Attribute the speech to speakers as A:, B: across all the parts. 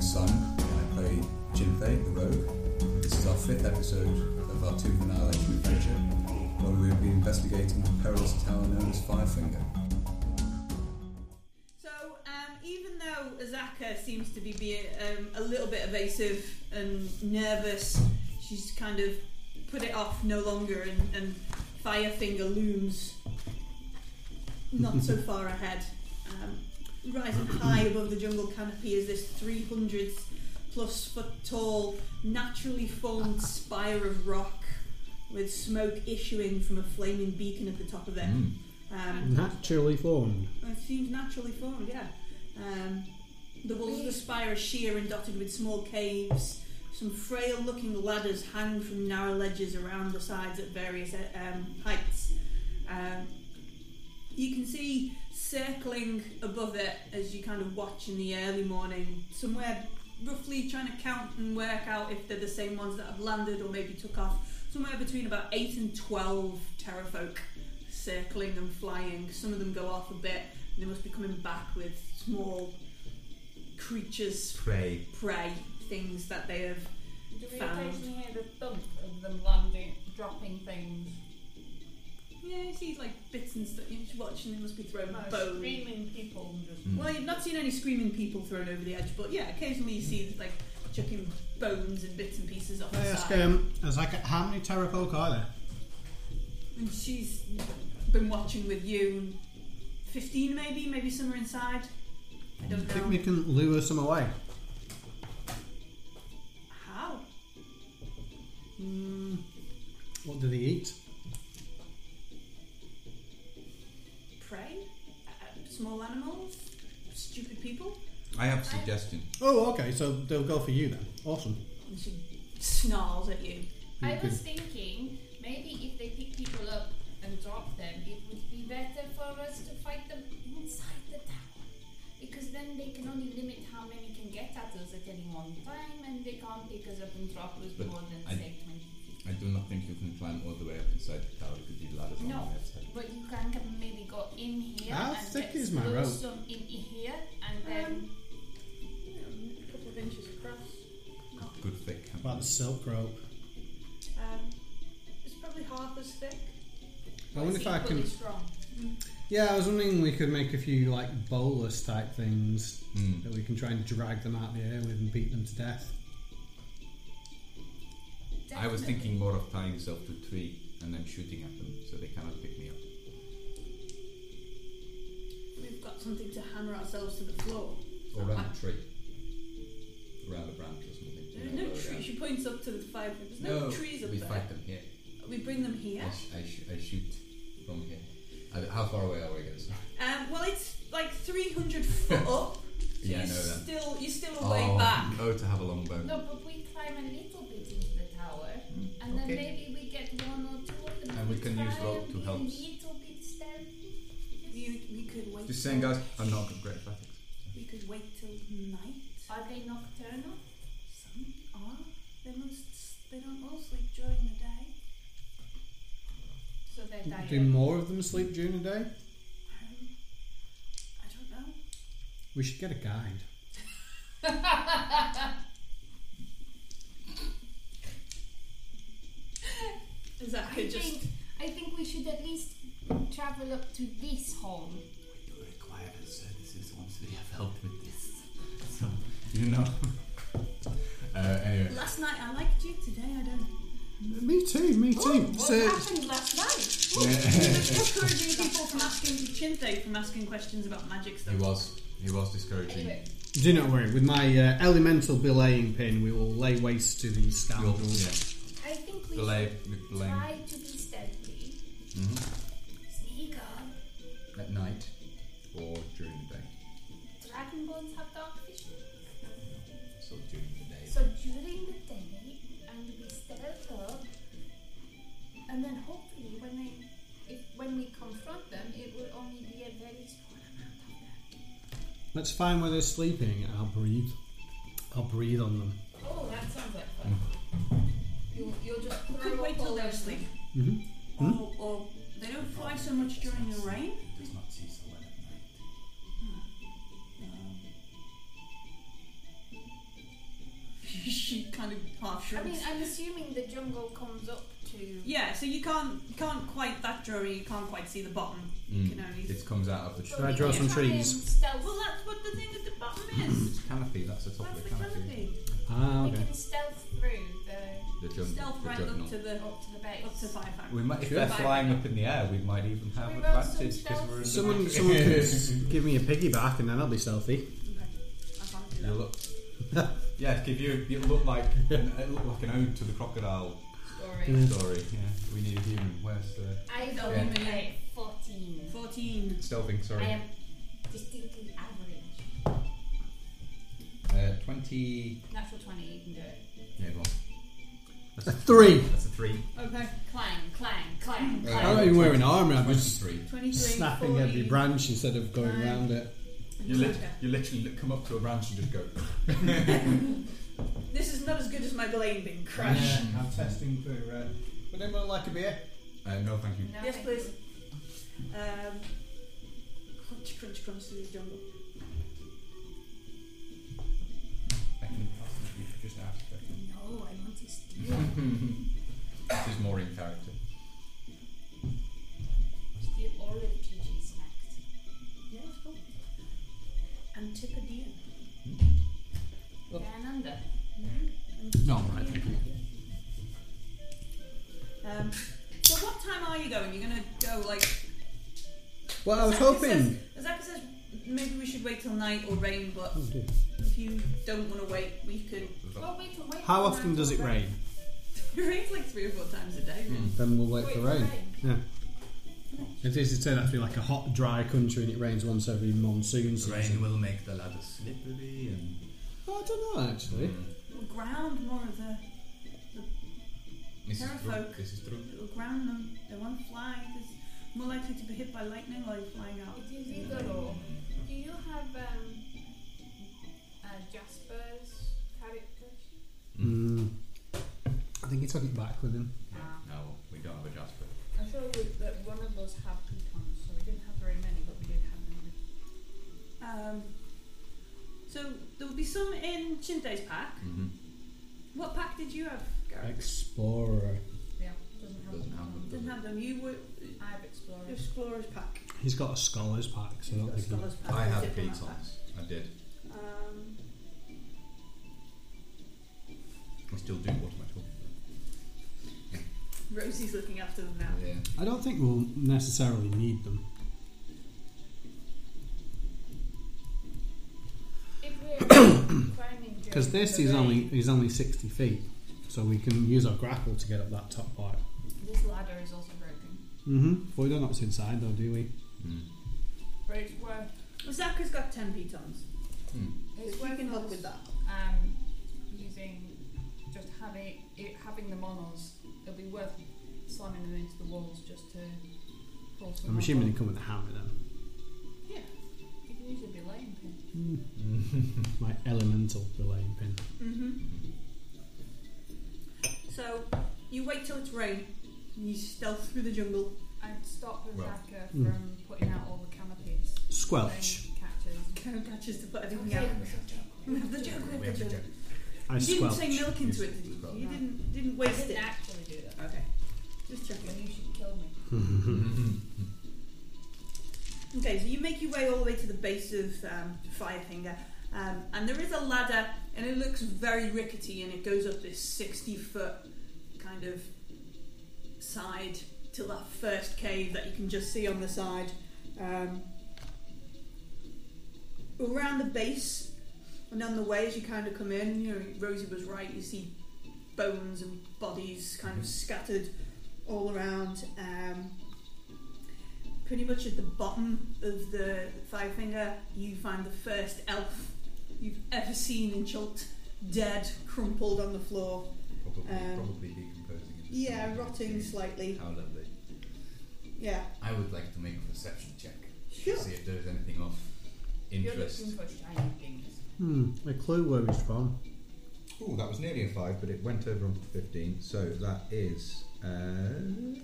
A: Sun, and I play Jinfei, the rogue. This is our fifth episode of our Tooth Annihilation adventure, where we will be investigating the perilous tower known as Firefinger.
B: So, um, even though Azaka seems to be being um, a little bit evasive and nervous, she's kind of put it off no longer, and, and Firefinger looms not so far ahead. Um, rising high above the jungle canopy is this 300 plus foot tall, naturally formed spire of rock with smoke issuing from a flaming beacon at the top of it.
C: Mm.
D: Mm.
B: Um,
E: Naturally formed.
B: it seems naturally formed, yeah. Um, the walls of the spire are sheer and dotted with small caves. Some frail looking ladders hang from narrow ledges around the sides at various uh, um, heights. Um, you can see circling above it as you kind of watch in the early morning, somewhere roughly trying to count and work out if they're the same ones that have landed or maybe took off. Somewhere between about 8 and 12 terrafolk circling and flying. Some of them go off a bit, and they must be coming back with small creatures,
D: Pray.
B: prey, things that they have.
F: Do we
B: Found.
F: occasionally hear the thump of them landing, dropping things?
B: Yeah, you see like bits and stuff. You're just watching, they must be throwing
F: No,
B: bones.
F: screaming people and just.
B: Well, you've not seen any screaming people thrown over the edge, but yeah, occasionally you see like chucking bones and bits and pieces off
E: Can I
B: the
E: ask,
B: side.
E: um, Azaka, how many Terrafolk are there?
B: And she's been watching with you, fifteen maybe, maybe somewhere inside. I
E: Do you
B: don't know
E: think we can lure some away?
B: how.
E: Mm, what do they eat?
B: prey, uh, small animals, stupid people.
D: I have a suggestion.
E: Oh, okay, so they'll go for you then. Awesome.
B: And she snarls at you.
E: You
F: I
E: could-
F: was thinking maybe if they pick people up and drop them, it would be better for us to fight them inside the tower. Because then they can only limit how many can get at us at any one time, and they can't pick us up and drop us
D: But
F: more than,
D: I-
F: say, 20 feet.
D: I do not think you can climb all the way up inside the tower because the ladders are
F: No.
D: on the outside.
F: But you can come maybe go in here
E: How
F: and
E: thick
F: get
E: is my rope?
F: some in here, and then.
B: a couple of inches across.
D: Good thick. can't
E: About the silk rope.
B: Um, it's probably half as thick.
E: I wonder if I
F: equally
E: can.
F: strong.
E: Yeah, I was wondering we could make a few like bolus type things
D: we? Hmm.
E: that we can try and drag them out the air with and beat them to death.
D: I was
F: Definitely.
D: thinking more of tying yourself to a tree and then shooting at them so they cannot pick me up.
B: We've got something to hammer ourselves to the floor.
D: Or around a tree. Around a branch or something. you
B: There's
D: know,
B: no
D: go
B: tree.
D: around.
B: She points up to the fire. There's no, trees up
D: we
B: there.
D: fight them here.
B: We bring them here.
D: I, sh- I, sh- I shoot from here. I, how far away are we, guys?
B: Um, well, it's like 300 foot up. So
D: Yeah, I
B: you're
D: know that.
B: still you're still a way
D: oh,
B: back.
D: Oh, to have a long bone.
F: No, but we climb a little bit into the tower, and then
D: Hmm, okay.
F: maybe we get one or two of them.
D: And we can
F: try
D: use rope
F: and
D: to
F: be
D: help
F: A
D: us.
F: little bit stealthy.
B: You, we could wait.
D: Just saying,
B: till-
D: guys, I'm not good great at athletics.
B: We could wait till night.
F: Are they nocturnal?
B: Some are. They must. s- They don't all sleep during the day.
F: So they're dying.
E: Do more of them sleep during the day?
B: Um, I don't know.
E: We should get a guide.
B: Is that
F: I think, I think we should at least travel up to this hole.
D: You require the services once we have helped with this. So, you know. uh, anyway.
B: Last night I liked you. Today I don't.
E: Me too, me
B: Oh,
E: too.
B: what
E: So,
B: happened last night?
D: Yeah.
B: Discouraging people from asking Chinte from asking questions about magic stuff.
D: he was. He was discouraging.
F: Anyway,
E: do not worry. With my uh, elemental belaying pin, we will lay waste to these
D: Well,
E: scoundrels.
D: yeah.
F: I think we
D: The lay, the
F: should
D: lane.
F: try to be stealthy.
D: Mm-hmm.
F: Sneak up.
D: At night or during the day.
F: Dragonborns have dark vision.
D: So during the day.
F: So during the day, and we stealth up, and then hopefully when they, if when we confront them, it will only be a very small amount of them.
E: Let's find where they're sleeping. I'll breathe. I'll breathe on them.
F: Oh, that sounds like fun.
E: Mm.
F: You you'll just
B: We could wait till they're asleep.
E: hmm
B: Or, or they don't fly so much during the rain.
D: It does not see so well at night.
B: Um, kind of half
F: I
B: shrugs.
F: mean, I'm assuming the jungle comes up to.
B: yeah, so you can't you can't quite that drawing. You can't quite see the bottom. You
D: Mm.
B: can only.
D: It comes out of the
F: But
D: tr-
E: Should I
F: we
E: draw
F: can
E: some
F: try and
E: trees?
F: stealth-
B: Well, that's what the thing at the bottom
D: Mm.
B: is.
D: canopy. That's the top
B: That's
D: of
B: the
D: the canopy.
B: canopy.
E: Ah,
F: we
E: okay.
F: can stealth through the
D: The jump.
B: Stealth
D: the
B: right
D: juggernaut.
B: up to the
F: up to the base.
B: up to five hundred.
D: We might, if
B: Sure.
D: they're flying up in the air, we might even have
F: We roll some
D: advantage because
F: stealth.
D: we're in
E: Someone,
D: the
E: someone could give me a piggyback and then I'll be stealthy.
B: Okay. I can't do
D: Mm. You
B: that.
D: look, yeah, give you you look like an, it look like an ode to the crocodile
E: Mm.
F: Story.
D: story. Yeah, we need a human. Where's the
F: I
B: Don't
F: don't
B: even-
F: play 14.
B: Fourteen.
D: stealthing?
F: I
D: Sorry,
F: am distinctly average.
D: uh, twenty.
F: Natural 20, you can do it.
D: Yeah, go on.
E: A three.
D: That's a three.
B: Okay.
F: Clang, clang, clang,
D: Uh,
E: I'm
F: clang.
E: not even wearing armour. I'm just
D: Twenty-three.
B: Twenty-three.
E: snapping
B: 40,
E: every branch instead of going
B: Nine.
E: round it.
B: and
D: You, lit
B: okay.
D: you literally li- come up to a branch and just go.
B: This is not as good as my blade being crushed.
E: I'm testing for. Uh, would anyone like a beer?
D: Uh, no, thank you.
F: No,
B: Yes,
F: thank
B: please.
F: you.
B: Um, crunch, crunch, crunch through the jungle.
D: I can pass it to you just after.
F: No, I want to steal.
D: this is more in character.
F: steal all of Gigi's snacks.
B: Yeah, it's cool. Antipodean.
F: Down under.
E: No, I'm right, thank you.
B: Um, so what time are you going? You're gonna go like.
E: Well, I was
B: Zaka
E: hoping.
B: Says, Zaka says maybe we should wait till night or rain,
E: Oh,
B: but
E: Hmm.
B: if you don't want to wait, we can.
F: Well, we can wait
E: How
F: for
E: often
F: now
E: does it
F: till
E: rain?
B: It rains like three or four times a day.
D: Hmm.
B: really.
E: Then we'll wait for rain.
F: rain.
E: Yeah. It is. It turned out to be like a hot, dry country, and it rains once every monsoon season.
D: will make the ladder slippery and. uh,
E: Oh, I don't know actually.
B: We'll ground more of the.
D: This is true.
B: Terrafolk.
D: This is true.
B: It'll ground them. They won't fly. It's more likely to be hit by lightning while you're flying out.
F: It is either or. uh, Do you have um, uh, Jasper's character? sheet?
E: Mm. I think he took it back with him.
F: Ah,
D: No, we don't have a Jasper.
F: I'm sure we, that one of us had pecans, so we didn't have very many, but we did have them.
B: Um, so there will be some in Shinte's pack.
D: Mm-hmm.
B: What pack did you have, Gareth?
E: Explorer.
F: Yeah, doesn't have
D: Doesn't
F: them.
D: have them.
B: Didn't have them. You were
F: I've explored.
B: explorer's pack.
E: He's got a scholar's pack, so I
B: You've
E: don't
B: got
E: think. he-
B: scholar's pack.
D: I had
B: diplomat pack.
D: pecans. I did.
B: Um,
D: I still do. What am I talking
B: Rosie's looking after them now.
D: about? Yeah.
E: I don't think we'll necessarily need them.
F: If we're climbing
E: Because
F: during
E: this
F: the
E: is only
F: rain,
E: is only sixty feet, so we can use our grapple to get up that top part.
F: This ladder is also broken.
E: Mm-hmm. But we don't know what's inside, though, do we?
D: Mm.
F: But it's worth.
B: Well, Zaka's got 10 pitons.
D: Mm.
F: It's
B: You
F: worth
B: can help
F: us,
B: with that.
F: Um, using just having it, having them on us, it'll be worth slamming them into the walls just to pull some.
E: I'm assuming they come with a hammer then.
F: Yeah, you can usually be laying pin.
B: Mm.
E: My elemental belaying pin.
B: Mm-hmm. So you wait till it's rain. and You stealth through the jungle.
F: I'd stop
D: Well.
F: Azaka
E: Hmm.
F: from putting out all the canopies.
E: Squelch.
F: Rain Catches.
B: Karen catches to put everything out. We
F: Yeah.
B: have the jug. We have the jug.
E: I
B: You didn't
E: squelch.
B: say milk into it, did you? You didn't, didn't
F: I
B: waste it.
F: didn't actually do that.
B: Okay. Just checking.
F: Then you should kill me.
D: Mm-hmm.
B: Okay, so you make your way all the way to the base of um, Firefinger, um, and there is a ladder, and it looks very rickety, and it goes up this 60 foot kind of side to that first cave that you can just see on the side. Um, around the base, and on the way as you kind of come in, you know, Rosie was right, you see bones and bodies kind of scattered all around. Um, pretty much at the bottom of the five finger you find the first elf you've ever seen in Chult dead crumpled on the floor
D: Probably,
B: Um,
D: probably decomposing. in the
B: yeah
D: stomach.
B: rotting slightly
D: How lovely.
B: yeah
D: I would like to make a perception check.
B: Sure.
D: See if there's anything of
F: You're
D: interest.
F: looking for shiny things.
E: Hmm. A clue where he's from.
D: Ooh, that was nearly a five, but it went over on fifteen. So that is. Uh,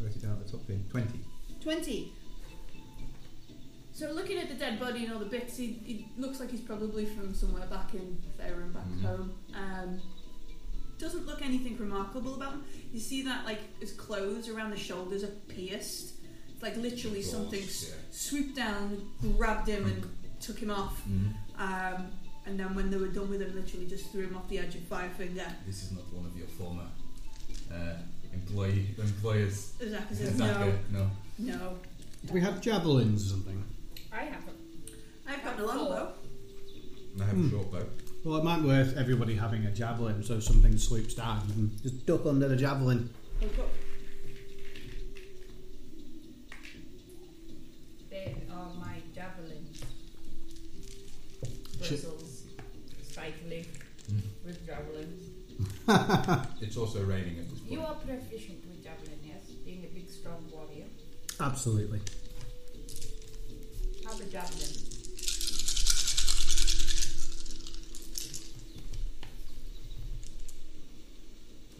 D: wrote it down at the top here. Twenty.
B: 20 so looking at the dead body and all the bits he, he looks like he's probably from somewhere back in there and back
D: Mhm.
B: home um, doesn't look anything remarkable about him. You see that like his clothes around the shoulders are pierced. It's like literally
D: Gosh,
B: something s-
D: yeah.
B: swooped down, grabbed him, and took him off.
D: Mhm.
B: Um, and then when they were done with him, literally just threw him off the edge of Firefinger.
D: This is not one of your former uh, employee employers.
B: Zaka says,
D: It's
B: "No,
D: not good. No.
B: no,
E: We have javelins or something.
F: I haven't.
B: I've got a longbow."
D: I have
E: Hmm.
D: a short bow.
E: Well, it might be worth everybody having a javelin, so if something swoops down, you can just duck under the javelin.
B: I've got
F: They are uh, my javelin
E: Ch-
F: bristles. Spikily with javelin.
D: It's also raining at this point.
F: You are proficient with javelin, yes? Being a big strong warrior.
E: Absolutely.
F: Have a javelin.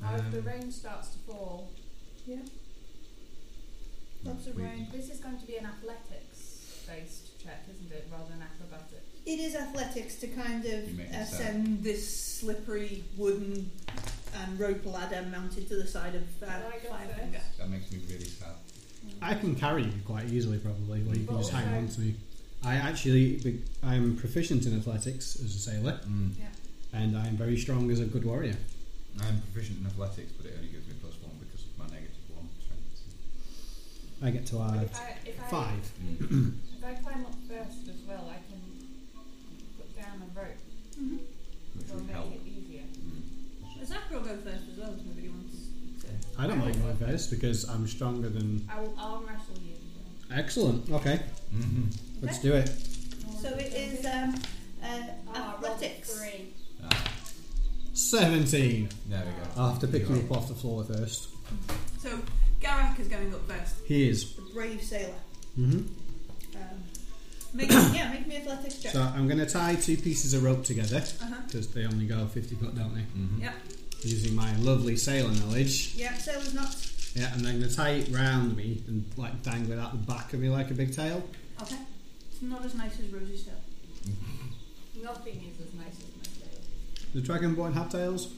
F: As the
D: Um,
F: rain starts to fall,
B: lots of
D: We-
B: rain.
F: this is going to be an athletics based check, isn't it? Rather than acrobatics.
B: It is athletics to kind
D: You make
B: of
D: it
B: ascend this slippery wooden um, rope ladder mounted to the side of uh,
F: Shall I go
B: Firefinger.
F: first?
D: That makes me really sad.
E: I can carry you quite easily, probably, or you can just hang
F: Okay.
E: on to me. I actually, be- I'm proficient in athletics as a sailor,
D: Hmm.
E: and I'm very strong as a good warrior.
D: I'm proficient in athletics, but it only gives me plus one because of my negative one strength.
E: I get to add
F: If I, if I,
E: Uh, five.
D: Mm.
F: If I climb up first as well, I can put down a rope,
B: Mm-hmm.
D: Which
F: which will
D: would
F: make
D: help.
F: it easier.
D: Mm.
B: Zach will go first as well if nobody wants to.
E: I don't mind going first because I'm stronger than.
F: I will arm wrestle you. Joe.
E: Excellent. Okay,
D: Mhm.
E: let's do it.
B: So it is um, uh,
F: Ah, I rolled a
B: athletics.
F: three.
D: Ah,
E: Seventeen.
D: there we go.
E: I'll have to pick
D: You're
E: you up off the floor first.
B: So Garak is going up first,
E: He is.
B: the brave sailor.
E: hmm
B: Um, make, yeah, make me athletics check.
E: So I'm going to tie two pieces of rope together
B: Uh-huh.
E: because they only go 50 foot, don't they?
D: Mhm.
B: Yeah,
E: Using my lovely sailor knowledge.
B: yeah, sailor's not.
E: Yeah, and I'm going to tie it round me and like dangle it out the back of me like a big tail.
B: Okay. It's not as nice as Rosie's tail.
F: Nothing is as nice as my tail.
E: The dragonborn have tails?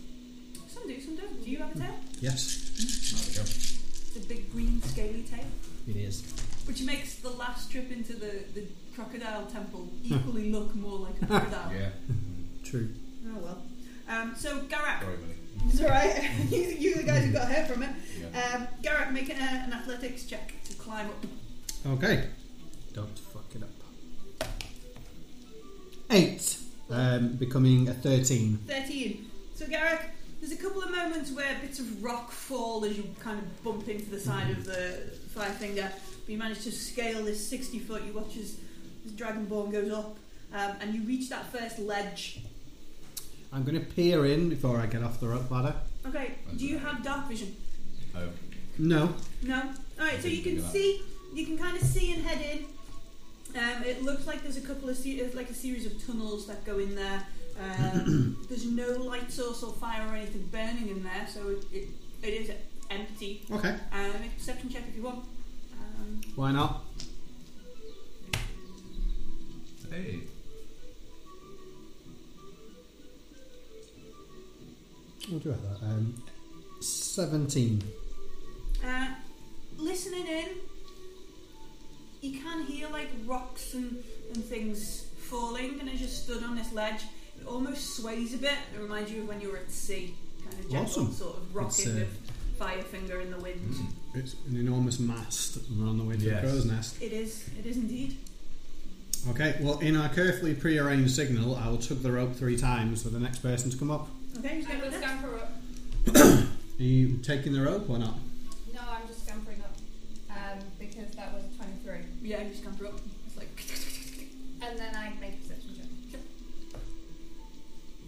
B: Some do, some don't. Do you have a tail?
E: Yes,
D: There we go.
B: It's a big green scaly tail.
E: it is.
B: Which makes the last trip into the, the crocodile temple equally look more like a crocodile.
D: Yeah.
E: True.
B: Oh well. Um, so Garak,
D: Sorry, buddy.
B: it's alright. you, you the guys who got hurt from it.
D: Yeah.
B: Um, Garak, make an, uh, an athletics check to climb up.
E: Okay. Don't fuck it up. Eight. Um, becoming a 13.
B: 13. So Garak, there's a couple of moments where bits of rock fall as you kind of bump into the side of the Firefinger, but you manage to scale this 60 foot. You watch as this Dragonborn goes up, um, and you reach that first ledge.
E: I'm going to peer in before I get off the rope ladder.
B: Okay, do you have dark vision?
D: Oh,
E: No.
B: No. All right. So you can see, you can kind of see and head in. Um, it looks like there's a couple of se- it's like a series of tunnels that go in there. Um, there's no light source or fire or anything burning in there, so it, it, it is empty.
E: Okay.
B: Um, make a perception check if you want. Um,
E: Why not?
D: hey.
E: What do I have? Um, 17.
B: uh, listening in, you can hear like rocks and, and things falling, and as you stood on this ledge, it almost sways a bit. It reminds you of when you were at sea, kind of gentle
E: Awesome.
B: sort of
E: It's,
B: rocking
E: uh,
B: of fire finger in the wind.
D: Mm.
E: It's an enormous mast, and we're on the way to
D: Yes.
E: the crow's nest.
B: It is, it is indeed.
E: Okay, well, in our carefully prearranged signal, I will tug the rope three times for the next person to come up.
B: Okay, who's
F: I
B: going
F: will
B: next?
F: scamper up.
E: Are you taking the rope or not?
F: No, I'm just scampering up. Um, because that was 23.
B: Yeah, you scamper up. It's like
F: And then I make a perception check.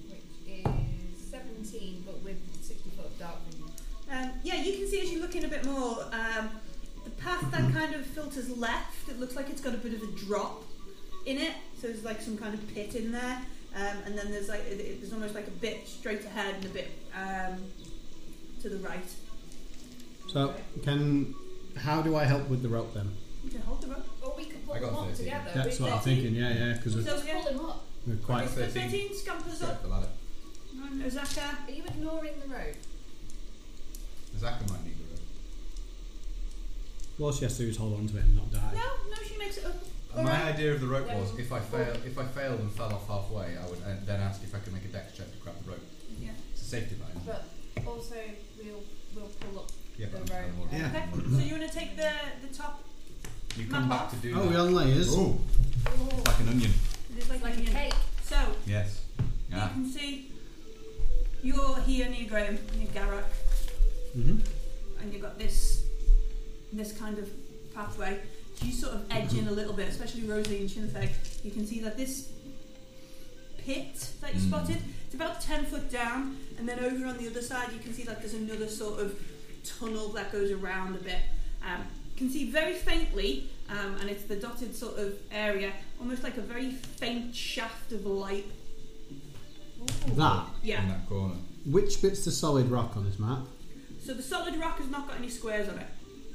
F: Which is 17, but with 60 foot dark vision.
B: Um, yeah, you can see as you look in a bit more, um, the path that kind of filters left, it looks like it's got a bit of a drop in it. So there's like some kind of pit in there. Um, and then there's like, it- it- there's almost like a bit straight ahead and a bit um, to the right.
E: So, can. How do I help with the rope then?
B: You can hold the rope.
F: Or we could
D: I
F: put
D: got
F: them up
D: 13.
F: together.
E: That's
F: We-
E: what I'm thinking, yeah, yeah, because we're,
F: Just pull them up.
E: we're quite.
B: So
D: Thirteen.
B: 13 scampers
D: Strike
B: up.
D: the ladder.
B: And Ozaka,
F: Are you ignoring the road?
D: Zaka might need a rope.
E: All she has to do is hold on to it and not die.
B: no, no, she makes it up.
D: My
B: Alright.
D: idea of the rope
F: Yeah.
D: was if I fail, if I failed and fell off halfway, I would uh, then ask if I could make a dex check to grab the rope.
B: Yeah.
D: It's a safety line.
F: But also, we'll we'll pull up.
D: Yeah, but
F: The
D: I'm- I'm
F: rope.
D: already-
E: Yeah.
B: Okay, so you want to take the, the top?
D: You come
B: Map
D: back to
B: off.
D: do
E: Oh,
D: that.
E: we're on layers.
D: Oh,
F: Oh,
D: it's like an onion.
B: It's like,
F: like a
B: onion.
F: cake.
B: So,
D: Yes.
B: you
D: Yeah.
B: can see you're here near Graham, near Garak,
E: Mm-hmm.
B: and you've got this this kind of pathway. You sort of edge in a little bit, especially Rosie and Shinfeg. You can see that this pit that you
D: Mm.
B: spotted, it's about 10 foot down, and then over on the other side, you can see that there's another sort of tunnel that goes around a bit. Um, you can see very faintly, um, and it's the dotted sort of area, almost like a very faint shaft of light.
E: That.
B: Yeah.
D: In that corner.
E: Which bit's the solid rock on this map?
B: So the solid rock has not got any squares on it.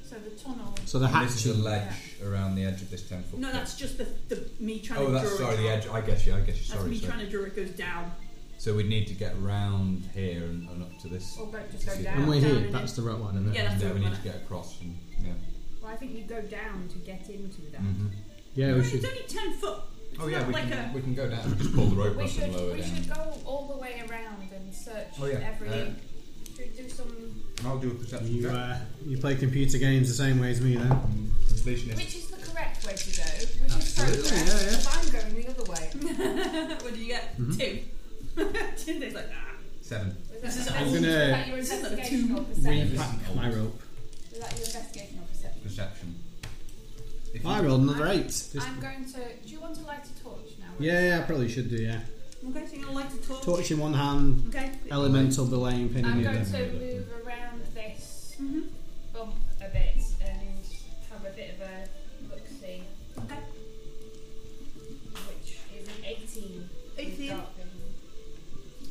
F: So the tunnel.
E: So the
D: And this
E: hatch.
D: is a ledge around the edge of this ten foot.
B: No, that's just the, the me trying
D: Oh,
B: to
D: that's
B: draw
D: sorry.
B: it.
D: The edge. I guess you. I guess you.
B: That's
D: Sorry.
B: me
D: sorry.
B: trying to draw it goes down.
D: So we'd need to get round here and, and up to this.
F: Or go, just go
D: And
F: down.
E: And we're
B: down
E: here.
B: in
E: That's the rock ladder.
B: Yeah, Oh, that's
D: yeah, we
B: the-
D: need to get across. And, yeah.
F: Well, I think you go down to get into that.
E: Mm.
D: Mhm.
E: Yeah, we
B: Right,
E: should.
B: It's only ten foot. It's
D: Oh yeah,
B: not
D: we
B: like
D: can
B: a.
D: we can go down. Just pull the rope
F: We
D: up
F: should
D: and lower
F: we
D: down.
F: should go all the way around and search
D: Oh, yeah.
F: every.
D: Uh,
F: should we do some.
D: I'll do a perception
E: You,
D: check.
E: uh, you play computer games the same way as me then.
D: Mm, completionist.
F: Which is the correct way to go? Which
D: Absolutely,
F: is progress?
E: yeah, yeah.
F: If I'm going the other way.
B: what did you get?
D: Mm-hmm.
E: Mhm.
B: Two. Two. like ah.
D: Seven.
F: Was
B: This is
F: that-
E: I'm
F: was
E: gonna-
F: that your
B: This is like a
F: investigation
B: two-
F: or perception?
D: Repack
E: Repack
D: my
E: my rope.
F: Was that your investigation or perception?
D: Perception. If you-
E: I rolled another
F: I'm-
E: eight. This-
F: I'm going to. Do you want to light a torch now?
E: yeah, yeah, I probably should do, yeah.
B: Okay, so you're gonna light a torch.
E: Torch in one hand,
B: Okay.
E: elemental belaying pin in
F: I'm
E: the
F: going
E: other.
F: to move around this
B: Mm-hmm.
F: bump a bit and have a bit of a look see,
B: Okay.
F: which is an 18. with
B: 18.
F: dark vision.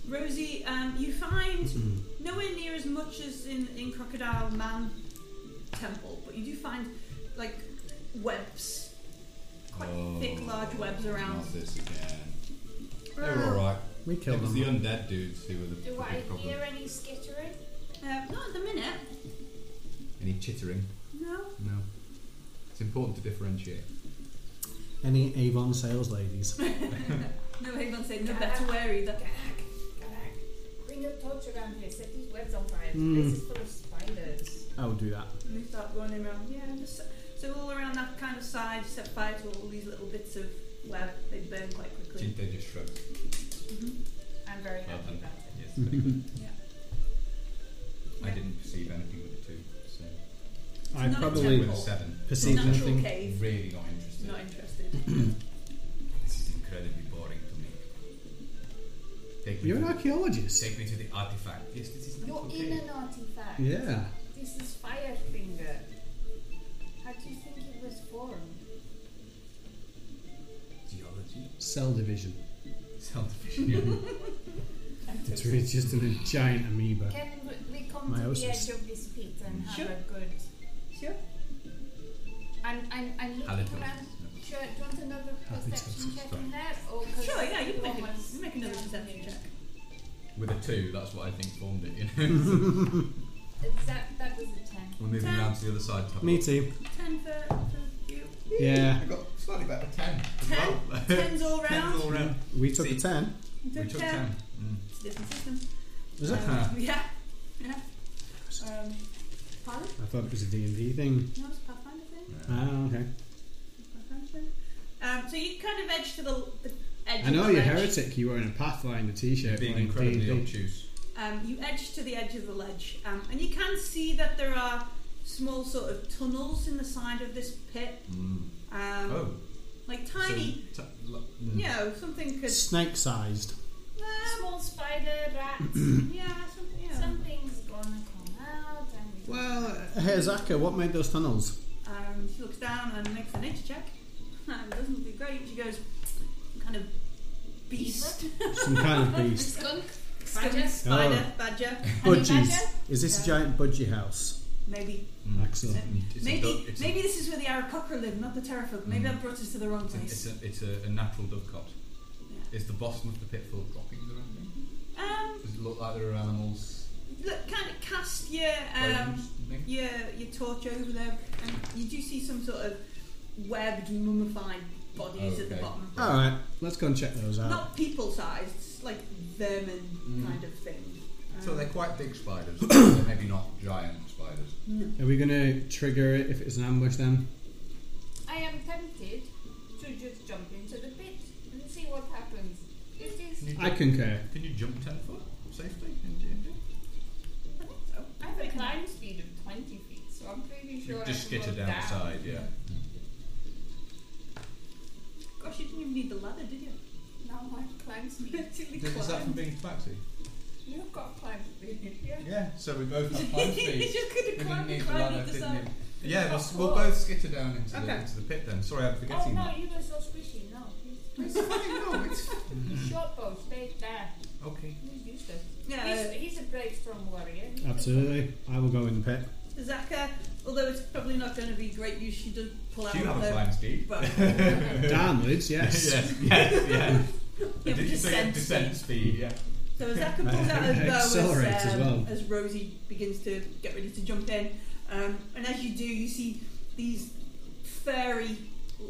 B: Rosie, um, you find
E: Mm.
B: nowhere near as much as in in Crocodile Man Temple, but you do find like webs, quite
D: Oh,
B: thick, large webs around.
D: Not this again. They were alright.
E: We
D: It
E: killed
D: was the
E: them.
D: undead dudes who were the, the
F: Do I
D: big problem.
F: hear any skittering?
B: Uh, not at the minute.
D: Any chittering?
B: No.
D: No. It's important to differentiate.
E: Any Avon sales ladies?
B: No, hang on, say no better wear either.
F: Gag, gag. Bring a torch around here, set these webs on fire.
E: Mm.
F: This is full of spiders.
E: I would do that.
B: And they start running around. Yeah, just, so all around that kind of side, set fire to all these little bits of web. They burn quite quickly.
D: They just shrugged.
B: Mm-hmm.
F: I'm very
D: Well
F: happy
D: done.
F: about it.
D: Yes. very good. I
B: Yeah.
D: didn't perceive anything with the two, so
E: I
B: Not
E: probably
D: with a seven.
E: perceived
B: Natural
E: nothing.
B: cave.
D: Really not interested.
B: Not interested.
D: This is incredibly boring to me. Take me
E: You're an
D: to,
E: archaeologist.
D: take me to the artifact. Yes, this is not
F: You're
D: okay.
F: in an artifact.
E: Yeah.
F: This is Firefinger. How do you think it was formed?
D: Geology.
E: Cell division.
D: Sound efficient. Yeah.
E: It's really just a giant amoeba.
F: Can we come to the
E: Meiosis.
F: edge of this pit and have
B: Sure.
F: a good?
B: Sure.
F: I'm, I'm, I'm looking
D: Halitosis.
F: around. Sure, do you want another perception
E: Halitosis,
F: check
D: sorry.
F: on that? Or 'cause
B: Sure. Yeah, you can
F: one
B: make, a,
F: was-
B: you make another
F: yeah.
B: perception check.
D: With a two, that's what I think formed it. You know.
F: It's that, that was a ten.
D: We're moving round to the other side. To have a
E: Me
D: look.
E: too.
B: Ten for, for you.
E: Yeah.
D: I got slightly better ten. as
B: Ten?
D: well.
B: Tens all round. uh,
D: Tens all round.
E: We took
D: See.
E: a ten.
B: You
D: We
B: took
D: took
B: ten.
D: ten. Mm.
B: It's a different system. Um,
E: Was it?
D: Uh-huh.
B: Yeah. Yeah. Um, pardon?
E: I thought it was a D&D thing.
B: No, it's a Pathfinder thing.
D: Yeah.
E: Ah, okay.
B: Pathfinder thing. Um, so you kind of edge to the, the edge.
E: I
B: of
E: know
B: the
E: you're
B: ledge.
E: heretic. You were in a Pathfinder
D: You're
E: T-shirt.
D: being
E: playing
D: incredibly
E: D&D.
D: obtuse.
B: Um, you edge to the edge of the ledge, um, and you can see that there are small sort of tunnels in the side of this pit,
D: Mm.
B: um,
D: Oh,
B: like tiny.
D: So, t- lo- mm.
B: You know, something could.
E: Snake-sized.
B: Um,
F: Small spider, rat.
B: yeah, something. Yeah.
F: Something's gonna come out. And
E: Well, Uh, hey Zaka, what made those tunnels?
B: Um, she looks down and makes a nature check. Um, doesn't do great. She goes, "Some kind of beast,
E: Some kind of beast.
F: skunk,
B: spider,
F: spider,
B: spider,
D: Oh.
B: badger,
F: Honey
E: Budgies.
F: badger?
E: Is this a
B: Yeah.
E: giant budgie house?
B: maybe,
D: Mm.
E: Excellent.
D: It's a- it's a
B: maybe,
D: duck- it's a-
B: maybe this is where the Aarakocra live, not the Terrafug. Maybe
D: Mm.
B: I've brought us to the wrong
D: It's, a, it's,
B: place."
D: a, it's a, a natural dovecot.
B: Yeah.
D: Is the bottom of the pit full of droppings around me?
B: Um,
D: Does it look like there are animals?
B: Look, kind of cast your um,
D: bones, maybe?
B: your your torch over there, and you do see some sort of webbed, mummified bodies at the
D: Okay.
B: bottom.
E: Alright, let's go and check those out.
B: Not people-sized, it's like vermin
D: Mm.
B: kind of thing.
D: So
B: Um,
D: they're quite big spiders, but maybe not giant spiders.
E: Are we going to trigger it if it's an ambush then?
F: I am tempted to just jump into the pit and see what happens. It is.
D: you
E: I concur.
D: Can you jump ten foot safely in D
F: I have a climb speed of 20 feet, so I'm pretty sure I
D: Just
F: can
D: skitter
F: go
D: down,
F: down
D: the side, yeah.
B: Gosh, you didn't even need the ladder, did you?
F: Now I have climb
B: You
F: speed.
B: actually
D: Is that from
B: climbed.
D: being taxi?
F: You've got climb speed. Yeah.
D: Yeah. So we both have climb
B: you
D: speed.
B: just could
D: we
B: have
D: didn't
B: climbed
D: need
B: and
D: the
B: climbed
D: ladder,
B: up the
D: didn't
B: side.
D: we? Yeah,
B: Top
D: we'll, we'll
B: floor.
D: both skitter down into, the,
B: Okay.
D: into the pit then. Sorry, I'm
F: Oh
D: forgetting
F: no,
D: that.
F: you were so squishy. No.
D: It's fine, no, it's
F: Short bow, stay there.
D: Okay.
F: He's useless.
B: Yeah,
F: He's, he's a brave, strong warrior.
E: Absolutely. I will go in the pit.
B: uh, Zaka, although it's probably not going to be great use, she does pull out
D: Do you have a
B: her
D: climb speed?
B: But
E: Downwards, yes.
D: yes, yes, yes.
B: Yeah,
D: Did you say
B: descent
D: descent speed? Yeah.
B: So as Zaka pulls out her bow as, um,
E: Accelerates as well.
B: as Rosie begins to get ready to jump in, um, and as you do, you see these fairy l-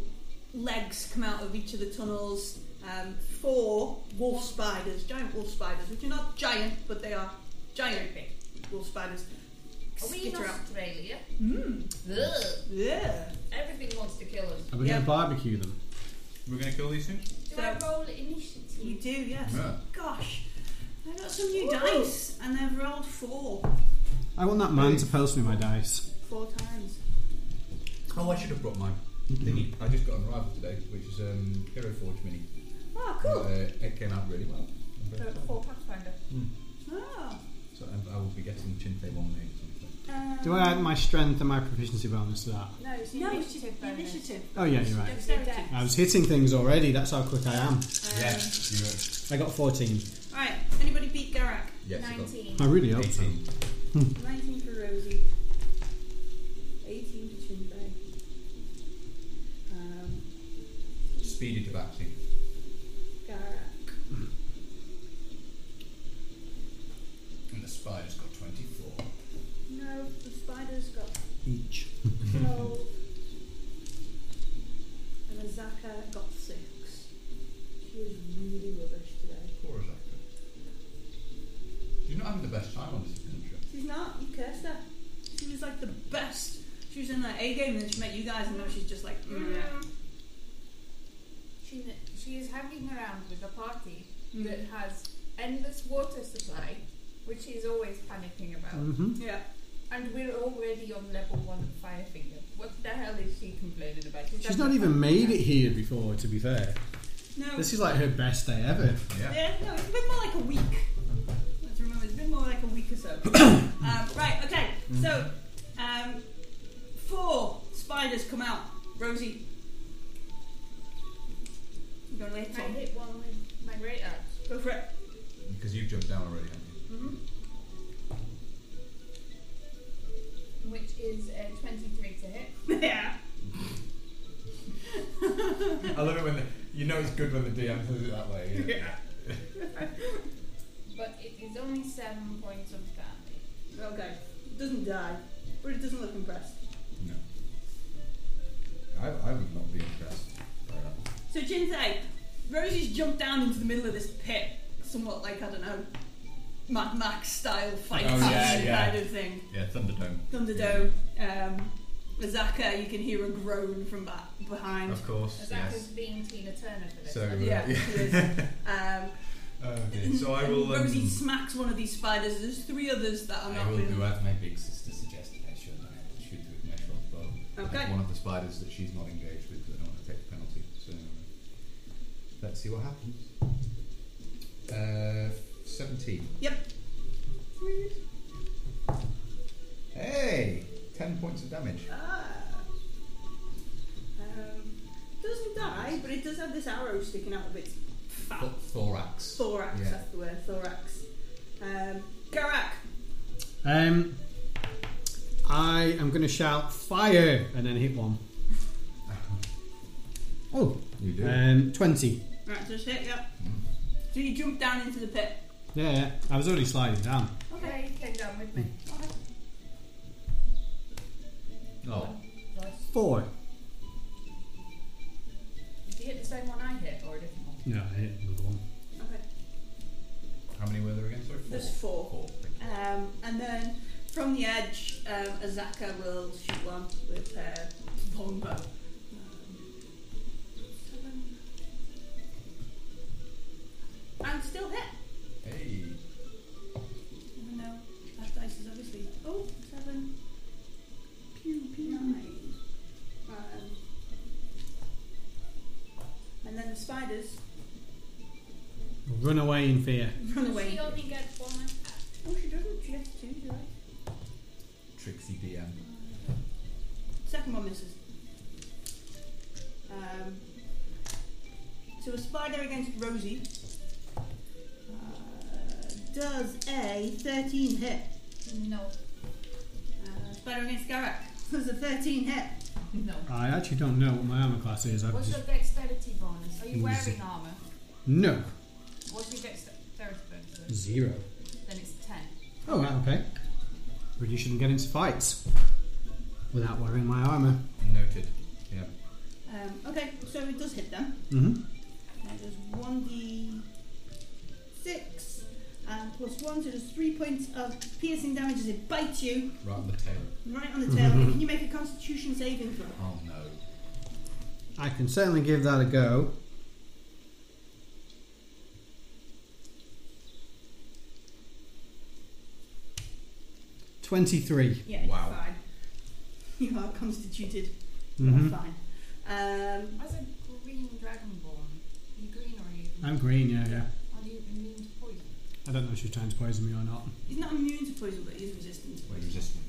B: legs come out of each of the tunnels. Um, four wolf spiders, giant wolf spiders, which are not giant, but they are giant big wolf spiders.
F: Are we in
B: Skitter out.
F: Australia?
B: Mm,
F: Ugh.
B: yeah.
F: Everything wants to kill us.
E: Are we
B: Yeah.
E: going to barbecue them?
D: We're going to kill these Ah. things?
F: Do I roll initiative?
B: You do, yes.
D: Yeah.
B: Gosh, I got some new
F: Ooh.
B: dice, and I've rolled four,
E: I want that man to post me my dice.
B: four times.
D: Oh, I should have brought mine.
B: Mm-hmm.
D: Thingy. I just got an arrival today, which is um, Hero Forge Mini.
B: Oh, cool.
D: Uh, it came out really well. I'm very
F: Uh,
D: excited.
F: for Pathfinder.
B: Oh.
D: So I, I will be getting Chinte one name or something.
B: Um,
E: Do I add my strength and my proficiency bonus to that?
F: No, it's the
B: No, it's
F: initiative.
B: the initiative.
E: Oh, yeah, you're right.
F: Dexterity.
E: I was hitting things already, that's how quick I am.
B: Um,
D: you
E: I got 14.
B: Right, Um, anybody beat Garak?
D: Yes, I got
F: 19.
E: I really
D: were.
E: hope so.
D: 18.
B: 19 for Rosie. 18 for Chinbei. Um,
D: Speedy Tabaxi.
B: Garak.
D: And the spider's got 24.
B: No, the spider's got
E: Each.
D: Mm-hmm.
B: 12. and Azaka got 6. She was really rubbish today.
D: Poor as actor. You're not having the best time on this adventure.
B: She's not, you cursed her. She was like the best. She was in that A game and then she met you guys and now she's just like, mm, yeah.
F: She, she is hanging around with a party
B: Mm.
F: that has endless water supply, which she is always panicking about.
E: Mm-hmm.
B: Yeah.
F: And we're already on level one of Firefinger. What the hell is she complaining about?
E: She's not even made it here before, to be fair.
B: No.
E: This is like her best day ever.
D: Yeah.
B: Yeah, no, it's been more like a week. Let's remember, it's been more like a week or so. um, right, okay,
D: Mm.
B: so um, four spiders come out. Rosie. You gonna lay
F: I
B: it on?
F: hit one with my great axe.
B: Go for it.
D: Because you've jumped down already, haven't you?
B: Mm-hmm.
F: Which is a 23 to hit.
B: yeah.
D: I love it when the, you know it's good when the DM says it that way. Yeah.
F: But it is only 7 points of damage.
B: Okay. Doesn't die, but it doesn't look impressed.
D: No. I, I would not be impressed by that.
B: So Jinsei, Rosie's jumped down into the middle of this pit, somewhat like I don't know, Mad Max style fight
D: Oh, yeah,
B: scene
D: yeah.
B: kind of thing.
D: Yeah, Thunderdome.
B: Thunderdome. Um, Zaka, you can hear a groan from back behind.
D: Of course.
F: That is being Tina Turner for this.
D: So, uh,
B: Yeah,
D: yeah.
B: she is. Um,
D: Okay, so I
B: and
D: will. Um,
B: Rosie smacks one of these spiders. There's three others that are
D: I
B: not.
D: will
B: really-
D: do as my big sister suggested I should. and I will shoot through with my short bow.
B: Okay.
D: At One of the spiders that she's not engaged with because I don't want to take the penalty. So let's see what happens. Uh, 17.
B: Yep.
D: Hey! 10 points of damage.
B: Ah. Um, doesn't die, but it does have this arrow sticking out of its fat
D: Th- Thorax.
B: thorax.
D: Yeah.
B: That's the word. Thorax. Um, Garak.
E: Um, I am going to shout fire and then hit one. Oh,
D: You do.
E: um, 20. Uh, um,
D: Mm.
B: Right, just hit. Yep. So you jump down into the pit.
E: Yeah, yeah. I was already sliding down.
F: Okay, you came down with me.
E: Hmm.
D: Oh.
F: Nice.
E: Four.
F: Did you hit the same one I hit, or a different one?
E: No, I hit another one.
B: Okay.
D: How many were there again? Sorry, four.
B: There's four.
D: Four. thank you.
B: Um, and then from the edge, um, Azaka will shoot one with her longbow. Um, seven. And still hit.
D: Hey.
B: Even though that dice is obviously. Oh, seven. Pew, pew. Nine. Um, and then the spiders
E: Run away in fear.
B: run away.
F: She only gets one attack.
B: Oh, she doesn't. She gets two, you're right.
D: Trixie DM.
B: Second one misses. Um, so a spider against Rosie uh, does a 13 hit.
F: No,
B: Uh, spider against Garak does a 13 hit.
F: no.
E: I actually don't know what my armor class is. I've
F: What's your
E: just
F: dexterity bonus? Are you
E: Easy.
F: wearing armor?
E: no
F: What's your dexterity bonus?
E: zero.
F: Then it's ten.
E: Oh, right, okay. But you shouldn't get into fights without wearing my armor.
D: Noted. Yeah.
B: Um, okay, so it does hit them.
E: Mm-hmm.
B: Uh, there's 1d6 and plus 1, so there's 3 points of piercing damage as it bites you
D: Right on the tail.
B: right on the tail. Can you make a constitution saving throw?
D: Oh no.
E: I can certainly give that a go. Twenty-three.
B: Yeah, it's
D: Wow.
B: fine. You are constituted.
E: Mhm.
B: That's fine. Um,
F: As a green dragonborn, are you green or are you?
E: I'm green. Yeah, yeah.
F: Are you immune to poison?
E: I don't know if she's trying to poison me or not.
B: he's not immune to poison, but he's resistant to
D: Wait,
B: poison.
D: resistant.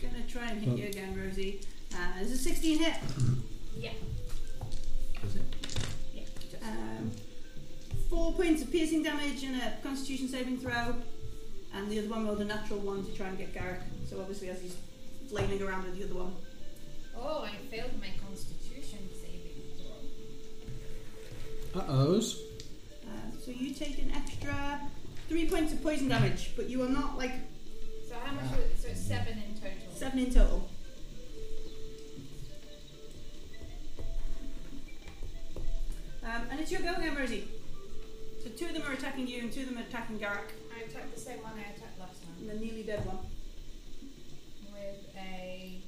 B: Gonna try and hit
E: Well-
B: you again, Rosie. Uh, there's a 16 hit.
F: Yeah.
D: Yeah. Does it?
F: Yeah. Just
B: Um, four points of piercing damage and a constitution saving throw. And the other one rolled a natural one to try and get Garrick. So obviously, as he's flailing around with the other one.
F: Oh, I failed my constitution saving throw.
E: Uh ohs.
B: Uh, so you take an extra three points of poison damage, but you are not like
F: So how much?
D: Ah.
F: was it? So it's seven in total.
B: seven in total. Um, and it's your go again, Rosie. So two of them are attacking you and two of them are attacking Garrick.
F: I attacked the same one I attacked last time
B: And the nearly dead one.
F: with a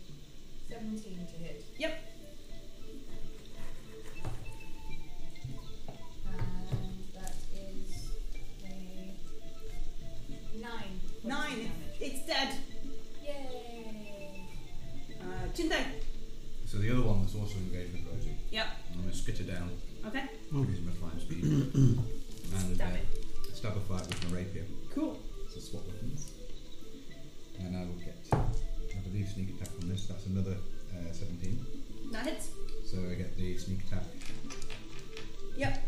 F: seventeen to hit.
B: Yep.
F: And that is a nine. poison
B: Nine.
F: damage.
B: It's dead.
F: Yay!
B: Uh, Chinde.
D: So the other one that's also engaged with Rosie.
B: Yep.
D: I'm gonna spit her down
B: Okay.
E: Oh.
D: using my flying speed. and
B: Stab
D: uh, stab a fight with my rapier.
B: Cool.
D: So swap weapons. And I will get I believe sneak attack on this. That's another uh, seventeen.
B: That hits.
D: So I get the sneak attack
B: Yep.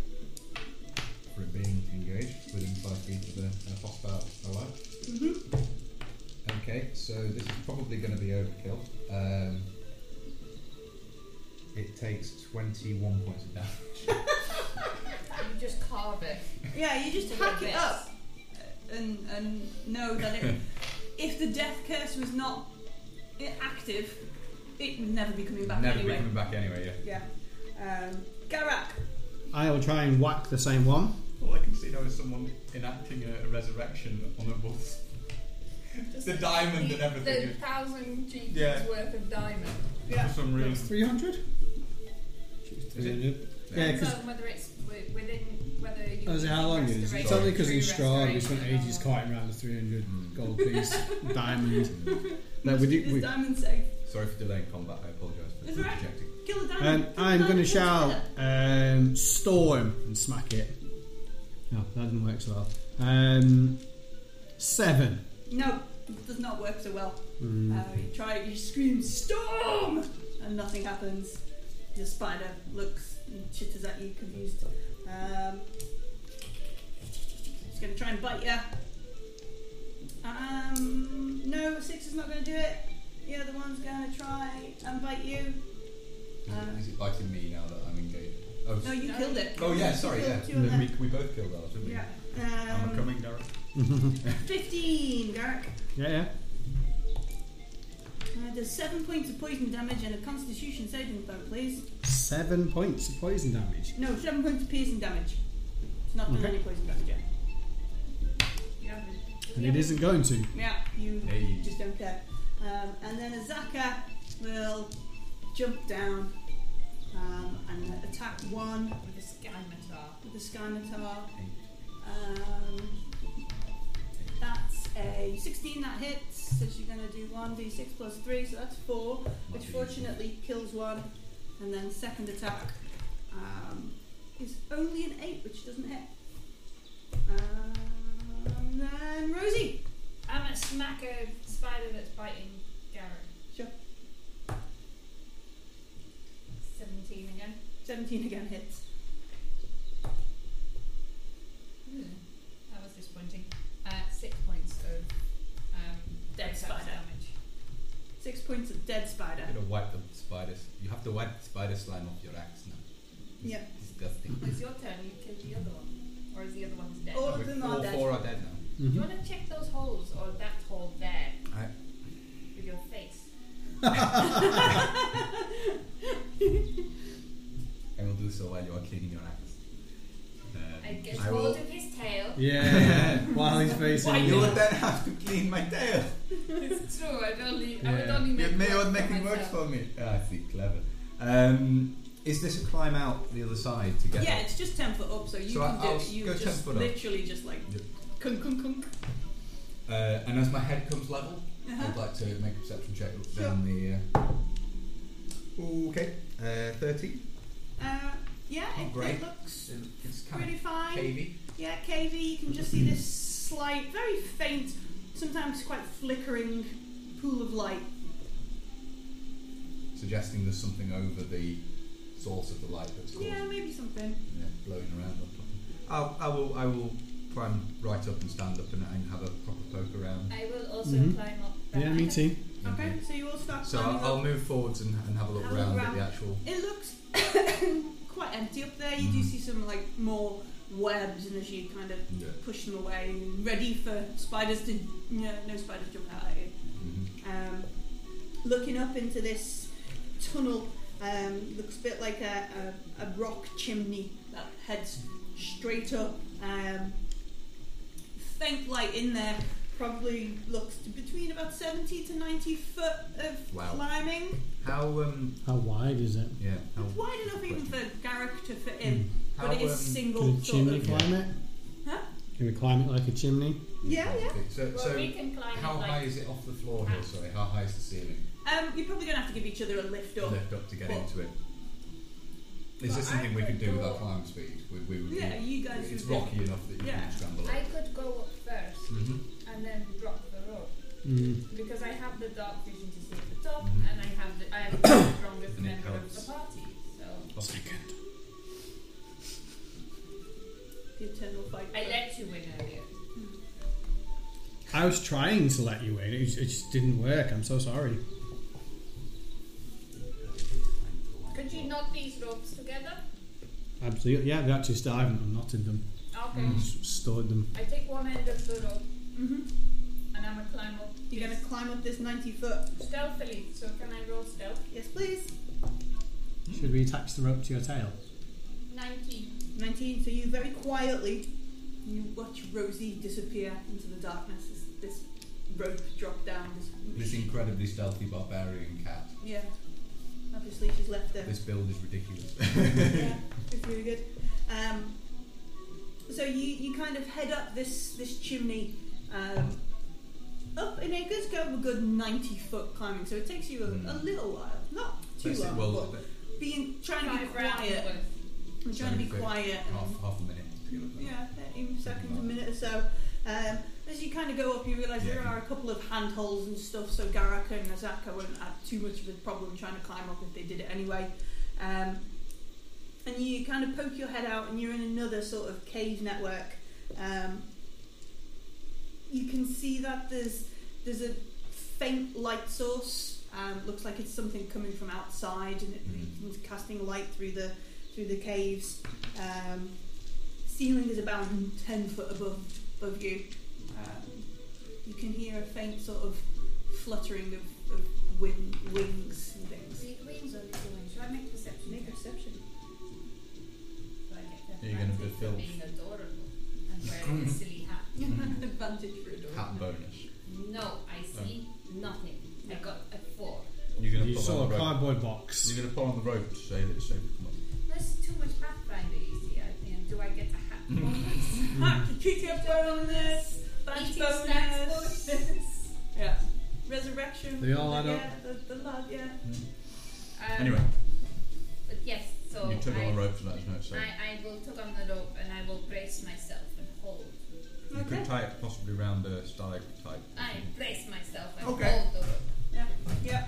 D: for it being engaged within five feet of a, a hostile ally.
B: hmm
D: Okay, so this is probably going to be overkill. Um, it takes 21 points of damage.
F: You just carve it.
B: Yeah, you just
F: Take
B: hack
F: the
B: it
F: best.
B: up and and know that it, if the death curse was not i- active, it would never be coming back
D: Never be
B: anyway.
D: coming back anyway,
B: Yeah. Um, Garak.
E: I will try and whack the same one.
D: yeah. All I can see now is someone enacting a resurrection on a wolf.
F: Just
D: The diamond and everything.
F: The thousand cheekings
D: Yeah.
F: worth of diamond.
B: Yeah.
D: For some reason.
E: Three hundred. Yeah,
F: Depends
E: because
F: on whether it's wi- within whether you.
E: I was how long it is. It's only because
F: true
E: he's strong. We spent
F: restoration
E: ages
F: or-
E: carting around the three hundred
D: Mm.
E: gold piece diamond. No, we
B: Must
E: do.
B: be this
E: We,
B: diamond safe.
D: Sorry for delaying combat, I apologise for
B: It's all right.
D: interjecting.
B: Kill the diamond.
E: Um,
B: Kill the
E: I'm going to
B: diamond, kill the
E: shout
B: spider.
E: um, storm and smack it. No, that didn't work so well. Um, seven.
B: No, it does not work so well.
E: Mm.
B: Uh, you try. You scream storm, and nothing happens. The spider looks and chitters at you, confused. Um, it's going to try and bite you. Um, no, six is not going to do it. The other one's going to try and bite you.
D: Is,
B: Uh,
D: it, is it biting me now that I'm engaged? Oh,
B: No, you
F: No.
B: killed it.
D: oh yeah, sorry,
B: You
D: yeah.
B: killed two of
D: We,
B: them.
D: we both killed ours, didn't we?
B: Yeah.
D: I'm
B: Um,
D: coming, Derek.
B: Fifteen, Derek.
E: Yeah, yeah.
B: Uh, there's seven points of poison damage and a Constitution saving throw, please.
E: Seven points of poison damage.
B: No, seven points of piercing damage. It's not done
E: Okay.
B: any poison damage yet. Yeah,
E: And it isn't going to.
B: yeah you
D: Hey.
B: just don't care. Um, and then Azaka will jump down um, and attack one
F: With a scimitar.
B: with the Skymatar. Um, that's a 16 that hits, so she's going to do 1d6 plus 3, so that's 4, which fortunately kills one. And then second attack um, is only an 8, which doesn't hit. And then Rosie!
F: I'm gonna smack a spider that's biting Garrett.
B: Sure.
F: 17 again.
B: 17 again hits.
F: Hmm. That was disappointing. Uh, six points of um,
B: Dead
F: reflex
B: spider.
F: damage.
B: 6 points of dead spider.
D: Gotta wipe the spiders. You have to wipe the spider slime off your axe now. It's
B: Yeah.
D: Disgusting.
F: It's your turn. You killed the other one, or is the other one's dead?
B: All
D: I
B: of
D: mean,
B: them
D: all
B: are dead.
D: four are dead now.
F: Oh. Do you
E: Mhm.
F: want to check those holes or that hole there
D: I,
F: with your face?
D: I will do so while you are cleaning your axe. Um,
F: I get
D: I
F: hold
D: will.
F: of his tail.
E: Yeah. While he's facing.
F: Why
D: You
E: you.
D: would then have to clean my tail.
F: It's true. I don't leave. I would
E: Yeah.
F: only make.
D: You're
F: work for
D: making works
F: myself.
D: for me. Ah, I see, clever. Um, is this a climb out the other side to get?
B: Yeah,
D: up?
B: it's just 10 foot up, so you
D: So
B: can
D: I-
B: do
D: I'll
B: it. You
D: go 10
B: just
D: foot up.
B: literally just like
D: Yep.
B: kunk kunk kunk.
D: Uh, and as my head comes level,
B: Uh-huh.
D: I'd like to make a perception check up
B: Sure.
D: down the. Uh, okay, uh, thirteen.
B: Uh, yeah, it,
D: Great.
B: it looks
D: It's
B: pretty
D: kind of
B: fine.
D: cavey.
B: Yeah, KV, you can just see this slight, very faint, sometimes quite flickering pool of light.
D: suggesting there's something over the source of the light that's causing
B: Yeah, maybe something.
D: yeah, blowing around on top. I'll, I will I will climb right up and stand up and, and have a proper poke around.
F: I will also
E: Mhm.
F: climb up. that.
E: Yeah, me too.
B: Okay, so you all start
D: Mm-hmm. So
B: climbing
D: I'll, I'll
B: up.
D: move forwards and, and have a look
B: Have a
D: round
B: look
D: at
B: round.
D: the actual.
B: It looks quite empty up there. You do
D: Mhm.
B: see some like more webs, and as you kind of
D: Yeah.
B: push them away, and ready for spiders to no, no spiders jump out at you.
D: hmm
B: um, looking up into this tunnel um, looks a bit like a, a, a rock chimney that heads straight up. Um, faint light in there probably looks to between about 70 to 90 foot of
D: Wow.
B: climbing.
D: How um
E: How wide is it?
D: yeah how
B: It's wide enough even for Garrick to fit in,
D: how
B: but it is
D: um,
B: single
E: Can a
B: sort
E: chimney
B: of.
E: climb it?
B: Huh?
E: Can we climb it like a chimney?
B: Yeah, yeah.
D: So,
F: Well,
D: so
F: we can climb
D: how
F: it like
D: high is it off the floor
B: Ah.
D: here? Sorry, how high is the ceiling?
B: Um, you're probably going to have to give each other a lift up.
D: Lift up to get
B: But-
D: into it. Is
B: But
D: this
B: I
D: something we
F: could
D: could do with
F: go-
D: our climb speed? We, we would
B: Yeah, you guys
D: It's
B: would be-
D: rocky enough that you
B: Yeah.
D: can scramble up.
F: I could go up first
D: Mm-hmm.
F: and then drop the rope
E: Mm.
F: because I have the dark vision to see at the top,
D: Mhm.
F: and I have the I am the strongest
D: And it
F: member of
D: helps.
F: the party. So
D: Second.
B: The eternal fight.
F: I let you win earlier.
E: I was trying to let you in. It, just- it just didn't work. I'm so sorry.
F: Could you knot these ropes together?
E: Absolutely. Yeah, they actually still haven't unknotted them.
F: Okay.
D: Mm.
E: Just stored them.
F: I take one end of the rope
B: hmm
F: and I'm gonna climb up.
B: You're going to climb up this 90 foot.
F: stealthily. So can I roll stealth?
B: Yes, please.
E: Should we attach the rope to your tail?
F: Nineteen.
B: 19, so you very quietly you watch Rosie disappear into the darkness as this rope drop down.
D: This incredibly stealthy barbarian cat.
B: yeah. Obviously she's left there.
D: This build is ridiculous.
B: yeah, it's really good. Um, so you, you kind of head up this, this chimney um, up and it does go a good 90 foot climbing, so it takes you a, a
D: Mm.
B: little while. Not too
D: That's it,
B: long,
D: well,
B: but being trying to be
F: Five rounds
B: quiet.
F: worth.
B: I'm trying to be
D: Sorry,
B: quiet and
D: half, half a minute to get up there.
B: Yeah, 13 seconds, a minute or so. Um, as you kind of go up, you realise there
D: Yeah.
B: are a couple of handholds and stuff, so Garaka and Azaka wouldn't have too much of a problem trying to climb up if they did it anyway. Um, and you kind of poke your head out, and you're in another sort of cave network. Um, you can see that there's there's a faint light source. Um, looks like it's something coming from outside, and it,
D: Mhm.
B: it's casting light through the through the caves. Um, ceiling is about ten foot above above you. Um, you can hear a faint sort of fluttering of, of wing, wings and things.
F: The wings are little wings. Should I make perception?
B: Make a perception.
F: So I get that
D: You're gonna be
F: advantage for
D: filled.
F: Being adorable and
C: Mm.
F: wearing a silly hat.
B: Advantage for a door.
D: Hat bonus.
F: No, I see nothing. I got a four.
C: You're gonna
E: You
C: pull on
E: saw
C: the
E: a
C: rope.
E: cardboard box.
C: You're gonna pull on the rope to say that it's safe to come up.
F: There's too much pathfinder, you see. I think. Do I get a hat
C: Mm.
F: bonus?
B: Hack the kick-up bonus. Badge
F: Eating snacks
B: bonus.
F: bonus.
B: Yeah. Resurrection.
E: They all add
B: yeah,
E: up.
B: The, the lad, yeah.
F: Um,
C: Anyway,
F: But yes,
B: Oh,
F: so
C: you took
F: I,
C: on the rope, so that's no safe.
F: I, I will tug on the rope and I will brace myself and hold.
C: You could tie it possibly round a stag type.
F: I brace myself and
C: Okay.
F: hold the rope.
B: Yeah. Yeah.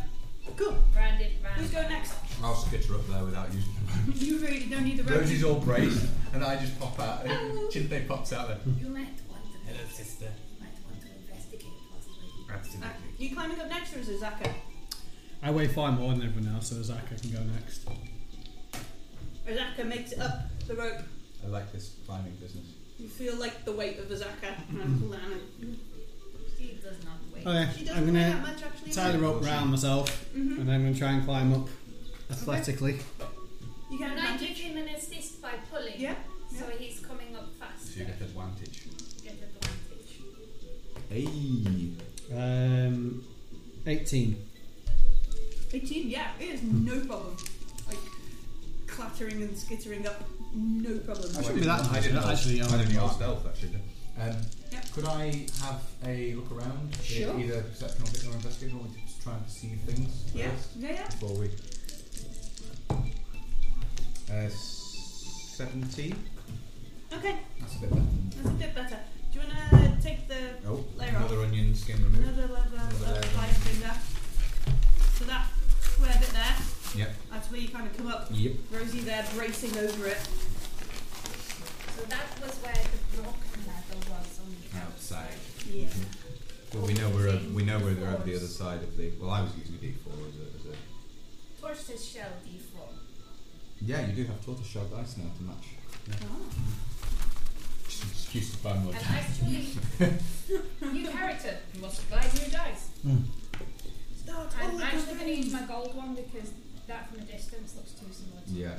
B: Cool.
F: Round it round.
B: Who's going next?
C: I'll skitter up there without using the rope.
B: You really don't need the rope.
C: Rosie's all braced, and I just pop out. Chintay pops out there.
F: You might want to.
D: Hello, sister.
F: You might want to investigate possibly.
D: Absolutely.
B: Ah, you climbing up next or is it Zaka?
E: I weigh far more than everyone else, so Zaka can go next.
B: Or Zaka makes it up the rope.
C: I like this climbing business.
B: You feel like the weight of a Zaka. and land.
F: She does not wait.
E: Oh Mm-hmm. yeah,
B: She doesn't
E: I'm
B: weigh that
E: gonna
B: much actually.
E: tie the rope round myself,
B: Mhm.
E: and then I'm gonna try and climb up athletically.
B: You can
F: Can I give
B: advantage.
F: him an assist by pulling?
B: Yeah.
F: So he's coming up faster.
C: So you get advantage.
F: Get advantage.
C: Hey!
E: Um, 18.
B: 18, yeah, it is
E: Mm-hmm.
B: no problem. Like, clattering and skittering up, no problem.
E: shouldn't be that
C: I
E: nice,
C: didn't know-
E: actually, um,
C: I
E: I'm
C: didn't know
E: not.
C: stealth, actually. Um,
B: Yeah.
D: Could I have a look around? E-
B: Sure.
D: Either perception or bit or investigation, or we could just try and perceive things
B: Yeah,
D: first
B: yeah, yeah.
D: before we. Uh, s- 17?
B: Okay,
D: That's a bit better.
B: that's a bit better. Do you want to take the
D: Oh,
B: layer off?
D: another onion skin removed.
B: Another leather
D: Another
B: uh,
D: layer.
B: light thing there. So that square bit there,
D: Yep.
B: that's where you kind of come up.
D: Yep.
B: Rosie there bracing over it.
F: So that was where the broken ladder was on the
C: Outside.
F: outside.
B: Yeah.
C: Well, we know we're o- we know we're at the other side of the. Well, I was using a D4 as a. As a
F: Tortoise shell D4.
C: yeah, you do have tortoiseshell dice now to match.
B: Oh.
C: Just an excuse to buy more
F: And
C: dice.
F: actually, new character must buy new dice.
B: Start all
F: I'm
B: the
F: actually going to use
B: companies.
F: my gold one because that from a distance looks too similar. To
C: Yeah.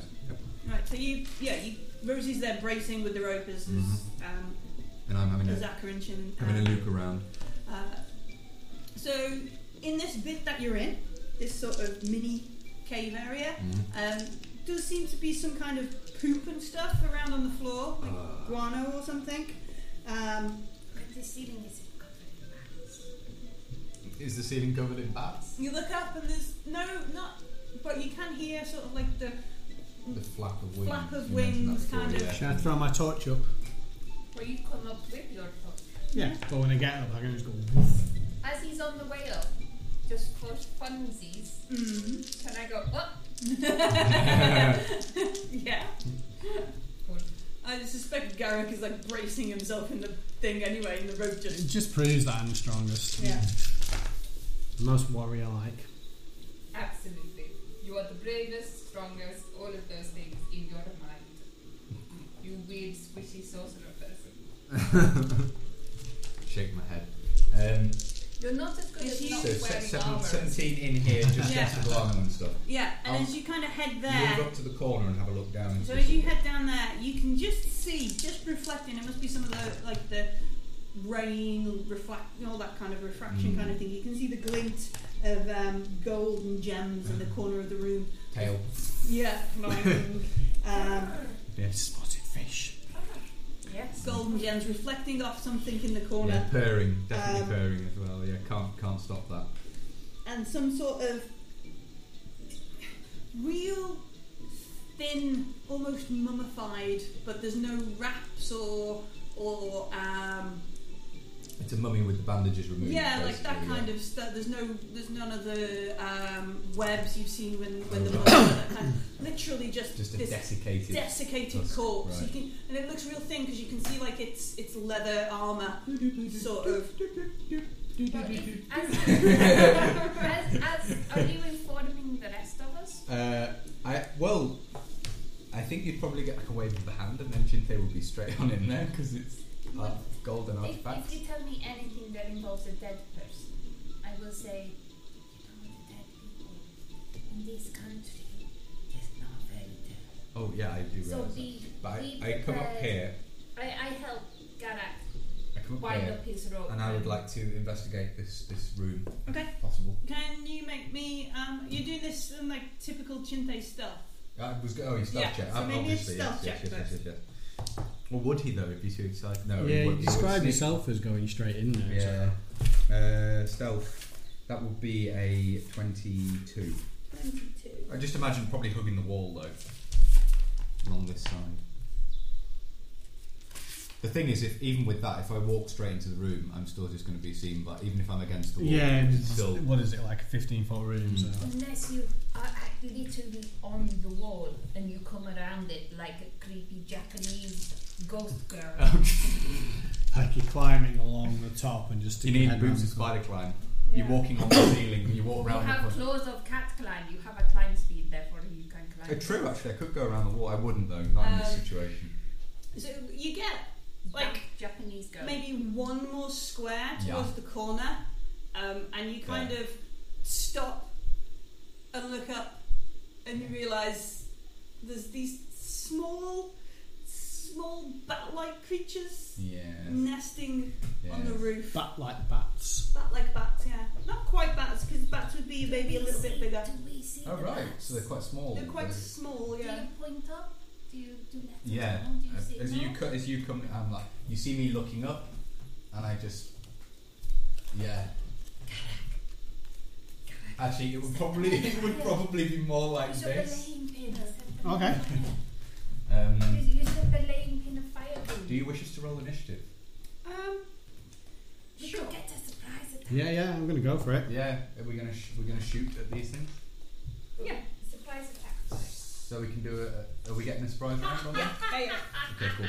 B: Right, so you, yeah, you, Rosie's there bracing with the rope as, as um,
C: And I'm having a,
B: Zachary and Shin.
C: having a look around.
B: Uh, so, in this bit that you're in, this sort of mini cave area,
C: Mhm.
B: um, does seem to be some kind of poop and stuff around on the floor, like
C: Ah.
B: guano or something. Um,
F: But the ceiling is covered in rats.
C: Is the ceiling covered in bats?
B: you look up and there's no, not, but you can hear sort of like the
C: The flap of wings.
B: Flap of
C: You mentioned
B: wings,
C: that before,
B: kind of.
C: yeah.
E: Should I throw my torch up?
F: Where you come up with your foot.
E: Yeah. But when I get up, I can just go. Woof.
F: As he's on the way up, just for funsies,
B: mm.
F: can I go up?
B: yeah. I suspect Garrick is like bracing himself in the thing anyway, and the rope
E: It
B: just
E: just proves that I'm the strongest.
B: yeah.
E: The most warrior-like.
F: Absolutely. You are the bravest, strongest, all of those things in your mind. You weird, squishy sorcerer person.
C: Shake my head. Um,
F: You're not as good
B: Is
F: as
B: he-
F: not
B: So
F: wearing
C: se- seven-
F: armor.
C: 17 in here, just
B: Yeah.
C: sensible armor and stuff.
B: Yeah, and
C: Um,
B: as you kind of head there,
C: Move up to the corner and have a look down. into
B: So
C: the
B: as you
C: ceiling.
B: head down there, you can just see, just reflecting. It must be some of the like the rain, reflect, all that kind of refraction
C: Mm.
B: kind of thing. You can see the glint of um, gold and gems in the corner of the room.
C: Tail.
B: Yeah, flying. um,
C: Yes.
E: Spotted fish.
F: Yes.
B: gold and gems reflecting off something in the corner,
C: Yeah, purring, definitely
B: Um,
C: purring as well. Yeah, can't can't stop that.
B: and some sort of real thin, almost mummified, but there's no wraps or or um,
C: It's a mummy with the bandages removed.
B: Yeah, like that
C: basically, yeah.
B: kind of stuff. There's no, there's none of the um, webs you've seen when when the
C: Oh.
B: monster that kind of- literally just,
C: Just a
B: this
C: desiccated.
B: desiccated
C: Tusk,
B: corpse.
C: right.
B: You can, and it looks real thin because you can see like it's it's leather armor, sort of.
F: But if- as, as, as, are you informing the rest of us?
C: uh, I well,
D: I think you'd probably get like a wave of the hand, and then Jinte would be straight on in there because it's half golden
F: If, if
D: artifacts.
F: you tell me anything that involves a dead person, I will say, you know, the dead people in this country is not very dead.
D: Oh yeah, I do
F: So
D: realise. that.
F: be,
D: But I,
F: be
D: I come up
F: prepared.
D: here.
F: I, I help Garak
D: I come up
F: wind
D: here,
F: up his rope.
D: and I would like to investigate this this room.
B: Okay.
D: if Possible.
B: Can you make me? Um, you do this in like typical Chinte stealth.
D: I was go- oh, he's stealth
B: Yeah,
D: check.
B: so
D: ob-
B: maybe it's
D: obviously,
B: stealth
D: yes, yes,
B: check
D: yes, yes, yes, yes. Well, would he though? If you two excited? No. he
E: yeah, you
D: wouldn't. He would
E: describe
D: sneak-
E: yourself as going straight in there. so-
D: Yeah.
G: Uh, stealth. That would be a 22.
B: Twenty-two.
D: I just imagine probably hugging the wall though. Along this side. The thing is, if even with that, if I walk straight into the room, I'm still just going to be seen. But even if I'm against the wall,
E: Yeah,
D: it's still.
E: what is it like a 15 foot room? So.
F: Unless you are act- literally on the wall and you come around it like a creepy Japanese ghost
D: Uh,
F: girl.
E: Like you're climbing along the top and just
D: You
E: sticking your
D: need
E: head around
D: boots and
E: the top.
D: spider climb.
F: Yeah.
D: You're walking on the ceiling. You walk
F: You
D: around. the
F: have
D: corner.
F: claws of cat climb. You have a climb speed, therefore you can climb.
D: Uh, true, actually, I could go around the wall. I wouldn't though, not in this
B: Um,
D: situation.
B: So you get
F: like
B: like
F: Japanese girl.
B: maybe one more square
D: Yeah.
B: towards the corner, um, and you kind
D: Yeah.
B: of stop and look up, and you realise there's these small, small bat-like creatures
D: Yeah.
B: nesting on
D: yeah.
B: the roof.
E: Bat like bats.
B: Bat-like bats, yeah. Not quite bats, because bats would be maybe a little bit bigger.
F: Do we see
D: Oh
F: the
D: right,
F: bats?
D: so they're quite small.
B: They're quite
D: They're-
B: small,
F: Do
B: yeah.
F: you point up? Do you do that?
D: Yeah.
F: Do you
D: Uh,
F: say
D: as
F: no?
D: you co- as you come, I'm like you see me looking up, and I just yeah. Actually, it would probably it would probably be more like
F: Use your
D: this.
F: belaying pin. Set the
E: Okay.
D: Um,
F: Use, use the belaying pin of fire. ring.
D: do you wish us to roll initiative?
B: Um,
F: We
B: sure.
F: could get a surprise attack.
E: Yeah, yeah, I'm going to go for it.
D: Yeah, are we gonna sh- we're gonna shoot at these things,
B: Yeah.
F: Surprise attack.
D: so we can do a. Are we getting a surprise round on that?
B: Hey,
D: Okay, cool.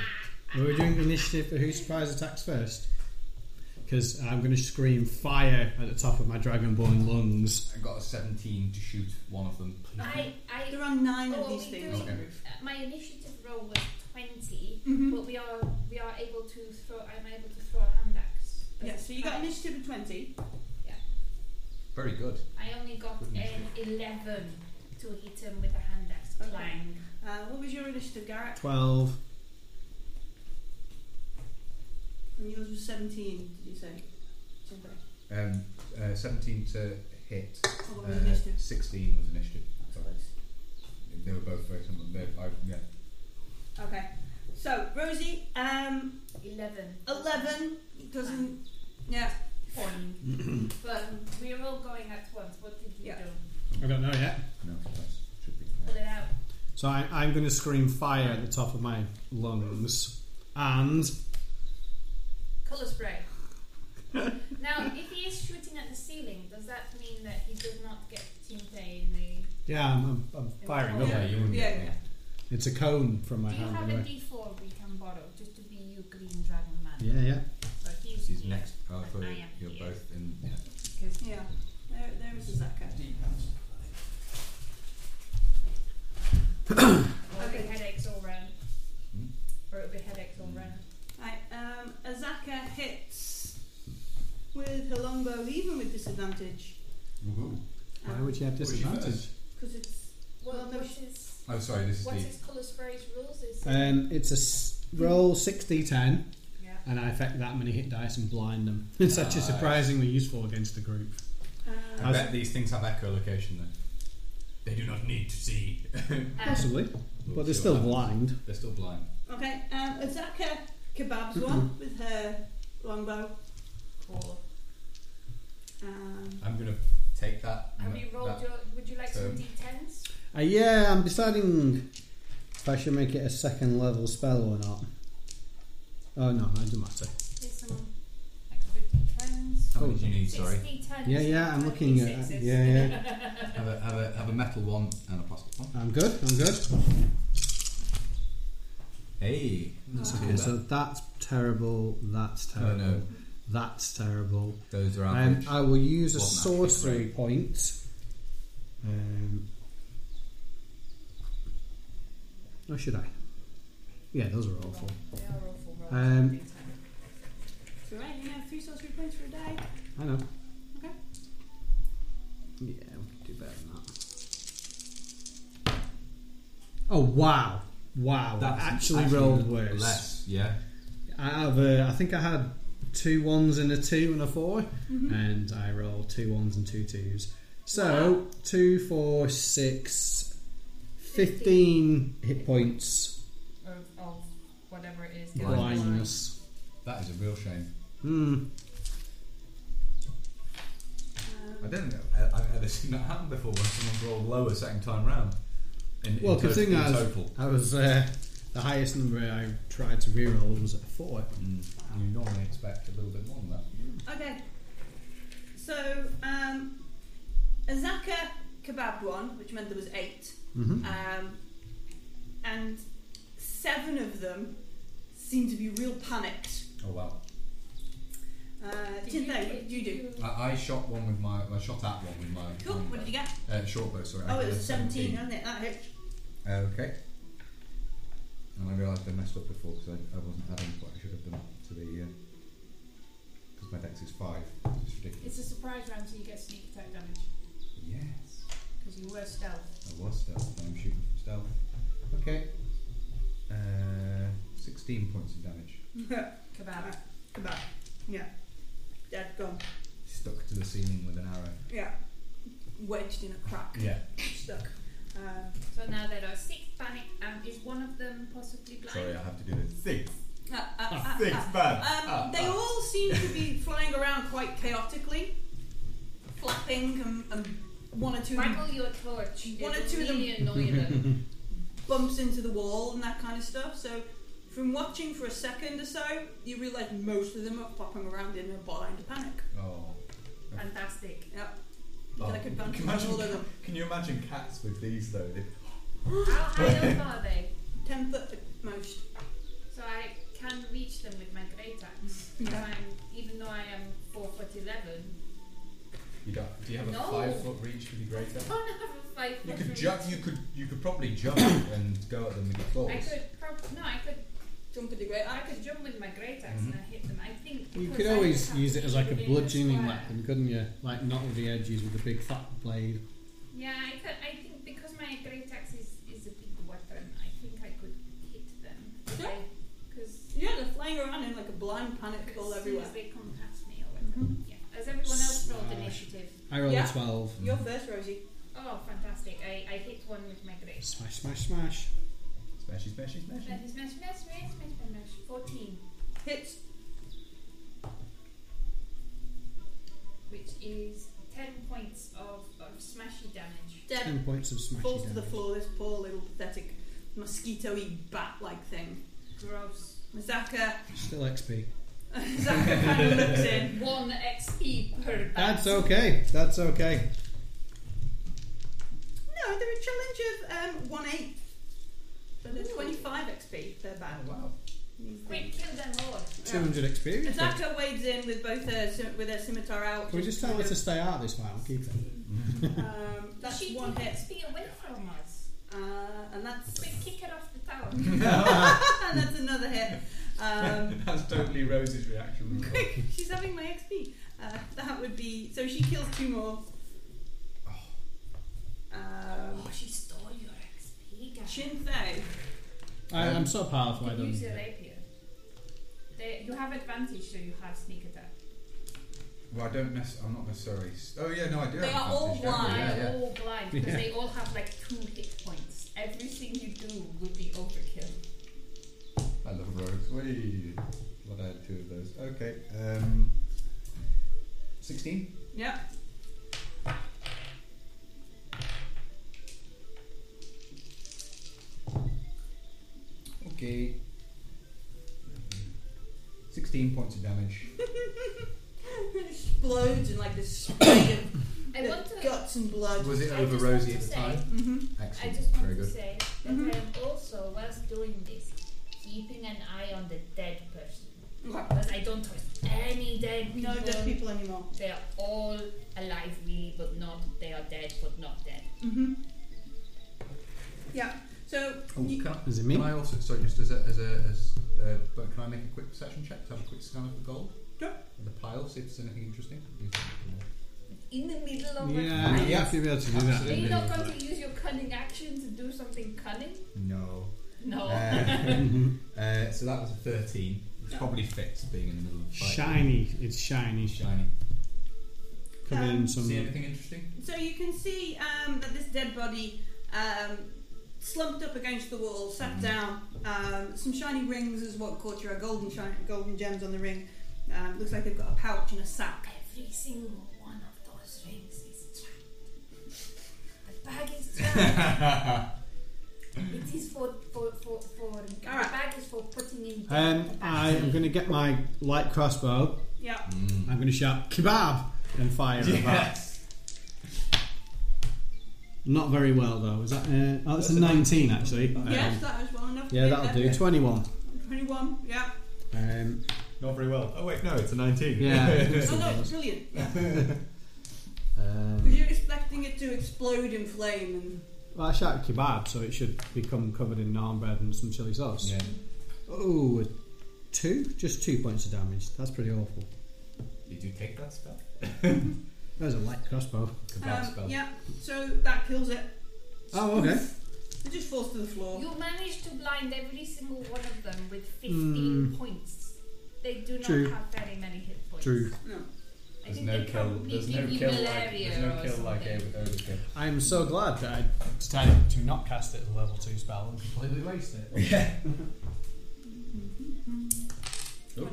E: Well, we're doing initiative for who surprise attacks first. Because I'm going to scream fire at the top of my dragonborn lungs.
D: I got a 17 to shoot one of them.
F: I, I,
B: there are nine
F: Oh,
B: of these
F: we
B: things
F: do-
B: on the roof.
F: Uh, my initiative roll was 20
B: Mhm.
F: but we are we are able to throw. I'm able to throw a hand axe. as
B: Yeah,
F: a
B: so you got
F: surprise.
B: initiative of 20.
D: Very good.
F: I only got
D: Good
F: an eleven to hit him with a hand axe.
B: Okay.
F: Clang.
B: Uh, what was your initiative, Garrett?
E: 12.
B: And yours was 17, did you say? Something.
G: Um, uh, 17 to hit.
B: Oh, what
G: Uh,
B: was initiative?
G: 16 was initiative.
B: That's
G: Sorry.
B: close.
G: They were both very similar. They- I, yeah.
B: Okay. So, Rosie, um,
F: Eleven.
B: 11 it doesn't. Yeah.
F: Point. but we're all going at once. What did you
B: Yeah.
F: do?
E: I don't know yet.
G: No surprise. Should be.
F: Pull it out.
E: So I, I'm going to scream fire at the top of my lungs. And
F: Color spray. now, if he is shooting at the ceiling, does that mean that he does not get Tinte in the?
E: yeah, I'm, I'm, I'm firing up.
B: Yeah,
D: you wouldn't
B: yeah,
D: get
B: yeah.
E: It's a cone from my
F: Do you
E: hand.
F: have a
E: anyway.
F: D4 we can borrow just to be you, Green Dragon Man?
E: Yeah, yeah.
F: So he's,
D: This is
F: here.
D: next. Oh, I thought
F: I
D: you-
F: am
D: you're
F: here.
D: both in. Yeah.
F: Because
B: Yeah. There, there is a Zaka.
F: it'll be headaches all round.
D: Hmm?
F: Or it'll be headaches all round.
B: Right, um, Azaka hits with her longbow, even with disadvantage.
D: Woohoo.
E: Why would you have
D: What was your
E: disadvantage?
B: Because it's.
F: What,
B: Well, no,
F: what's his,
D: Oh, sorry. This is
F: what's
D: the.
F: his colour spray's rules? Is
E: Um, it's a s- roll 6d10,
F: yeah.
E: and I affect that many hit dice and blind them. It's actually
D: Nice.
E: surprisingly useful against the group.
B: Uh,
D: I bet these things have echolocation though. They do not need to see.
F: Um,
E: Possibly, but they're still blind.
D: They're still blind.
B: okay, um, Azaka kebabs
E: Mm-hmm.
B: one with her longbow.
F: Cool.
B: Um,
D: I'm gonna take that.
F: Have you rolled
D: that-
F: your? Would you like some
D: um,
F: d10s?
E: Uh, yeah, I'm deciding if I should make it a second level spell or not. Oh no, it doesn't matter.
F: Here's some extra d10s.
D: How many do you need?
F: Six
D: Sorry.
F: D10s.
E: Yeah, yeah, I'm looking at.
F: D6s.
E: Yeah, yeah.
D: Have a, have, a, have a metal one and a plastic one.
E: I'm good. I'm good.
D: Hey, that's too
E: Okay,
D: bad.
E: so that's terrible. That's
D: Oh, no,
E: terrible.
D: no,
E: That's terrible.
D: those are
E: Um,
D: average.
E: I will use a
D: Wasn't actually
E: sorcery
D: great.
E: point. Um, Or should I? Yeah, those are awful.
F: They are awful rolls.
E: Um,
F: big time.
B: It's alright, you have three sorcery points for a die.
E: I know.
B: Okay.
E: Yeah, we could do better than that. Oh wow, wow! That actually, rolled worse.
C: Less, yeah.
E: I have, uh, I think I had two ones and a two and a 4
F: Mm-hmm.
E: and I rolled two ones and two twos. So two, four, six, fifteen hit points
F: Of, of whatever it is. that was
E: blindness.
C: That is a real shame.
E: Hmm.
B: Um,
C: I don't think I've- I've ever seen that happen before when someone's rolled lower second time round. In,
E: Well,
C: in tot-
E: considering
C: in
E: I was,
C: total.
E: I was uh, the highest number I tried to reroll was a four.
C: Mm. You normally expect a little bit more than that.
B: Okay. So, um, Azaka kebab one, which meant there was eight,
E: Mm-hmm.
B: um, and seven of them seemed to be real panicked.
C: Oh wow!
B: Uh,
F: Did
B: Tintai,
F: you
B: what did you do?
C: I, I shot one with my. I shot at one with my.
B: Cool, what did you get?
C: Uh, short bow. Sorry. I
B: Oh, it
C: got a
B: was 17, wasn't it? That hit.
C: Okay. And I realised I messed up before because I, I wasn't adding what I should have done to the. Because my dex is five. It's ridiculous.
F: It's a surprise round, so you get sneak attack damage
C: Yes.
F: because you were stealth.
C: I was stealth. and I'm shooting from stealth. Okay. Uh, sixteen points of damage.
F: Kebab.
B: kebab. Yeah. Dead, gone.
C: Stuck to the ceiling with an arrow.
B: Yeah. Wedged in a crack.
C: Yeah.
B: Stuck. Um,
F: So now there are six panic, and is one of them possibly blind?
C: Sorry, I have to do this. Six.
B: ah, ah, ah,
C: Six
B: ah.
C: man.
B: Um, they all seem to be flying around quite chaotically, flapping, and, and one or two of them
F: Waggle your torch.
B: One
F: It'll
B: or two of them.
F: really annoy them.
B: bumps into the wall and that kind of stuff. So, from watching for a second or so, you realise most of them are flopping around in a blind panic.
C: Oh.
F: Fantastic.
B: Yep.
C: Oh,
B: Take advantage
C: can, you
B: of all
C: imagine,
B: of them.
C: can you imagine cats with these though? They-
F: How high up are they?
B: Ten foot at most.
F: So I can reach them with my great axe.
B: Yeah.
F: I'm, even though I am four foot eleven,
C: You got, do you have a
F: No.
C: five foot reach with your greater?
F: I don't have a Oh, five
C: You
F: foot
C: could
F: reach.
C: jump. You could. You could probably jump and go at them with your claws.
F: I could prob- no, I could
B: Jump at the great
F: I
B: eye.
F: could jump with my great axe
C: Mm-hmm.
F: and I hit them. I think
E: You
F: because
E: could
F: I
E: always
F: have
E: use it
F: to
E: as
F: be
E: like a
F: within the
E: bludgeoning
F: square.
E: weapon, couldn't you? Like not with the edges, with a big fat blade.
F: Yeah, I could. I think because my great axe is, is a big weapon, I think I could hit them.
B: Yeah.
F: Because
B: Yeah, they're flying around in like a blind panic all
F: as soon
B: everywhere.
F: as they come past me or whatever. Yeah. Has everyone else rolled
E: Smash.
F: initiative?
E: I rolled
B: Yeah.
E: a twelve.
B: You're first, Rosie.
F: Oh, fantastic! I, I hit one with my great.
E: Smash, smash, smash.
C: Smashy, smashy, smashy.
F: Smash, smash, smash, smash, smash, smash. Fourteen,
B: Hits.
F: which is ten points of, of smashy damage.
B: Dead.
E: Ten points of
C: Hmm.
E: smashing.
B: Falls to the
E: damage.
B: floor, this poor little pathetic mosquito-y bat-like thing.
F: Gross.
B: Zaka,
E: Still XP.
B: Zaka kind of looks in.
F: One XP per. bat.
E: That's okay. That's okay.
B: No, they're a challenge of um, one eighth. So they're 25 XP per
C: Oh,
B: battle.
C: wow.
F: Quick, kill them all.
E: Two hundred experience. points.
B: Azaka wades in with both her scim- with her scimitar out.
E: Can we just tell her to stay out this round? Keep them.
B: Um, that's
F: she
B: one
F: took
B: hit,
F: XP away from us.
B: uh, and that's
F: Quick, kick her off the tower.
B: and that's another hit. Um,
C: That's totally Rose's reaction.
B: she's having my XP. Uh, that would be so she kills two more. Um,
F: oh, she stole your XP, guys.
B: Shin Tse,
E: I, I'm so powerful. I
F: Could
E: don't.
F: Um, use your rapier. They, you have advantage, so you have sneak attack.
C: well, I don't. Nec- I'm not necessarily. s- Oh yeah, no, I do.
B: They
C: have
B: are all
C: advantage, don't I?
B: blind.
F: They are
C: Yeah, yeah.
F: all blind because
E: Yeah.
F: they all have like two hit points. Everything you do would be overkill.
C: I love Rose. Whee. What I had two of those. Okay. Um. Sixteen.
B: Yep.
C: Okay. Sixteen points of damage.
B: Explodes in like this spray
F: I want
B: of
F: to.
B: guts and blood.
C: Was it
F: I
C: over
F: just want
C: Rosie
F: to
C: at the
F: say-
C: time?
B: hmm
F: I
C: Excellent.
F: just want
C: Very
F: to
C: good.
F: say that I am also, whilst doing this, keeping an eye on the dead person. Because I don't trust any dead people.
B: No dead people anymore.
F: They are all alive, really, but not. They are dead, but not dead.
B: Mm-hmm. Yeah. So
A: Oh,
B: you,
D: Can,
E: Is it
D: can
E: me?
D: I also, sorry, just as a, as a, as uh, but can I make a quick perception check to have a quick scan of the gold?
B: Sure.
D: And the pile, see if there's anything interesting.
F: In the middle of
E: Yeah,
F: my
E: you have to be able to do that.
F: Are you not
E: don't
F: going to use your cunning action to do something cunning?
D: No.
F: No.
D: Uh,
E: you?
D: uh, so that was a 13. It's probably fits being in the middle of the fight.
E: shiny. It's shiny.
D: Shiny.
E: Covered in
B: Um,
E: some.
D: See anything interesting?
B: So you can see um, that this dead body um, slumped up against the wall,
C: Mm-hmm.
B: sat down. Um, some shiny rings is what caught your eye. Golden, shine, golden gems on the ring. Um, looks like they've got a pouch and a sack.
F: Every single one of those rings is trapped. The bag is trapped. it is for for for for. The
B: Alright.
F: bag is for putting in. the-
E: Um,
F: the bag.
E: I am going to get my light crossbow.
B: Yeah.
E: I'm going to shout kebab and fire at that. Not very well though. Is that? Uh, oh, that's,
D: That's
E: a
D: a
E: 19 actually.
C: Mm-hmm.
E: Um,
B: yes, that was well enough.
E: yeah, that'll do. 21.
B: 21, yeah.
E: Um,
D: Not very well. Oh, wait, no, it's a 19.
E: yeah.
B: Oh no, it's brilliant. Yeah.
E: um,
B: 'Cause you're expecting it to explode in flame and
E: Well, I shout kebab, so it should become covered in naan bread and some chili sauce.
D: yeah.
E: Oh, a two? Just two points of damage. That's pretty awful.
D: Did you take that spell?
E: That was a light crossbow.
D: Kebab
B: um,
D: spell.
B: yeah. So that kills it.
E: Oh, okay.
B: It just falls to the
D: Um,
B: floor.
F: You managed to blind every single one of them with
D: Hmm.
F: 15 points. They do not
E: True.
F: have very many hit points.
E: True.
B: No.
F: I
D: There's
F: think
D: no
F: they
D: kill.
F: probably
D: There's no
F: give you
D: kill like.
F: malaria
D: There's no
F: or
D: kill like
F: something.
D: over- overkill.
E: I am so glad that I decided to not cast it as a level 2 spell and completely waste it.
B: What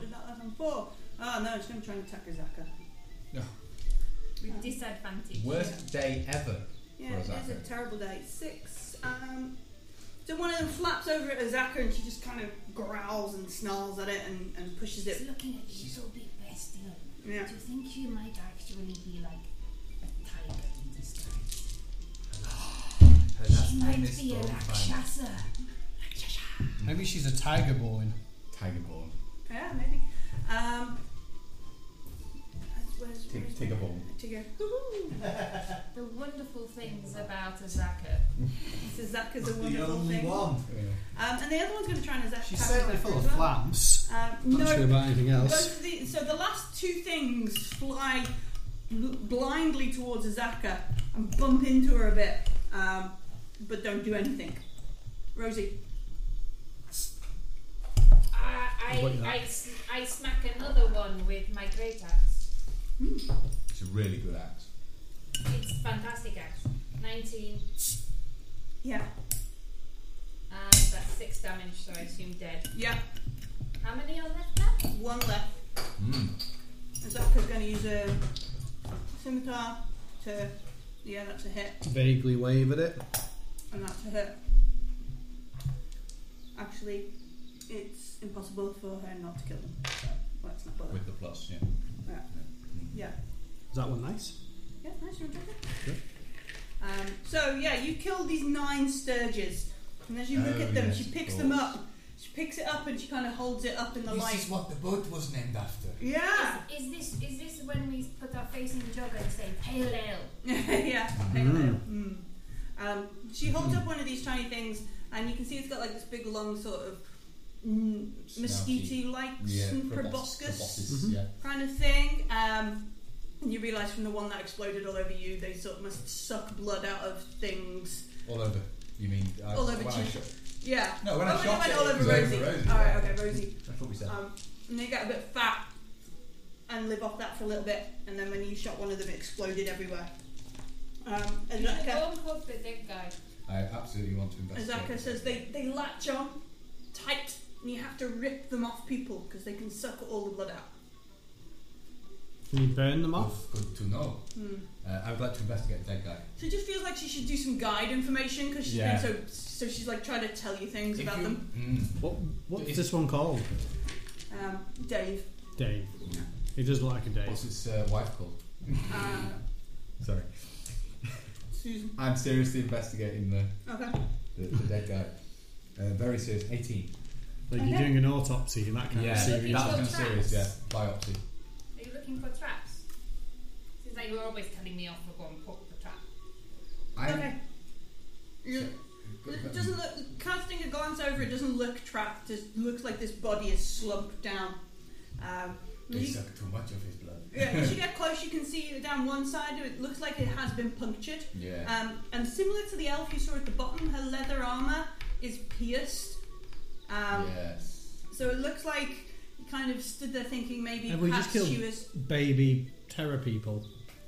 B: did that happen for? Oh no, it's going to try and attack Azaka.
F: With disadvantage.
D: Worst day ever.
B: Yeah,
D: Or
B: it is a
D: Azaka.
B: terrible day. Six. Um, so one of them flaps over at Azaka and she just kind of growls and snarls at it and, and pushes
F: It's
B: it.
F: looking at you so big bestial.
B: Yeah.
F: Do you think you might actually be like a tiger in disguise?
D: Her
F: She might be a Rakshasa. Rakshasa.
E: Maybe she's a tiger born.
D: Tigerborn.
B: Yeah, maybe. Um, where's,
D: Tig-
B: where's
D: Tigerborn.
B: Tigger. Woohoo!
F: The wonderful things about Azaka.
B: So Azaka's a wonderful thing. Um,
E: one.
B: and the other one's going to try and attack
E: She's
B: attack
E: certainly
B: Azaka
E: full
B: as
E: of
B: well.
E: flaps.
B: Um,
E: Not
B: no,
E: sure about anything else.
B: Both of the, so the last two things fly bl- blindly towards Azaka and bump into her a bit, um, but don't do anything. Rosie,
F: I,
E: What is
F: I,
E: that?
F: I, s- I smack another one with my great axe.
D: It's a really good axe.
F: It's fantastic axe. 19,
B: yeah,
F: and that's 6 damage, so I assume dead.
B: yeah,
F: How many are left now?
B: one left.
D: Mm.
B: Azaka's going to use a scimitar to, yeah, that's a hit,
E: Vaguely wave at it.
B: and that's a hit. Actually, it's impossible for her not to kill them. So let's not bother.
D: With the plus, yeah.
B: Yeah.
E: Is that one nice?
B: Yeah, nice, you're joking.
E: Good.
B: Um, so yeah, you kill these nine sturges, and as you look
D: Oh,
B: at them,
D: yes,
B: she
D: of
B: picks them
D: course.
B: up. She picks it up and she kind of holds it up in the light.
D: what the boat was named after.
B: Yeah,
F: Ah! Is, is this is this when we put our face in the jug and say, Pale ale?
B: yeah. pale
E: Mm.
B: ale. Mm. Um, she holds up one of these tiny things, and you can see it's got like this big, long sort of mm, mosquito-like
D: Yeah.
B: some
D: probos-
B: proboscis
D: proboscis,
E: Mhm.
D: Yeah.
B: kind of thing. Um, and you realise from the one that exploded all over you, they sort of must suck blood out of things.
D: All over. You mean I,
B: Mm-hmm. All over
D: when I
B: G.
D: shot,
B: Yeah.
D: No, when
B: Oh,
D: I
B: you
D: shot
B: went
D: it,
B: all
D: it
B: over
D: was
B: Rosie.
D: over Rosie.
B: All right, okay, Rosie.
D: That's what we said.
B: Um, and they get a bit fat and live off that for a little bit, and then when you shot one of them, it exploded everywhere. Um,
F: You should
B: Azaka,
F: go and hook the dead guy.
D: I absolutely want to investigate.
B: Azaka says they, they latch on tight, and you have to rip them off people because they can suck all the blood out.
E: Can you burn them
D: Good,
E: off?
D: good to know.
B: Hmm.
D: Uh, I would like to investigate that guy.
B: She just feels like she should do some guide information because she's
D: Yeah.
B: been so so she's like trying to tell you things
D: If
B: about
D: you-
B: them.
D: Mm.
E: What, what's this one called?
B: Um, Dave,
E: Dave. It does look like a
D: What's
E: Dave.
D: his uh, wife called?
B: uh,
D: Sorry.
B: Susan.
D: I'm seriously investigating the,
B: Okay.
D: the, the dead guy. Uh, very serious. 18.
E: Like you're
B: Okay.
E: doing an autopsy, that kind
D: Yeah,
E: of
D: that's
E: serious.
F: that-
D: kind of
F: Traps.
D: serious, yeah. Biopsy.
F: Are you looking for traps? Since like you're always telling me off to go and poke the trap.
D: I'm,
B: okay. You, It doesn't look. Casting a glance over, it doesn't look trapped. It looks like this body is slumped down. Um,
D: They
H: uh,
B: you-
D: suck too much of his blood.
B: yeah, as you get close, you can see down one side. It looks like it has been punctured.
D: Yeah.
B: Um, and similar to the elf you saw at the bottom, her leather armor is pierced. Um,
D: yes.
B: So it looks like you kind of stood there thinking maybe
E: Have we
B: perhaps
E: just killed-
B: she was.
E: Baby terror people.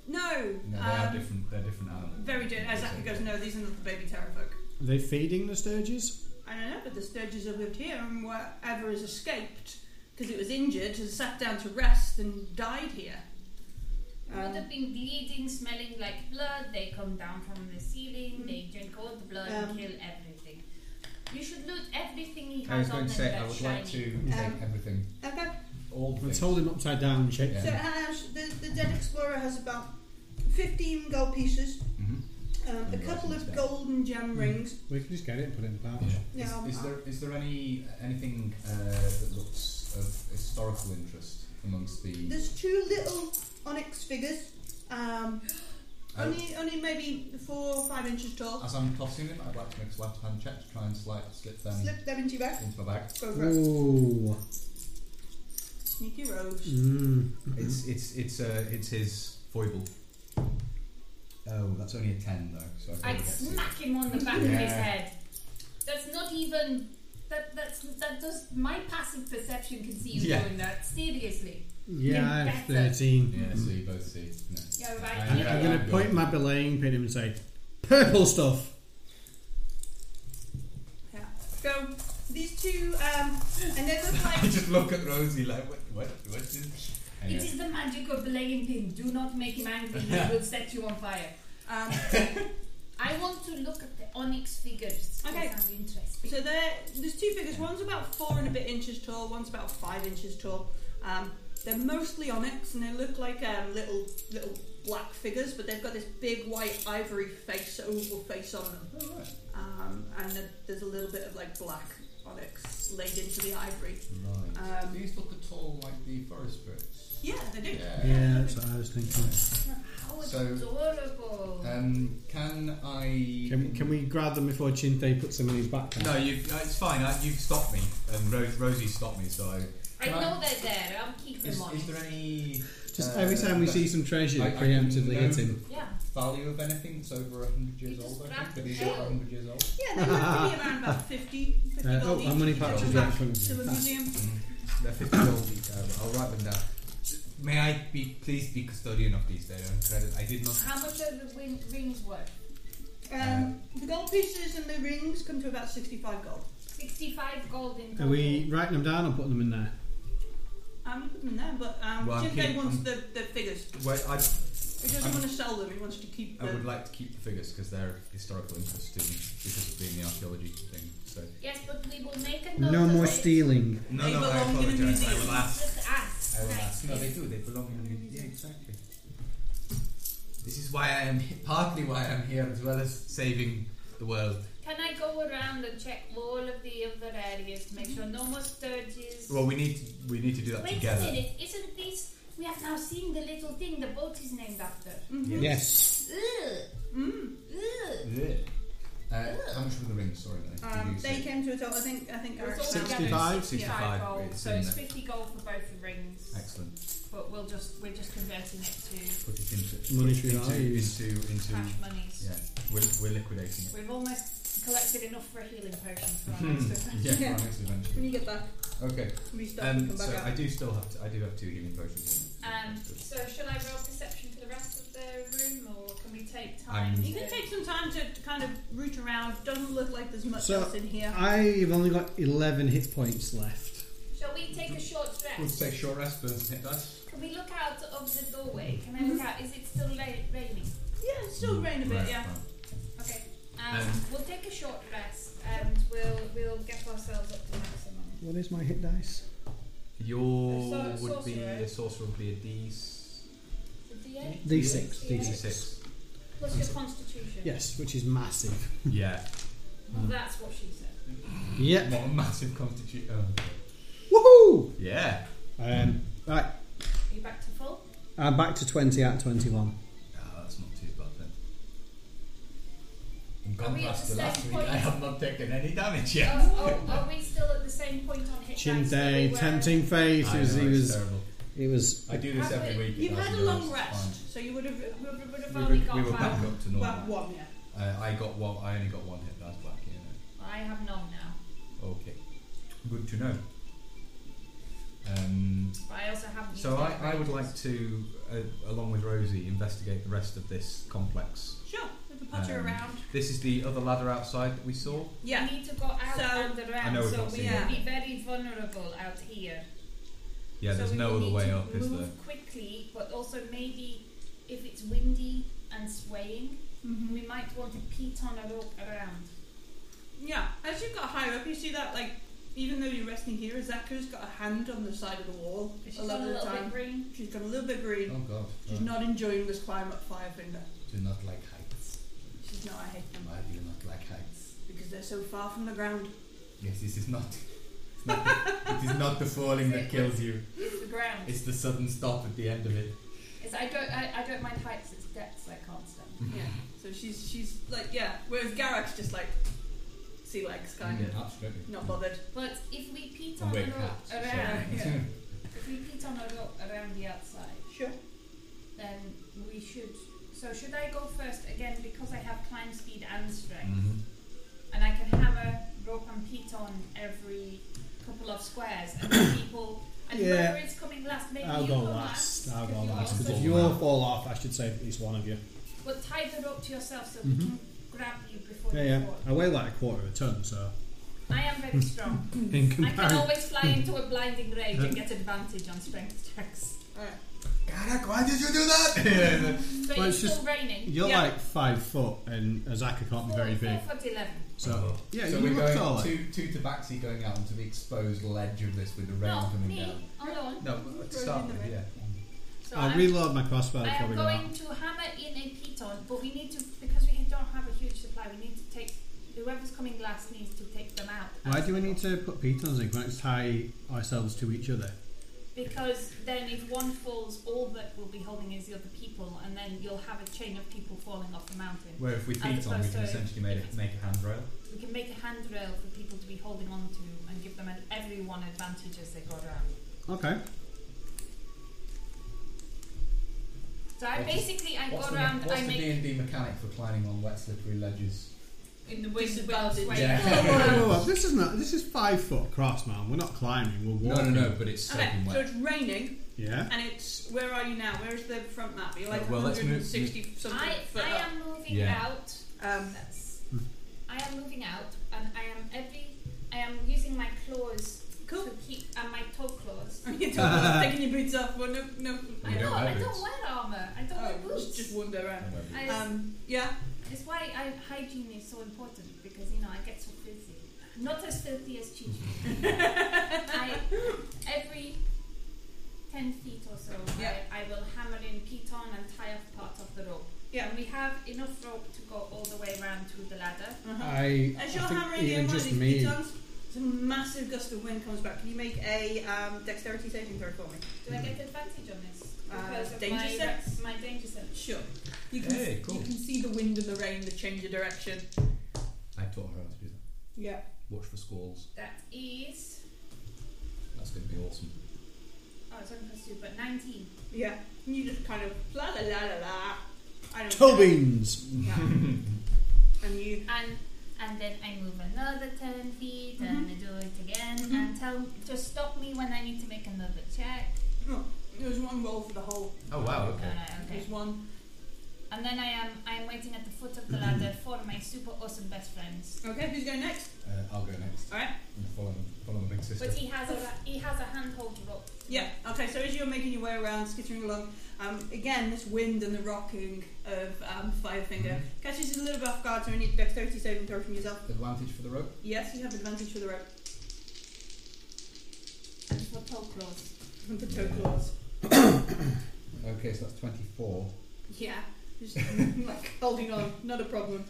B: No.
H: No, they are
B: um,
H: different. They're different animals.
B: very different. Exactly goes, no, these are not the baby terror folk.
E: Are they feeding the Sturges?
B: I don't know, but the Sturges have lived here and whatever has escaped because it was injured has sat down to rest and died here.
F: Would
B: Um,
F: have been bleeding, smelling like blood. They come down from the ceiling. They drink all the blood
B: Um,
F: and kill everything. You should loot everything he
D: I was
F: has on
D: going
F: him
D: to say I
F: that's
D: would
F: shiny.
D: like to
B: Um,
D: take everything.
B: okay.
D: All
E: Let's
D: things.
E: hold him upside down and shake.
D: Yeah.
B: So it has, the, the dead explorer has about 15 gold pieces,
D: Mhm.
B: um, a
D: Yeah,
B: couple
D: that's
B: of
D: nice.
B: golden
D: Mm.
B: gem rings.
E: We can just get it and put it in the pouch.
D: Yeah.
B: Yeah, I'm-
D: is, is there is there any anything uh, that looks of historical interest amongst the?
B: There's two little onyx figures, um,
D: Oh.
B: only only maybe four or five inches tall.
D: As I'm tossing them, I'd like to make a left hand check to try and slide, slip them
B: Slip them into your bag.
D: into my bag.
B: Go for it.
E: Ooh.
B: Sneaky rogues.
E: Mm.
D: It's it's it's uh, it's his foible. Oh, that's only a ten though, so I
F: I'd
D: can't get
F: smack him on the back of his
D: Yeah.
F: head. That's not even. That that's that does my passive perception can see you
D: Yeah.
F: doing that seriously.
E: Yeah, I have
F: better.
E: 13.
D: Yeah, so you both see. No.
F: Yeah, right.
D: I-
E: I'm,
D: Yeah,
E: I'm going to
D: I'm
E: point
D: good.
E: my belaying pin at him and say, Purple stuff!
B: Yeah. So these two, um, and they look like
D: I just look at Rosie like, what, what, what is?
F: It is the magic of belaying pin. Do not make him angry. He will set you on fire.
B: um,
F: I want to look at the onyx figures.
B: Okay.
F: That sounds interesting.
B: so there. There's two figures. One's about four and a bit inches tall. One's about five inches tall. Um, they're mostly onyx, and they look like um, little little black figures, but they've got this big white ivory face, oval face on them.
D: Oh, right.
B: um, and th- there's a little bit of like black onyx laid into the ivory.
D: Right.
B: Um,
D: These look at all like the forest spirits.
B: Yeah, they do.
D: Yeah.
E: Yeah, that's what I was thinking.
F: How
D: So,
F: adorable.
D: Um, can I?
E: Can, can we grab them before Chinte puts them in his backpack?
D: No, you've, no, it's fine. I, you've stopped me, and Rose, Rosie stopped me. So, I,
F: I
D: can I-
F: know they're there. I'll keep
D: is,
F: them on.
D: is there any
E: Just
D: uh,
E: every time we
D: but
E: see some treasure,
D: I- I
E: preemptively
D: can
E: hit him.
F: yeah.
D: value of anything that's over hundred years
F: Just
D: old? I
F: grab
D: think that
F: the
D: is
F: shell.
D: over hundred years old.
B: Yeah, they have to be around about 50, 50
E: Uh,
B: gold
E: oh,
B: each.
E: how many
B: You take
E: pouches do you
B: them
E: have
B: back
E: from-
B: to the museum?
D: Mm-hmm. They're fifty gold each. Uh, I'll write them down. May I be please be custodian of these? They're on credit. I did not.
F: How much are the win- rings worth?
B: Um,
E: Uh,
B: the gold pieces and the rings come to about 65 gold.
F: 65 gold in
E: Are
F: total.
E: we writing them down or putting them in there?
B: I'm not putting them there, but um,
D: Well, I'm
B: Jim Day
D: keep-
B: wants
D: I'm-
B: the, the figures.
D: Well, I,
B: He doesn't
D: I'm-
B: want to sell them, he wants to keep
D: I would
B: them.
D: like to keep the figures because they're of historical interest to me because of being the archaeology thing. So
F: Yes, but we will make a note.
E: No more
F: of it.
E: stealing.
D: no,
B: They
D: no, I
B: belong in a
D: apologize. I
B: museum.
D: will ask.
F: Just ask.
D: I will
F: Nice.
D: ask. No, they do. They belong in a museum. Yeah, exactly. This is why I am partly why I'm here, as well as saving the world.
F: Can I go around and check all of the other areas to make sure no more sturges?
D: Well, we need to, we need to do that
F: Wait
D: together.
F: a minute, isn't this. We have now seen the little thing the boat is named after.
E: Yes.
F: Ugh.
B: Mm,
F: Ugh.
D: Uh, how much were the rings? Sorry, Lenny, did
B: Um,
D: you
B: they
D: say?
B: came to a total, I think, I think
F: It was
B: Eric
F: all
B: said-
F: together
E: 65,
D: 65,
F: gold,
D: it's
F: so
D: in
F: it's
D: there.
F: 50 gold for both the rings.
D: Excellent.
F: But we'll just we're just converting it to
D: Put it into
E: Monetary
D: into
E: values.
D: into, into
F: cash monies.
D: yeah. We're, we're liquidating it.
F: We've almost collected enough for a healing potion for our next event.
D: Hmm. Yeah,
B: Yeah.
D: for our next
B: When
D: adventure.
B: Hmm. you get back,
D: Okay.
B: restart and
D: Um,
B: come back
D: so
B: out.
D: I do still have to, I do have two healing potions.
F: Um,
D: That's good.
F: so shall I roll perception for the rest of the room, or can we take time?
D: I'm-
F: to-
B: You can take some time to kind of root around. Doesn't look like there's much
E: So- uh,
B: else in here.
E: I've only got 11 hit points left.
F: Shall we take a short
D: We'll
F: rest?
D: take short rest, but hit us.
F: Can we look out of the doorway? Can
D: Mm-hmm.
F: I look out? Is it still ra- raining?
B: Yeah, it's still rain a bit,
D: Right,
B: yeah.
D: fine.
F: Okay. Um,
D: Um,
F: we'll take a short rest, and we'll we'll get ourselves up to maximum.
E: What is my hit dice?
D: Your
F: A sor-
D: would be
F: sorcerer.
D: the sorcerer would be a D s-
F: The D8
E: D6.
F: Yeah.
E: D6.
D: D6.
F: plus your constitution.
E: Yes, which is massive.
D: yeah.
F: Well, that's what she said.
E: Yep.
D: What a massive constitution. Oh, okay.
E: Woohoo!
D: yeah.
E: Um, right,
F: Are you back to full?
E: I'm back to 20 at 21.
D: Ah, that's not too bad then. I'm
F: Are we at
D: contrast
F: the
D: to last
F: same
D: week, I
F: point?
D: have not taken any damage yet.
F: Are, are, are we still at the same point on hit
E: Chin
F: dice that we
E: day,
F: were?
E: tempting face. He
D: I
E: was,
D: know,
E: he
D: it's
E: was,
D: terrible.
E: he was.
D: I do this
F: Have
D: every
F: we-
D: week. it
B: You've had
D: doesn't
B: a long
D: work, it's
B: rest, so you would have we would- would have
D: fine.
B: only
D: We were,
B: got
D: we were back
B: about,
D: up to
B: about
D: normal.
B: one, yeah.
D: Uh, I got one. I only got one hit. That's black. Yeah.
F: I have none now,
D: Okay. Good to know. Um,
F: but I also haven't.
D: So
F: used
D: I,
F: my
D: I would like
F: items.
D: to, uh, along with Rosie, investigate the rest of this complex.
B: Sure, we can potter
D: Um,
B: around.
D: This is the other ladder outside that we saw.
B: Yeah,
F: We need to go out
B: So-
F: and around,
D: I know we've
F: so
D: not
F: we
D: seen
F: will
B: it.
F: be very vulnerable out here.
D: Yeah,
F: so
D: there's
F: we
D: no
F: will
D: other
F: need
D: way
F: to
D: up,
F: move
D: is there?
F: quickly, but also maybe if it's windy and swaying,
B: hmm
F: we might want to piton a rope around.
B: yeah. As you've got higher up, you see that like even though you're resting here, Zaka's got a hand on the side of the wall
F: She's
B: a lot
F: got a
B: of the
F: little bit
B: time.
F: green.
B: She's got a little bit green.
C: Oh god.
B: She's not enjoying this climb up Firefinger.
C: Do not like heights.
B: She's not. I hate them
C: Why do you not like heights?
B: because they're so far from the ground.
C: Yes, this is not. It's not the, it is not the falling that kills you.
F: It's the ground.
C: It's the sudden stop at the end of it.
F: It's, I don't. I, I don't mind heights. It's depths I can't stand.
B: yeah. So she's she's like yeah. Whereas Garak's just like sea legs kind of
C: Absolutely.
B: not bothered.
F: But if we piton
C: And
F: a
C: wear
F: rope
C: hats, so-
F: around,
B: Yeah.
F: if we piton a rope around the outside,
B: Sure.
F: then we should. So should I go first again because I have climb speed and strength?
D: Mhm.
E: Mm.
F: and I can hammer rope and piton every couple of squares, and then people. And
E: Yeah.
F: whoever is coming last, maybe
E: I'll
F: you
E: go
F: come
E: last. I'll go
F: if you
E: last.
F: also-
E: Because if you all fall off, I should say at least one of you.
F: But tie the rope to yourself so
E: Mhm.
F: we can grab you before
E: Yeah,
F: you
E: yeah.
F: fall.
E: I weigh like a quarter of a ton, so
F: I am very strong.
E: in
F: Hmm. I can
E: comparison,
F: always fly into a blinding rage and get advantage on strength checks.
B: All right.
C: Garak, why did you do that?
F: So
E: Well,
F: it's
E: it's just-
F: still raining.
E: you're
B: Yeah.
E: like five foot, and Azaka can't be
F: Four,
E: very big.
F: four foot eleven.
E: Uh-huh. So yeah,
C: so
E: you
C: we're
E: look
C: going
E: taller.
C: two two tabaxi going out onto the exposed ledge of this with the rain
F: No,
C: coming
F: me
C: down.
F: alone.
D: No, but to start with, yeah.
F: So
E: I'll
F: I'm-
E: reload my crossbow
F: I
E: before
F: am
E: we go out.
F: going to hammer in a piton, but we need to because we don't have a huge supply. We need to take whoever's coming last needs to take them out.
E: Why do we need to put pitons in? Can't we tie ourselves to each other?
F: Because then, if one falls, all that will be holding is the other people, and then you'll have a chain of people falling off the mountain.
D: Where if we
F: As
D: feet on, we
F: opposed
D: can
F: to-
D: essentially make a, make a handrail.
F: We can make a handrail for people to be holding on to and give them an, everyone advantage as they go around.
E: Okay.
F: So I
C: What is-
F: basically I
C: What's
F: go
C: the,
F: around.
C: what's
F: I
C: the
F: make
C: D&D mechanic for climbing on wet slippery ledges?
B: In the
F: disadvantage.
B: disadvantage.
C: Yeah.
E: Whoa, whoa, whoa, whoa. This is not. This is five foot across, man. We're not climbing. We're
D: No, no,
E: walking.
D: no, but it's
B: Okay,
D: soaking
B: so
D: wet.
B: it's raining,
E: Yeah.
B: and it's where are you now? Where is the front map? You're like
D: Uh, well, let's move-
B: 160 something
F: I,
B: foot
F: I
B: up.
F: am moving
D: Yeah.
F: out.
B: Um,
F: That's, I am moving out, and I am every. I am using my claws
B: cool.
F: to keep and my toe claws.
B: You're talking about taking your boots off. Well, no, no.
D: We
F: I
D: don't
F: know.
D: wear
F: I don't
D: boots.
F: wear armor. I don't
B: Oh,
F: wear boots.
B: just, just wander around.
F: I,
B: Um, yeah.
F: it's why I, hygiene is so important because you know I get so filthy. Not as filthy as Chi I every ten feet or so,
B: Yeah.
F: I, I will hammer in piton and tie off parts of the rope.
B: Yeah.
F: And we have enough rope to go all the way around to the ladder.
B: Uh-huh.
E: I.
B: As
E: I
B: you're
E: think
B: hammering in
E: even
B: one of
E: just
B: these
E: me.
B: pitons, a massive gust of wind comes back. Can you make a um, dexterity saving throw for me?
F: Do I get advantage on this?
B: Uh,
F: Because of
B: danger
F: my,
B: sense?
F: my danger sense.
B: Sure. You can,
D: Hey, cool.
B: you can see the wind and the rain, the change of direction.
D: I taught her how to do that.
B: Yeah.
D: Watch for squalls.
F: That is
D: That's going to be awesome.
F: oh it's only plus two, but nineteen.
B: Yeah. And you just kind of la la la la la. I don't
E: Toe
B: care.
E: beans.
B: Yeah. and you.
F: And and then I move another ten feet and I do it again and tell just stop me when I need to make another check.
B: No, there was oh, one roll for the whole.
D: Oh, wow,
F: And I- Uh, okay.
B: There's one.
F: And then I am I am waiting at the foot of the ladder for my super awesome best friends.
B: Okay, who's going next?
C: Uh, I'll go next.
B: Alright.
C: I'm following, following the big sister.
F: But he has a ra- he has a handhold rope.
B: Yeah. Okay. So as you're making your way around, skittering along, um, again this wind and the rocking of um, Firefinger
D: Mm-hmm.
B: catches you a little bit off guard. So you need dexterity saving throw from yourself.
C: Advantage for the rope.
B: Yes, you have advantage for the rope.
F: For toe claws.
B: From the toe claws.
C: Okay, so that's 24.
B: Yeah. Just like holding on, not a problem.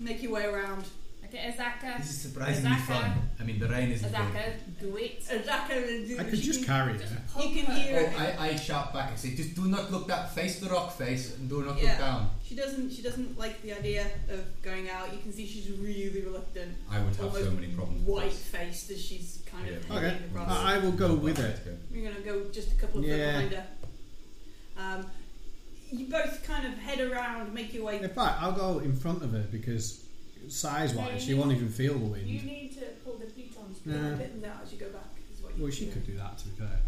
B: Make your way around.
F: Okay, Azaka.
D: This is surprisingly
F: Azaka.
D: fun. I mean, the rain is.
F: Azaka, do it.
B: Azaka,
E: I could just carry her.
B: You can hear
D: Oh,
B: it.
D: I, I shout back and say, just do not look that face the rock face and do not
B: Yeah.
D: look down.
B: She doesn't. She doesn't like the idea of going out. You can see she's really reluctant,
D: I would have so
B: Almost
D: many problems. with
B: white
D: this.
B: faced as she's kind of
D: Yeah.
B: heading
E: Okay.
B: across.
E: I, I will go with her.
B: We're gonna go just a couple of foot
E: Yeah.
B: behind her. Um, you both kind of head around, make your way.
E: In fact, I'll go in front of her because size-wise, she won't even feel the
F: You
E: wind.
F: need to pull the pitons.
B: Yeah.
E: Yeah.
B: A bit now as you go back. Is what you
E: Well, she
B: do.
E: could do that. To be fair.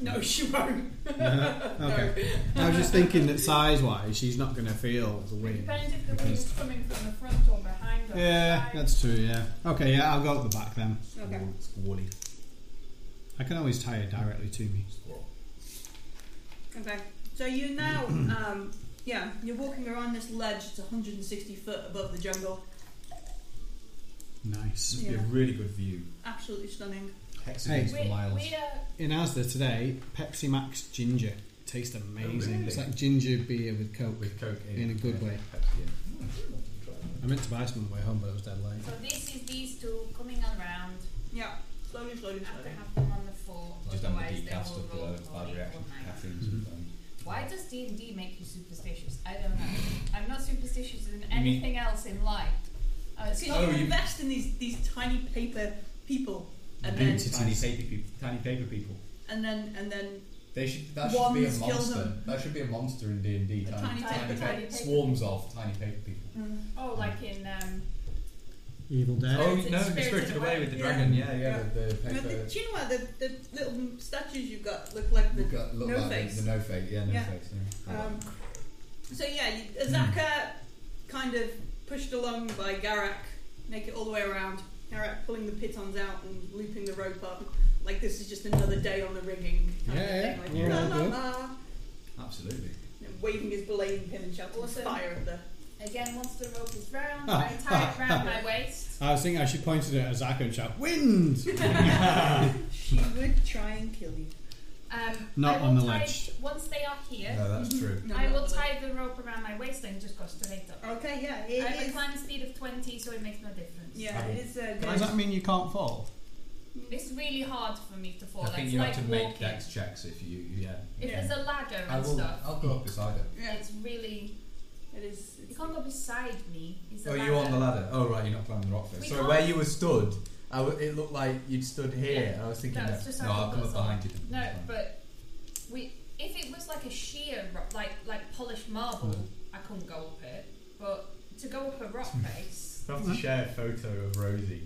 B: No, she won't.
E: okay. I was just thinking that size-wise, she's not going to feel the
F: It
E: wind.
F: depends if the wind is coming from the front or behind or
E: Yeah,
F: behind.
E: that's true. Yeah. Okay. Yeah, I'll go at the back then.
B: Okay.
D: Squally.
E: I can always tie her directly to me.
B: Okay. So you now, um, yeah, you're walking around this ledge. It's 160 foot above the jungle.
E: Nice.
B: Yeah.
D: really good view.
B: Absolutely stunning.
D: Hexagons
F: We, uh,
D: for miles.
F: we are
E: In Asda today, Pepsi Max Ginger tastes amazing.
D: really?
E: It's like ginger beer with coke.
D: With Coke
E: In a good way.
D: Pepsi in.
E: I meant to buy some on the way home, but I was dead late.
F: So this is these two coming around.
B: Yeah. Slowly, slowly,
F: You have to
B: slowly.
F: have them on the floor,
D: Just on the
F: otherwise they
D: decaf
F: will
D: stuff,
F: roll
D: the
F: for
D: bad
F: eight
D: reaction
F: or
D: to
F: nine.
D: caffeine sometimes.
F: Why does D and D make you superstitious? I don't know. I'm not superstitious in
D: mean-
F: anything else in life. Uh, it's
B: So
F: not-
B: you invest in these these tiny paper people, and then
E: Entities.
D: Tiny paper people. Tiny paper people.
B: and then and then
D: They should. That
B: One
D: should be a
B: skill
D: monster.
B: them.
D: That should be a monster in D and D.
B: A tiny Mm.
D: Tiny,
F: paper-
D: tiny,
F: tiny
D: paper.
F: paper.
D: Swarms of tiny paper people.
F: Oh, like in um,
E: Evil Dead.
D: Oh
F: Spirited-
D: no,
F: Spirited
D: spirited away
F: Away.
D: with the
B: Yeah.
D: dragon. Yeah, yeah.
B: Yeah.
D: The, the
B: you know, the,
D: paper.
B: do you know what the, the little statues you've got look like the
D: Look at look
B: no
D: like the-
B: face.
D: The no face. Yeah, no
B: Yeah.
D: face. Yeah.
B: Um, so yeah, you, Azaka kind of pushed along by Garak, make it all the way around. Garak pulling the pitons out and looping the rope up, like this is just another day on the rigging. Kind
E: Yeah, yeah.
B: of thing.
E: Yeah,
B: Like,
E: well
B: la, la,
E: done.
B: la.
D: Absolutely.
B: And waving his belaying pin and shouting
F: Awesome.
B: fire at the.
F: again once the rope is round,
E: Ah,
F: I tie
E: ah,
F: it round
E: ah.
F: my waist.
E: I was thinking I should point it at Azaka and shout, Wind!
B: She would try and kill you.
F: Um,
E: Not
F: I will
E: on the
F: tie-
E: ledge.
F: Once they are here,
D: No, that's true.
B: No,
F: I
B: no,
F: will
B: no.
F: tie the rope around my waist and just go straight up.
B: Okay, yeah,
F: I
B: it
F: have a
B: is.
F: climb speed of 20, so it makes no difference.
B: Yeah, it is. Uh,
E: Does that
B: good.
E: mean you can't fall?
F: It's really hard for me to fall.
D: I think
F: it's
D: you
F: like
D: have to
F: walking.
D: make dex checks if you. Yeah.
F: If
B: Yeah.
F: there's a ladder
D: I
F: and
D: will.
F: stuff,
D: I'll go up beside her.
B: Yeah,
F: it's really.
B: it is.
F: You
B: It's,
F: can't go beside me. It's a
D: Oh,
F: ladder.
D: you on the ladder? Oh, right, you're not climbing the rock face.
F: We
D: So
F: can't.
D: where you were stood, I w- it looked like you'd stood here. I was thinking,
F: No,
D: that,
F: it's just
D: no,
F: how
D: I'll
F: it
D: come up
F: goes
D: behind you.
F: No,
D: It's fine.
F: but we. If it was like a sheer, ro- like like polished marble,
D: Hmm.
F: I couldn't go up it. But to go up a rock face,
D: We have to share a photo of Rosie.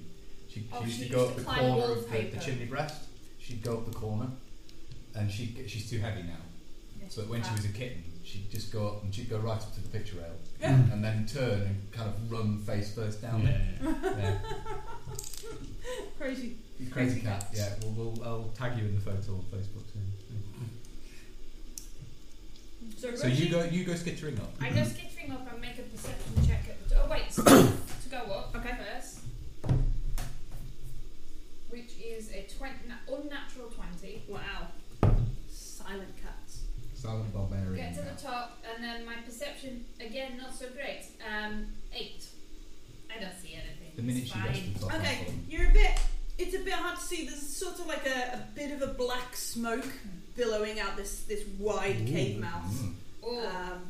D: She, she
F: Oh,
D: used
F: she
D: to go
F: used
D: up
F: to
D: the
F: climb
D: corner of the, the
F: wallpaper.
D: chimney breast. She'd go up the corner, and she she's too heavy now. So when she was a kitten, she'd just go up and she'd go right up to the picture rail,
E: Mm.
D: and then turn and kind of run face first down it. Yeah.
B: crazy.
D: Crazy cat. Yeah, we'll, we'll I'll tag you in the photo on Facebook soon.
B: So,
D: So you go you go skittering up.
F: I go skittering up and make a perception check at the. Oh wait, so to go up
B: Okay.
F: first, which is a twen- na- unnatural twenty.
B: Wow. Silent cats.
D: Silent barbarian.
F: Get to
D: cat.
F: the top, and then my perception again not so great. Um, eight. I don't see anything.
D: The minute
F: it's
D: she gets
F: fine.
D: to the top.
B: Okay,
D: that's all.
B: you're a bit. It's a bit hard to see. There's sort of like a, a bit of a black smoke billowing out this this wide cave mouth.
D: Mm.
F: Oh,
B: Um,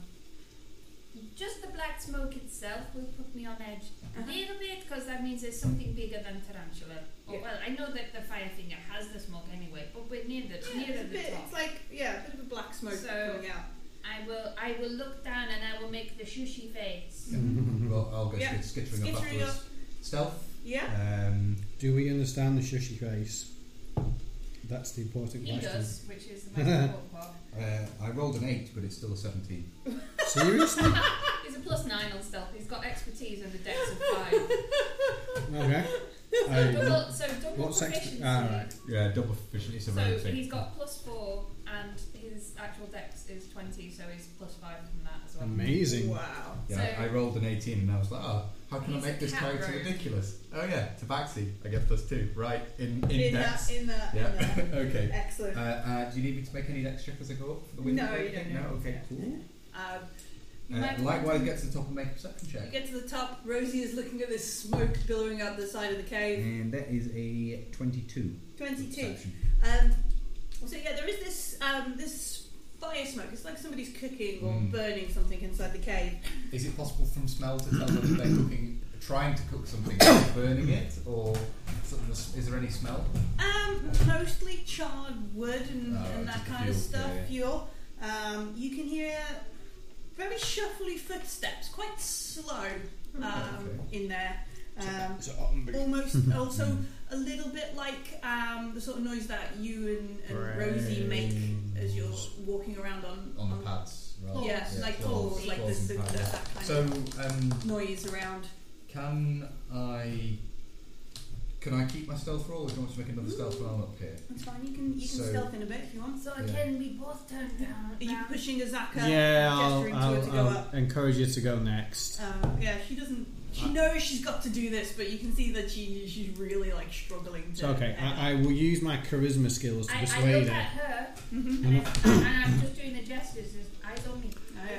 F: just the black smoke itself will put me on edge
B: Uh-huh.
F: a little bit because that means there's something bigger than tarantula. Oh,
B: Yeah.
F: well, I know that the fire finger has the smoke anyway, but we're near the
B: yeah,
F: near
B: it's, a
F: the
B: bit,
F: top.
B: it's like yeah, a bit of a black smoke
F: So-
B: coming out.
F: I will I will look down and I will make the sushi face.
D: Well, I'll go
B: Yeah.
D: skit- skittering, up
B: Skittering
D: afterwards.
B: up.
D: Stealth.
B: Yeah.
D: Um,
E: Do we understand the shushy face? That's the important
F: He
E: question.
F: does, which is the most important part.
D: uh, I rolled an eight, but it's still a seventeen.
E: Seriously?
F: He's a plus nine on stealth. He's got expertise and a dex of five.
E: Okay.
F: So
E: Um,
F: double, so double
E: what's
F: proficiency.
E: extra? Ah, right.
D: Yeah, double proficiency. It's a
F: So
D: rare thing.
F: he's got plus four, and his actual dex is twenty, so he's plus five from that as well.
E: Amazing.
F: Um,
B: Wow.
D: yeah,
F: so-
D: I rolled an eighteen, and I was like, oh, how can I
F: He's
D: make this
F: a cat
D: character
F: rogue.
D: ridiculous? Oh yeah, Tabaxi. I get plus two. Right in in,
B: In
D: dex.
B: that. In that.
D: yeah.
B: In that.
D: okay.
B: Excellent.
D: Uh, uh, do you need me to make any dex check as I go up for the window?
B: No,
D: or
B: you
D: anything?
B: don't
D: No.
B: know.
D: Okay.
B: Um,
F: You
D: Uh,
F: might
D: likewise, get to the top and make a perception
B: You
D: check.
B: get to the top, Rosie is looking at this smoke billowing out the side of the cave.
C: And that is a 22.
B: 22.
C: Perception.
B: Um, so yeah, there is this um, this fire smoke. It's like somebody's cooking or
D: Mm.
B: burning something inside the cave.
D: Is it possible from smell to tell whether they're cooking, trying to cook something, and burning it, or something, is there any smell?
B: Um, mostly charred wood and,
D: Oh,
B: and that
D: just the
B: kind of
D: fuel,
B: stuff.
D: yeah, yeah.
B: Fuel. Um, you can hear very shuffly footsteps, quite slow um, in there. Um, almost also a little bit like um, the sort of noise that you and, and Rosie make as you're walking around on
D: On the pads, right?
B: Yeah, like
D: claws,
B: claws, like
D: claws
B: this,
D: and
B: the,
D: pads.
B: that kind
D: So,
B: of
D: um,
B: noise around.
D: can I. Can I keep my stealth roll, or do you want me to make another stealth roll up here?
B: That's fine. You can you can
D: So-
B: stealth in a bit if you want.
F: So
D: Yeah.
F: can we both turn down?
B: Are you
F: down?
B: pushing a Zaka?
E: Yeah, I'll,
B: gesturing to her to
E: I'll,
B: go
E: I'll
B: up.
E: encourage you to go next.
B: Um, yeah, she doesn't. She knows she's got to do this, but you can see that she she's really like struggling to.
E: So, okay, I, I will use my charisma skills to
F: I, I
E: persuade
F: look
E: her.
F: at her
B: Mhm.
F: and, I, and I'm just doing the gestures. As eyes on me.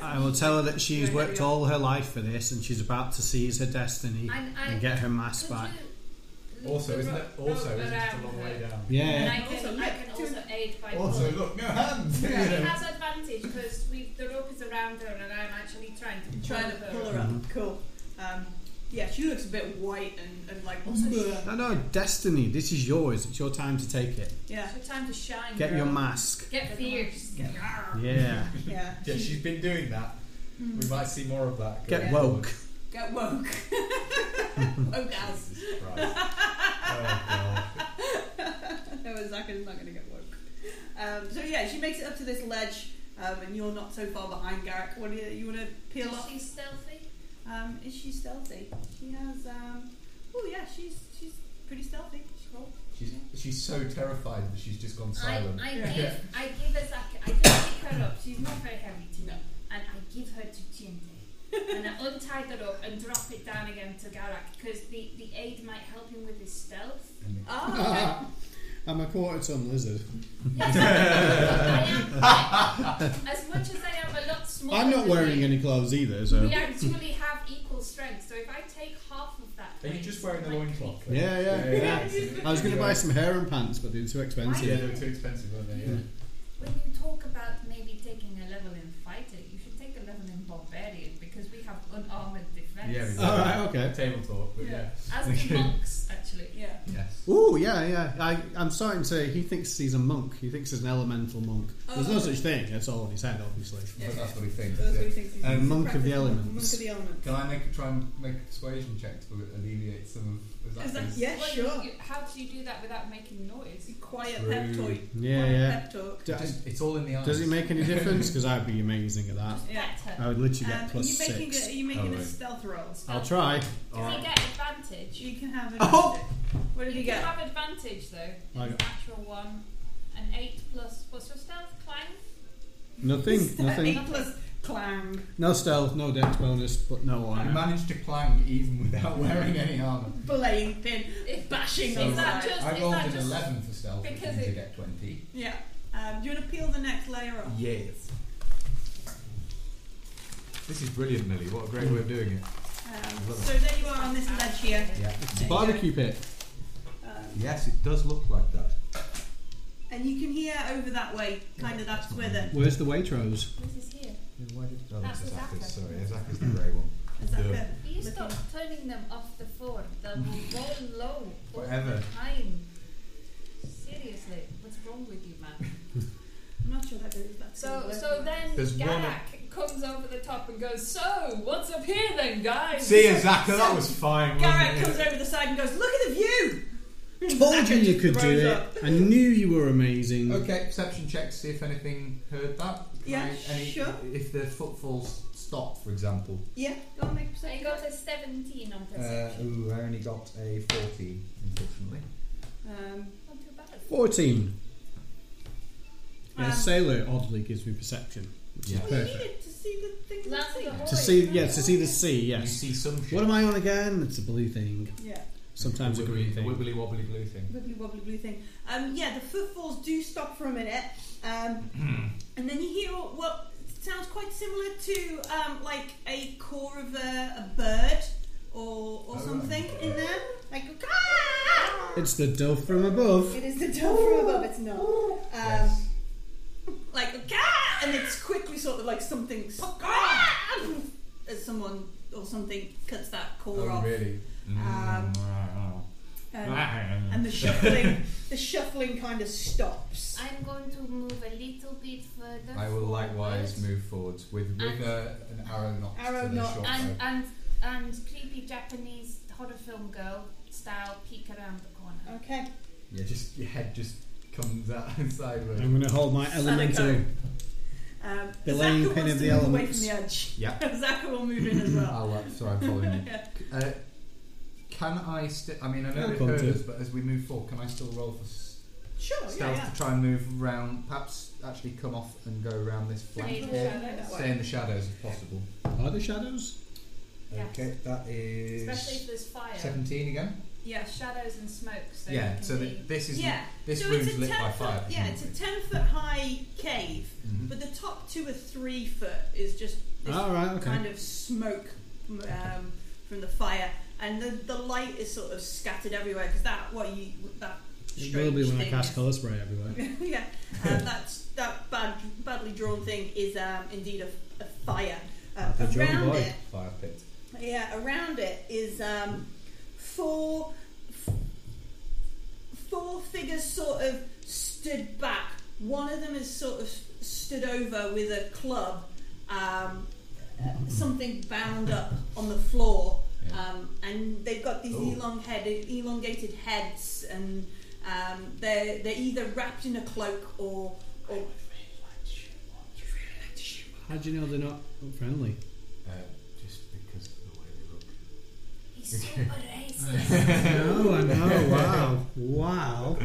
B: I-
E: I will tell her that she's
B: Right, there we
E: worked
B: go.
E: all her life for this and she's about to seize her destiny
F: And I
E: and get her mask
F: could
E: back.
F: you look
D: Also, isn't it?
F: ar-
D: Also,
F: look
D: isn't it
F: around
D: a long
F: her?
D: way down?
F: And
E: Yeah.
F: I can,
B: Also,
F: I
B: look
F: can
B: to-
F: also aid by
D: Also,
F: pulling.
D: look, no hands!
F: She has advantage because the rope is around her and I'm actually trying to
B: trying to pull her up.
E: Mm-hmm.
B: Cool. Um, yeah, she looks a bit white and, and like. bleh.
E: No, no, destiny. This is yours. It's your time to take it.
B: Yeah,
F: It's your time to shine.
E: Get
F: girl.
E: your mask.
F: Get fierce.
E: Yeah.
B: yeah. Hmm.
D: Yeah, she's been doing that. We might see more of that.
E: Get
D: going
E: woke.
B: Get woke. woke as.
D: Jesus Christ. oh, God.
B: No, Zaka's not going to get woke. Um, so yeah, she makes it up to this ledge, um, and you're not so far behind, Garrick. What do you, you want to peel
F: Is
B: off?
F: she stealthy?
B: Um, is she stealthy? She has. Um, oh yeah, she's she's pretty stealthy. She's cool.
D: She's, she's so terrified that she's just gone
F: I,
D: silent.
F: I,
B: Yeah.
F: give, I give her Zaka, I just pick her up. She's not very heavy to me. And I give her to Chinte. and I untie the rope and drop it down again to Garak because the, the aid might help him with his stealth.
B: Ah,
E: I'm a quarter ton lizard.
F: Yes, I am. As much as I am a lot smaller.
E: I'm not
F: than
E: wearing
F: you,
E: any clothes either, so.
F: We actually have equal strength, so if I take half of that.
D: Are you
F: weight,
D: just wearing the
F: like-
D: loincloth? then?
E: Yeah, yeah, yeah.
D: yeah.
E: I was going to buy some hair and pants, but they're too
D: Yeah,
E: expensive.
D: they were too expensive, weren't they? Yeah.
F: When you talk about maybe taking a level in fighter, you should take a level in barbarian because we have unarmored defense.
D: Yeah, we do.
E: All right, okay.
D: Table talk, but yeah.
F: As do monks, actually.
B: yeah.
D: Yes.
E: Ooh, yeah, yeah. I, I'm starting to. He thinks he's a monk. He thinks he's an elemental monk. There's no
B: Oh.
E: such thing. That's all in his head, obviously.
B: Yeah.
D: But that's what he thinks.
B: So that's what
D: yeah.
B: he thinks he's-
D: Um,
B: he's a
E: Uh, Monk of the
B: practical
E: elements.
B: Monk of the elements.
D: Can I make try and make a persuasion check to alleviate some of
B: Is that,
D: Zach's-
B: yeah,
F: What, you-
B: sure.
F: you- how do you do that without making noise?
B: Quiet
D: True.
B: pep talk.
E: Yeah,
B: Quiet
E: yeah.
B: Pep talk.
E: Do-
D: Just- it's all in the eyes.
E: does it make any difference? Because I'd be amazing at that.
B: Yeah.
F: Better.
E: I would literally
B: Um,
E: get
B: are
E: plus
B: you making a,
E: six. Oh, Ah.
B: are you making a
D: Alright.
B: stealth roll?
E: I'll try.
F: Does he get advantage?
B: You can have.
E: Oh!
B: advantage. What did
F: you
B: you
F: can
B: get?
F: have advantage though.
E: I got-
F: Natural one. An eight plus what's your stealth? Climb?
E: Nothing, nothing.
B: Eight plus clang.
E: No stealth, no dex bonus, but no
D: I
E: armor.
D: managed to clang even without wearing any armour.
B: Belaying pin.
F: Is
B: Bashing
D: So-
B: on
F: is that
B: side.
F: just
D: I
F: is
D: rolled
F: that
D: an
F: just
D: 11 for stealth, which
F: because
D: means I
F: it-
D: get 20.
B: Yeah. Um, do you want to peel the next layer off?
D: Yes. This is brilliant, Millie. What a great way of doing it.
B: Um, so there you are on this ledge here.
D: Yeah.
E: It's a barbecue pit.
B: Um,
C: Yes, it does look like that.
B: and you can hear over that way, kind of that's where the.
E: Where's the Waitrose?
F: This is here.
C: Yeah, why did oh,
F: That's
C: that's
F: the
C: Azaka's,
F: Zaka.
C: sorry, Azaka's the grey one.
B: Is that
D: Yeah.
B: the
F: You
B: Looking.
F: stop turning them off the floor. They will roll low all
D: Whatever.
F: the time. Seriously, what's wrong with you, man?
B: I'm not sure that is that.
F: So, so then
D: There's one
F: Garak comes over the top and goes, "So, what's up here then, guys?"
D: See ya, Zaka, that was fine.
B: Garrett
D: wasn't
B: comes
D: it?
B: over the side and goes, "Look at the view."
E: Told you you could do
B: Rose
E: it.
B: up.
E: I knew you were amazing.
D: Okay, perception check to see if anything heard that. Can
B: Yeah,
D: I- any,
B: sure.
D: If the footfalls stop, for example.
B: Yeah, go on, make
F: So you
B: perception.
F: got a seventeen on
C: Uh,
F: perception.
C: ooh, I only got a 14, unfortunately.
B: Um,
F: Not too bad.
E: 14. Yeah,
B: Um,
E: sailor oddly gives me perception, which
D: Yeah.
E: is
B: well, you
E: perfect.
B: needed to see the things
F: Land
B: that
F: of the
B: sink.
E: To
F: Boy,
E: see,
F: no.
E: yeah, to see the sea,
D: You
E: yes.
D: see some shit.
E: What am I on again? It's a blue thing.
B: Yeah,
E: Sometimes a green
D: wibbly,
E: thing.
D: wibbly wobbly blue thing.
B: wibbly wobbly blue thing.
D: Hmm.
B: Um, yeah, the footfalls do stop for a minute, um, and then you hear what sounds quite similar to um, like a core of a, a bird or, or
D: Oh,
B: something
D: right.
B: in there. Like, "Ah!"
E: It's the dove from above.
I: It is the dove from above. It's not. Um,
B: Uh,
D: Yes.
B: like, "Ah!" and it's quickly sort of like something "Ah!" as someone or something cuts that core
D: Oh,
B: off.
D: really? Mm.
B: Um, Um, and the shuffling, the shuffling kind of stops.
F: I'm going to move a little bit further.
D: I will likewise
F: forward.
D: move forwards with, with
F: And-
D: a, an arrow knocked
I: Arrow
D: to the
I: knock
D: short bow.
F: And and and creepy Japanese horror film girl style peek around the corner.
I: Okay.
D: Yeah, just your head just comes out sideways.
E: I'm going to hold my elemental.
B: Um,
E: The
B: Zaka
E: laying pin
B: wants
E: of
B: to move
E: the
B: away
E: elements.
B: from the edge.
D: Yeah.
B: Zaka will move in as well.
D: I'll, uh, sorry, I'm following you. Uh, can I still? I mean, I know
E: Yeah,
D: it
E: come
D: hurt
E: to.
D: us, but as we move forward, can I still roll for s-
B: Sure,
D: stealth
B: Oh, yeah, yeah.
D: to try and move round? Perhaps actually come off and go around this
F: Stay
D: flank,
F: in the
I: Yeah.
F: shadows.
D: stay in the shadows if possible.
E: Are the shadows?
F: Yeah.
D: Okay, that is
F: Especially if there's fire.
D: seventeen again.
B: Yeah.
F: Shadows and smoke. So you
D: yeah,
F: can
D: so
F: see.
D: that this is
B: Yeah.
D: this
B: so
D: room's
B: it's a
D: lit
B: 10
D: by
B: foot,
D: fire.
B: Yeah, it's a ten foot high cave,
D: Mhm.
B: but the top two or three foot is just this
D: Oh,
E: All Ah, right, okay.
B: kind of smoke um, from the fire, and the, the light is sort of scattered everywhere because that what you that
E: It will be
B: strange
E: when I
B: thing
E: cast
B: is-
E: colour spray everywhere.
B: yeah, um, that's that bad, badly drawn thing is um, indeed a, a fire. Um,
E: The John
B: around
E: Boy.
B: it,
D: mm-hmm. fire pit.
B: yeah, around it is um, four f- four figures sort of stood back. One of them is sort of stood over with a club, um, uh, something bound up on the floor,
D: Yeah. Oh.
B: um, and they've got these
D: Ooh.
B: elong head, elongated heads, and um, they're they're either wrapped in a cloak or or
E: How do you know they're not friendly?
D: Uh, just because of the way they look.
F: He's super racist.
E: no, I know. Wow, wow.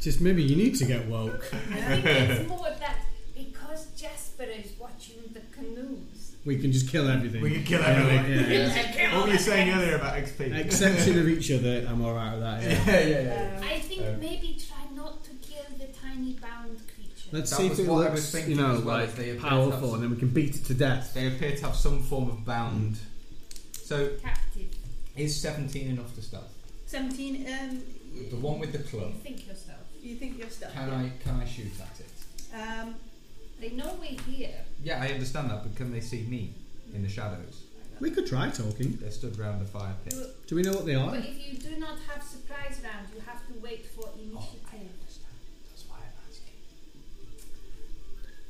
E: Just maybe you need to get woke.
F: I think it's more that because Jasper is watching the canoes.
E: We can just kill everything.
D: We can kill
E: Yeah,
D: everything.
E: yeah, yeah.
D: What were you saying earlier about XP?
E: Exception of each other, I'm alright with that. Yeah.
D: yeah, yeah, yeah.
F: I think
D: Um,
F: maybe try not to kill the tiny bound creature.
E: Let's
D: That
E: see
D: was
E: if it
D: what I
E: looks,
D: was
E: you
D: thinking
E: know,
D: as well,
E: like
D: if they appear to have
E: powerful,
D: some-
E: and then we can beat it to death.
D: They appear to have some form of bound. So,
F: Captive.
D: is 17 enough to stealth?
B: seventeen. Um,
D: The one with the club.
F: You think yourself.
B: you think you're stuck?
D: Can I can I shoot at it?
B: Um,
F: They know we're here.
D: Yeah, I understand that, but can they see me in the shadows?
E: We could try talking.
D: They're stood round the fire pit.
E: Do we know what they
F: But
E: are?
F: if you do not have surprise round, you have to wait for initiative.
D: Oh. That's why I'm asking.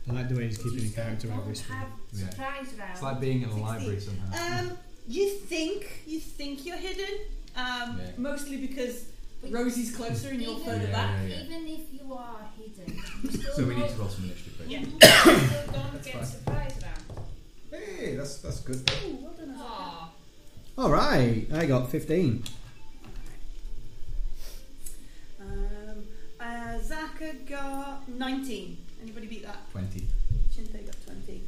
E: I like the way he's
F: But you
E: keeping the
F: still
E: character
F: don't
E: obviously.
F: have
D: Yeah.
F: surprise round.
D: It's like being in a library somehow.
B: Um, you think you think you're hidden, um,
D: Yeah.
B: mostly because
F: But
B: Rosie's closer and you're
F: even,
B: further
D: Yeah,
B: back.
D: yeah.
F: even if you are hidden, you still
D: So we need
F: don't-
D: to roll some initiative. don't we?
F: you still don't get
D: fine.
F: surprise round.
C: Hey, that's that's good.
I: Ooh, well done. Azaka.
F: Aw.
E: Alright, I got 15.
B: Um, uh, Zaka got 19. Anybody beat that?
D: 20.
B: Shinte got 20.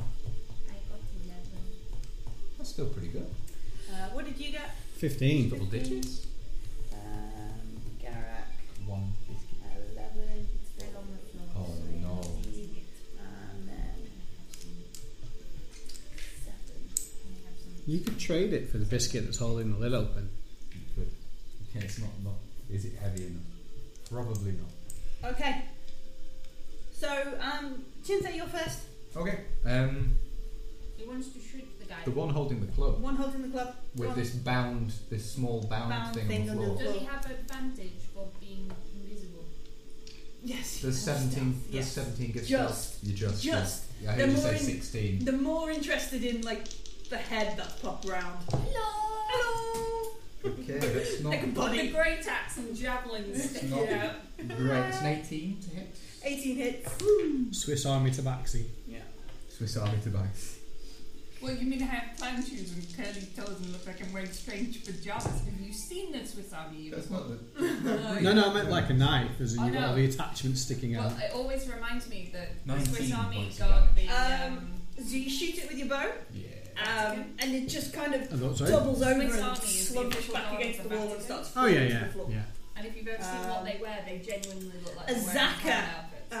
F: I got eleven.
D: That's still pretty good.
B: Uh, what did you get?
E: 15.
D: Double digits.
B: Um, Garak,
D: One.
B: 11.
F: Fell on the floor.
D: Oh,
F: so I
D: no.
F: don't see it.
B: And Um, then
F: Seven. I have some-
E: You could trade it for the biscuit that's holding the lid open.
D: Good. Yeah, it's not, not. Is it heavy enough? Probably not.
B: Okay. So, um, Shinte, you're first.
D: Okay. Um,
F: He wants to shoot the guy.
D: the one holding the club
B: One holding the club.
D: with
B: one-
D: this bound, this small bound,
B: Bound
D: thing,
B: thing
D: on
B: on
D: the
B: the
D: floor.
F: Does he have advantage for being invisible?
B: Yes.
D: Does seventeen?
B: Stealth,
D: Does
B: yes.
D: seventeen give
B: Just.
D: stealth? You just.
B: Just.
D: Yeah, I
B: They're
D: heard you
B: more
D: say
B: in-
D: sixteen.
B: The more interested in, like, the head that popped round.
F: Hello!
B: Hello!
D: Okay, that's not
B: Like a body.
F: The great axe and javelins sticking
D: not-
F: out.
D: great. It's an eighteen to hit.
B: 18 hits.
E: Swiss Army Tabaxi.
B: Yeah.
D: Swiss Army to buy.
J: Well, you mean I have clown shoes and curly toes and look like I'm wearing strange pajamas? Have you seen the Swiss Army uniform?
D: That's not the.
E: No, no, I meant like a knife, as in
J: I
E: you've got all
J: know.
E: the attachments sticking out.
J: Well, it always reminds me that the
D: 19
J: Swiss Army
D: points of
J: got the.
B: Um,
J: Um,
B: So you shoot it with your bow,
D: Yeah.
B: um, and it just kind of
E: I thought so.
B: doubles over
J: Swiss
B: and
J: army is the
B: slumps
J: official
B: back
J: arm
B: against the
J: of
B: wall and
J: Vatican.
B: starts
E: Oh
B: falling
E: yeah,
B: to
E: yeah,
B: the floor.
E: yeah.
J: and if you've ever seen
B: um,
J: what they wear, they genuinely look like
B: a
J: they're wearing
B: Zaka.
J: clown outfits.
B: Um,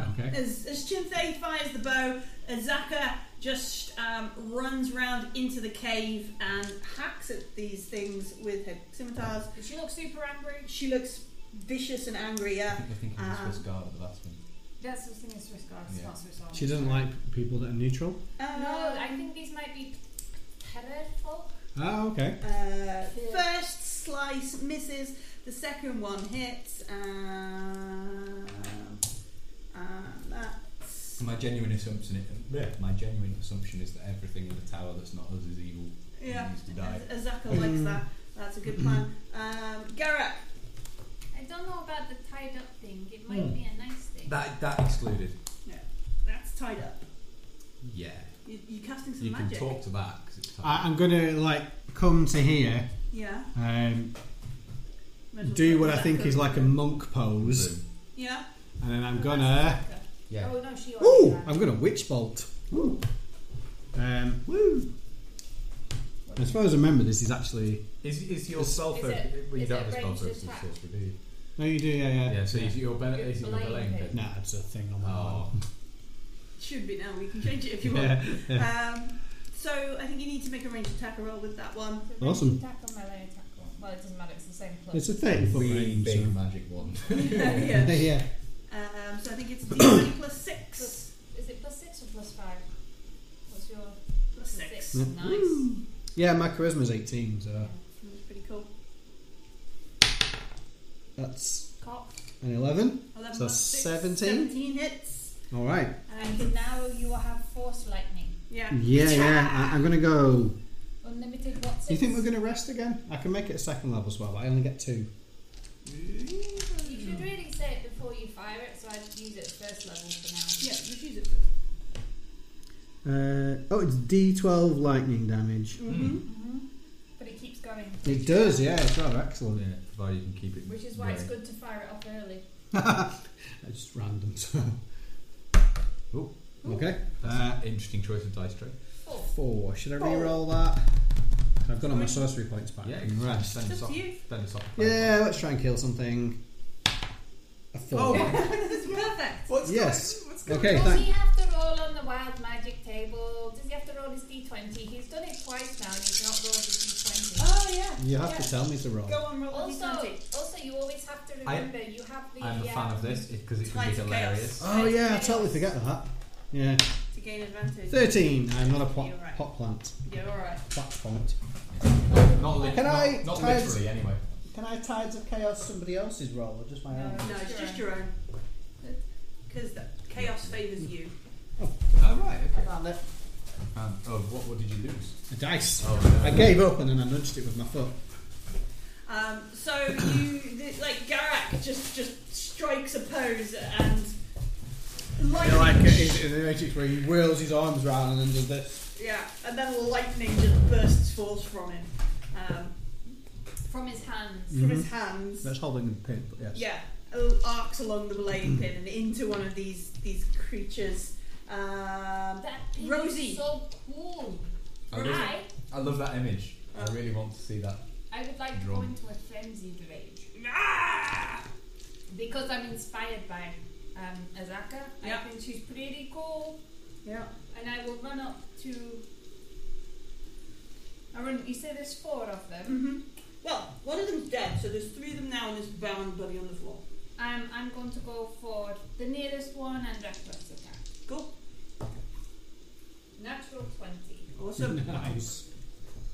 E: Right, okay.
B: as as Chinthay fires the bow, Azaka just um, runs round into the cave and hacks at these things with her scimitars.
F: She looks super angry.
B: She looks vicious and angry. Yeah.
D: I think it was
B: Um,
D: Swiss Guard at the last one.
F: That's the thing in Swiss guards, it's
D: Yeah.
F: not Swiss army.
E: She doesn't like people that are neutral.
B: Uh,
F: No, I think these might be terror folk.
E: Oh, okay.
B: Uh, first slice misses, the second one hits, um, and that's
D: My genuine assumption,
E: Yeah.
D: my genuine assumption is that everything in the tower that's not us is evil. and
B: yeah.
D: Needs to die.
B: Az- Azaka likes
E: Mm.
B: that. That's a good plan. Um, Garak,
F: I don't know about the tied up thing. It might
E: Hmm.
F: be a nice thing.
D: That that excluded.
B: that's tied up.
D: Yeah.
B: You, you're casting some
D: You
B: magic.
D: can talk to that because it's
E: I,
D: tied.
E: I'm gonna like come to here,
B: Yeah.
E: um,
B: might as well
E: do
B: talk
E: what
B: to
E: I think
B: Azaka.
E: is like a monk pose,
D: Boom.
B: Yeah.
E: and then I'm gonna.
D: Yeah.
F: Oh no, she already
E: Ooh,
F: had.
E: I'm gonna witch bolt. Ooh. Um, woo. As far as I remember, this is actually.
D: Is, is your sulfur?
F: is it-
D: well, you
F: is
D: don't
F: it
D: have a
F: ranged
D: sulfur, it's
F: attack?
D: sorcery, do you?
E: No, you do, yeah, yeah.
D: Yeah, so is your bel- is it your
F: Blade
D: belaying
F: pin.
D: pin?
E: Nah, it's a thing on my arm.
D: Oh,
B: Should be now. We can change it if you want.
E: Yeah. yeah.
B: Um, so I think you need to make a ranged attack roll with that one.
F: The ranged
E: Awesome.
F: Attack on my lay attack on. Well, it doesn't matter. It's the same club.
E: It's a 30 foot
D: really
E: range.
D: big
E: So.
D: magic wand.
B: yeah.
E: yeah.
B: Um, so I think it's D20 plus six.
F: plus, is it plus six or plus five? What's your
B: Plus six.
F: Nice.
D: Mm-hmm.
E: Yeah, my charisma's 18, so
B: That's pretty cool.
E: that's
F: Cock.
E: an 11.
B: 11
E: So
B: plus six,
E: 17?
B: 17 hits.
E: All right.
F: And can now you have force lightning.
B: Yeah.
E: Yeah, yeah. I, I'm going to go.
F: Unlimited what's
E: Do you think we're going to rest again? I can make it a second level spell, but I only get two.
F: You should really say it before you fire it, so I'd use it first level for now.
B: Yeah, just use it.
E: Uh, oh, it's D12 lightning damage.
B: Mm-hmm.
F: Mm-hmm. But it keeps going.
E: It does, yeah. It's rather excellent.
D: yeah, provided you can keep it.
F: Which is why it's
D: going.
F: good to fire it off early.
E: That's just random. So.
D: Ooh.
E: Okay.
D: That's an Uh, interesting choice of dice tray.
F: Four.
E: Four. Should I re-roll that? I've got all my sorcery points back.
D: Yeah,
E: I can rest.
D: Then
B: It's
D: it's
B: up
D: off.
B: to you.
D: Then it's off.
E: Yeah, let's try and kill something. A
F: Oh,
E: four.
D: Oh,
B: Oh. This is perfect.
A: What's
E: Yes.
A: Going, what's
E: Okay,
F: Does
E: thank
F: he have to roll on the wild magic table? Does he have to roll his d20? He's done it twice now. You cannot roll the d20.
B: Oh, yeah.
E: You have
B: yeah.
E: to tell me to roll.
B: Go on, roll
F: Also,
B: the d20.
F: also, you always have to
D: Oh, I-
F: remember you have the.
D: I'm a fan of this because it can be
B: Tides of chaos.
D: hilarious.
E: Oh yeah, I totally forget that. Yeah,
B: To gain advantage.
E: thirteen. I'm not a pot,
B: You're right.
E: pot plant.
B: Yeah, alright.
E: Pot plant.
D: Not, li-
E: Oh. Can
D: not,
E: I
D: not
E: tides-
D: literally anyway.
E: Can I tides of chaos somebody else's roll or just my
F: No.
B: No, it's just your own. Because the chaos favours you.
D: Oh right. Okay.
E: Found it.
D: Um, oh, what, what did you lose?
E: A dice.
D: Oh,
E: I gave up and then I nudged it with my foot.
B: Um, so you, the, like Garak, just just strikes a pose and lightning.
E: in the Matrix where he whirls his arms around and then does this.
B: yeah, and then lightning just bursts forth from him, um,
F: From his hands.
B: from
E: Mm-hmm.
B: his hands.
E: That's holding the pin, but yes.
B: Yeah, arcs along the blade pin and into one of these these creatures. Um,
F: That thing
B: Rosie.
F: is so cool.
D: I
F: I,
D: love, it. I love that image. I
B: Oh.
D: really want to see that.
F: I would like to go
D: Drawn.
F: into a frenzied rage.
B: Ah!
F: Because I'm inspired by um, Azaka.
B: Yeah.
F: I think she's pretty cool.
B: yeah,
F: And I will run up to. I run, you say there's four of them.
B: hmm Well, one of them's dead, so there's three of them now, and this bound bloody on the floor.
F: Um, I'm going to go for the nearest one and reckless attack.
B: Cool,
F: Natural 20.
E: Mm-hmm.
B: awesome.
E: Nice.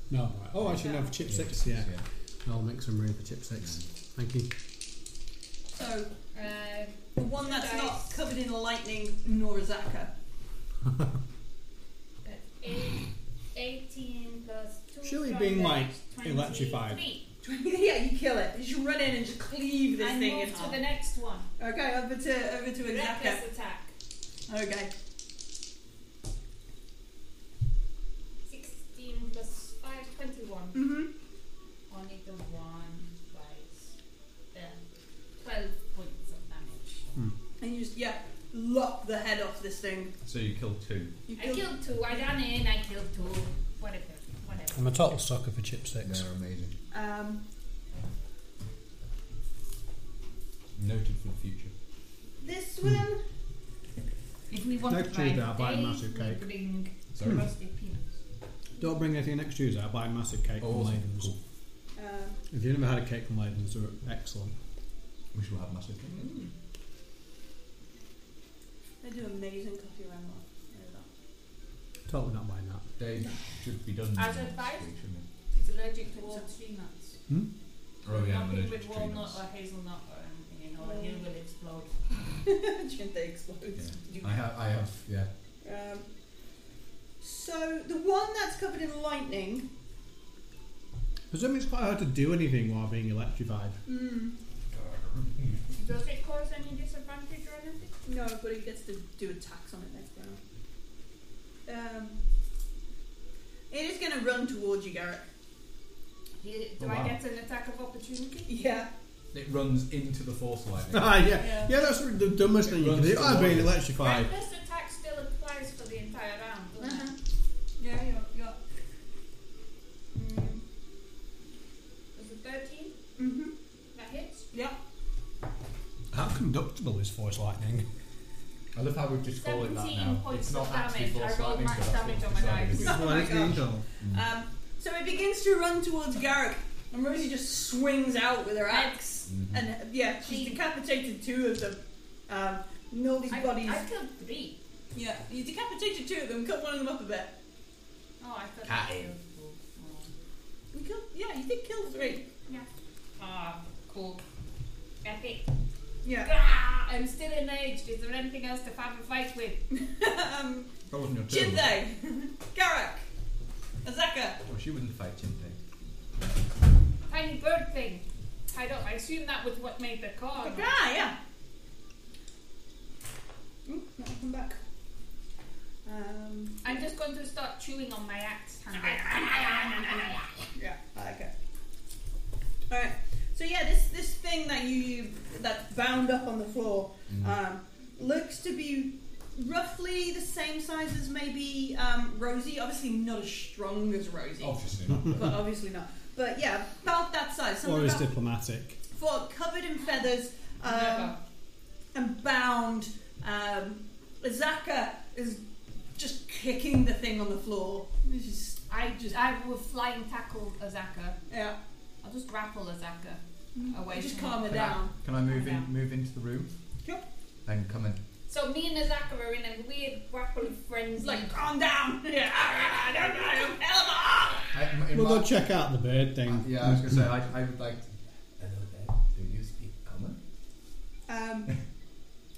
E: No, right. oh, I should have chip six. Yeah, I'll make some room for chip six. Thank you.
B: So
F: Uh,
B: the one that's not covered in lightning nor a Zaka.
F: that's eight, 18 plus 2.
E: Surely
F: from
E: being,
F: the
E: like,
F: next 23.
E: electrified.
B: yeah, you kill it. You should run in and just cleave this
F: And
B: thing in
F: move to
B: half.
F: the next one.
B: Okay, over to over to a
F: Reckless
B: Zaka.
F: attack.
B: Okay.
F: 16 plus 5, 21.
B: Mm-hmm.
F: Only the one twice. Uh, 12 points of damage.
B: And you just yeah, lop the head off this thing.
D: So you killed two.
B: You
F: I killed two. I ran in. I killed two. Whatever. Whatever.
E: I'm a total sucker for chip six.
C: They're amazing.
B: Um,
D: Noted for the future.
B: This one?
J: If we want
E: Next
J: to drive
E: Tuesday, I'll buy a
J: days,
E: massive
J: we
E: cake.
J: Bring
D: Sorry?
E: Hmm.
J: roasted peanuts.
E: Don't bring anything next Tuesday. I'll buy a massive cake
D: Oh,
E: from Layden's.
D: cool.
B: Uh,
E: If you've never had a cake from Layden's, they're excellent.
D: We shall have massive cake.
F: Mm.
B: they do amazing coffee around that.
E: Totally not buying that.
D: Dave should be done.
F: As
D: next
F: advised.
D: week, shouldn't he?
F: It's allergic to all tree nuts.
D: Oh yeah, I'm
F: Nothing
D: allergic
F: with
D: to tree
F: walnut
D: nuts.
F: or hazelnut or anything, you know,
B: Mm.
F: and it will explode.
B: Shouldn't they explode?
D: Yeah. I have, I have, yeah.
B: Um, so the one that's covered in lightning.
E: Presume it's quite hard to do anything while being electrified.
B: Mm,
F: Does it cause any disadvantage or anything?
B: no, but he gets to do attacks on it next round. Um, it is going to run towards you, Garrett.
F: Do, you- do
D: Oh,
F: I
D: wow.
F: get an attack of opportunity?
B: Yeah.
D: It runs into the force lightning.
E: ah, yeah.
B: Yeah.
E: Yeah, that's the dumbest thing you can
D: Runs
E: do.
D: to
E: I've been
D: the wall.
E: electrified.
F: And this attack still applies for the entire round, doesn't
B: Uh-huh.
F: it?
J: Yeah, yeah, yeah.
B: Mm, Uh-huh.
F: Is it 13
B: mm-hmm.
F: that hits?
B: Yeah.
E: How conductible is force lightning?
D: I love how we've just called it that
F: 17
D: now.
F: points
D: it's not
F: of
D: actually
F: damage. I
D: force
F: rolled
D: lightning,
F: max
D: but that's
F: damage
D: what
F: on my Uh,
D: decided
F: dice.
D: it is.
B: Oh my gosh.
E: though?
B: Um, so it begins to run towards Garrick, and Rosie just swings out with her ax
D: Mhm.
B: and uh, yeah, she's
F: She-
B: decapitated two of them. Um, Noldy's
F: I,
B: bodies.
F: I killed three.
B: yeah, you decapitated two of them. Cut one of them up a bit.
F: Oh, I thought
D: Cat
F: I
D: in.
F: killed four. Oh.
B: You killed, yeah, you did kill three.
F: Ah, cool. Epic.
B: Yeah.
F: Ah, I'm still enraged. Is there anything else to have a fight with?
B: um,
D: That wasn't your turn. was
B: Chinte, Garak, Azaka.
D: it? Well, she wouldn't fight Chinte.
F: Tiny bird thing. Tied up. I assume that was what made the call.
B: Ah, yeah. Ooh, that'll come back. Um,
F: I'm just going to start chewing on my axe handle.
B: yeah, I like it. All right. So yeah, this this thing that you, you that's bound up on the floor
F: Mm-hmm.
D: Uh,
B: um, looks to be roughly the same size as maybe um, Rosie. Obviously not as strong as Rosie,
D: Mm.
E: Oh.
D: Obviously not.
B: but obviously not. But yeah, about that size. something
E: Or is
B: about-
E: diplomatic?
B: for covered in feathers um,
F: Never.
B: and bound. Um, Zaka is just kicking the thing on the floor. It's just-
F: I just I will flying tackle Azaka.
B: yeah,
F: I'll just grapple Azaka. Away
B: just
F: from
B: calm her
F: it.
B: down.
D: Can I move
F: Yeah.
D: in? Move into the room.
B: Yep.
D: And come in.
F: So me and Azaka are in a weird grapple frenzy.
B: It's like calm down. Yeah, I don't know, I don't tell her.
D: I, in
E: We'll
D: my-
E: go check out the bird thing.
D: Uh, yeah, I was gonna say I, I would like. Hello there. Do you speak common?
B: Um,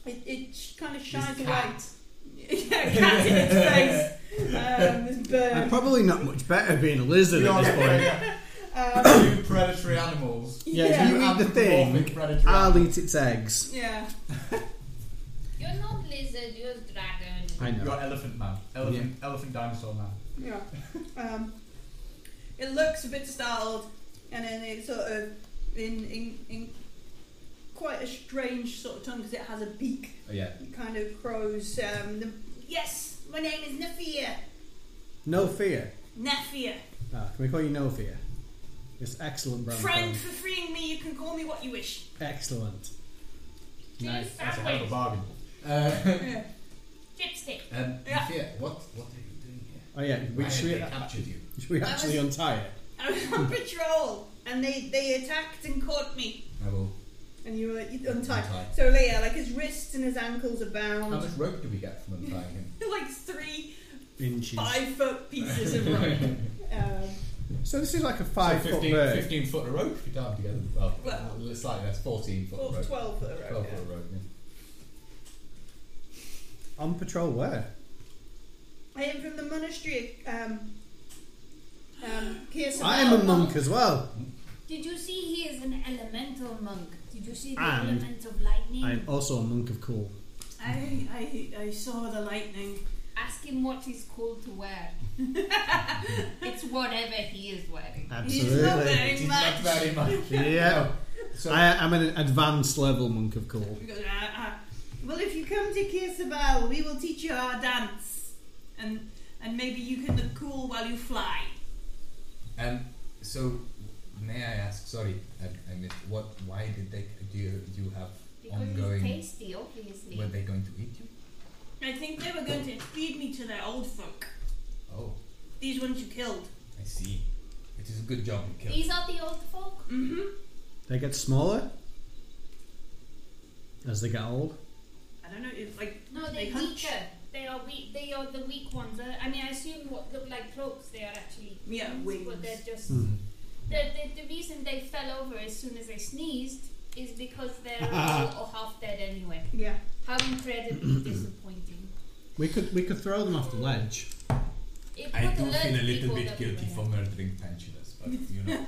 B: it it sh- kind of shies
D: This
B: away. yeah, cat in its face. Um, this
E: I'm
B: bird.
E: probably not much better being a lizard at this point.
B: Um,
D: Two predatory animals.
E: Yeah, if
B: yeah.
E: you eat the
D: Anthropomorphic
E: thing,
D: Predatory
E: I'll
D: animals.
E: eat its eggs.
B: yeah.
F: You're not lizard, you're dragon.
E: I know.
D: You're elephant man. Elephant, elephant dinosaur man.
B: Yeah. Um, it looks a bit startled, and then it sort of in in, in quite a strange sort of tongue because it has a beak.
D: Oh, yeah.
B: It kind of crows. Um, the, yes, my name is Nefia.
E: No fear.
B: Nefia,
E: Ah, can we call you No Fear? It's excellent, brand
B: friend
E: name.
B: for freeing me. You can call me what you wish.
E: Excellent.
F: Two
E: Nice.
D: That's a hell of a
F: sandwich.
D: bargain. Uh,
B: Yeah.
F: Chipstick.
D: um,
B: Yeah.
D: Sophia, what what are you doing here?
E: Oh yeah, we,
D: Why
E: should,
D: have
E: we,
D: they captured you.
E: should we actually untie it?
B: I was on patrol, and they they attacked and caught me.
D: I will.
B: And you were you untied.
D: Untied.
B: So yeah, like his wrists and his ankles are
D: How
B: bound.
D: much rope do we get from untying him?
B: like three
E: Inches.
B: five foot pieces of rope. Um,
E: So this is like a five
D: so
E: foot
D: 15,
E: bird.
D: 15 foot of rope if you tie them together. Well,
B: Well.
D: slightly less, 14 foot of
B: Well,
D: rope.
B: 12 foot rope.
D: 12 foot of rope, yeah.
E: On patrol where?
B: I am from the monastery of um, um, Kirsten.
E: I am a monk as well.
F: Did you see he is an elemental monk? Did you see the
E: And
F: element of lightning?
E: I am also a monk of cool.
B: I, I, I saw the lightning.
F: Ask him what he's called to wear. it's whatever he is wearing.
B: He's not
E: Absolutely.
B: very
D: It's
B: much.
D: not very much.
E: Yeah.
D: So,
E: I am an advanced level monk of cool.
B: Because, uh, uh, well, if you come to Kirsabal, we will teach you our dance. And and maybe you can look cool while you fly.
D: um, so, may I ask? Sorry, I, I missed. What? Why did they? Do you, do you have
F: Because
D: ongoing?
F: he's tasty, previously.
D: Were they going to eat you?
B: I think they were going to feed me to their old folk.
D: Oh,
B: These ones you killed.
D: I see. It is a good job you killed.
F: These are the old folk.
B: Mm-hmm.
E: They get smaller as they get old.
B: I don't know if like
F: No,
B: They
F: they're
B: hunch.
F: weaker. They are weak. They are the weak ones. Uh, I mean, I assume what look like cloaks. They are actually
B: Yeah,
F: wings, but
B: wings.
F: they're just.
D: Hmm.
F: The, the, the reason they fell over as soon as they sneezed is because they're all or half dead anyway.
B: yeah.
F: How
D: Hmm.
F: incredibly disappointing.
E: We could we could throw them off the ledge.
F: It
D: I
F: would
D: do
F: alert
D: feel a little
F: people
D: bit
F: that we
D: guilty
F: were
D: for
F: there.
D: murdering pensioners, but you know.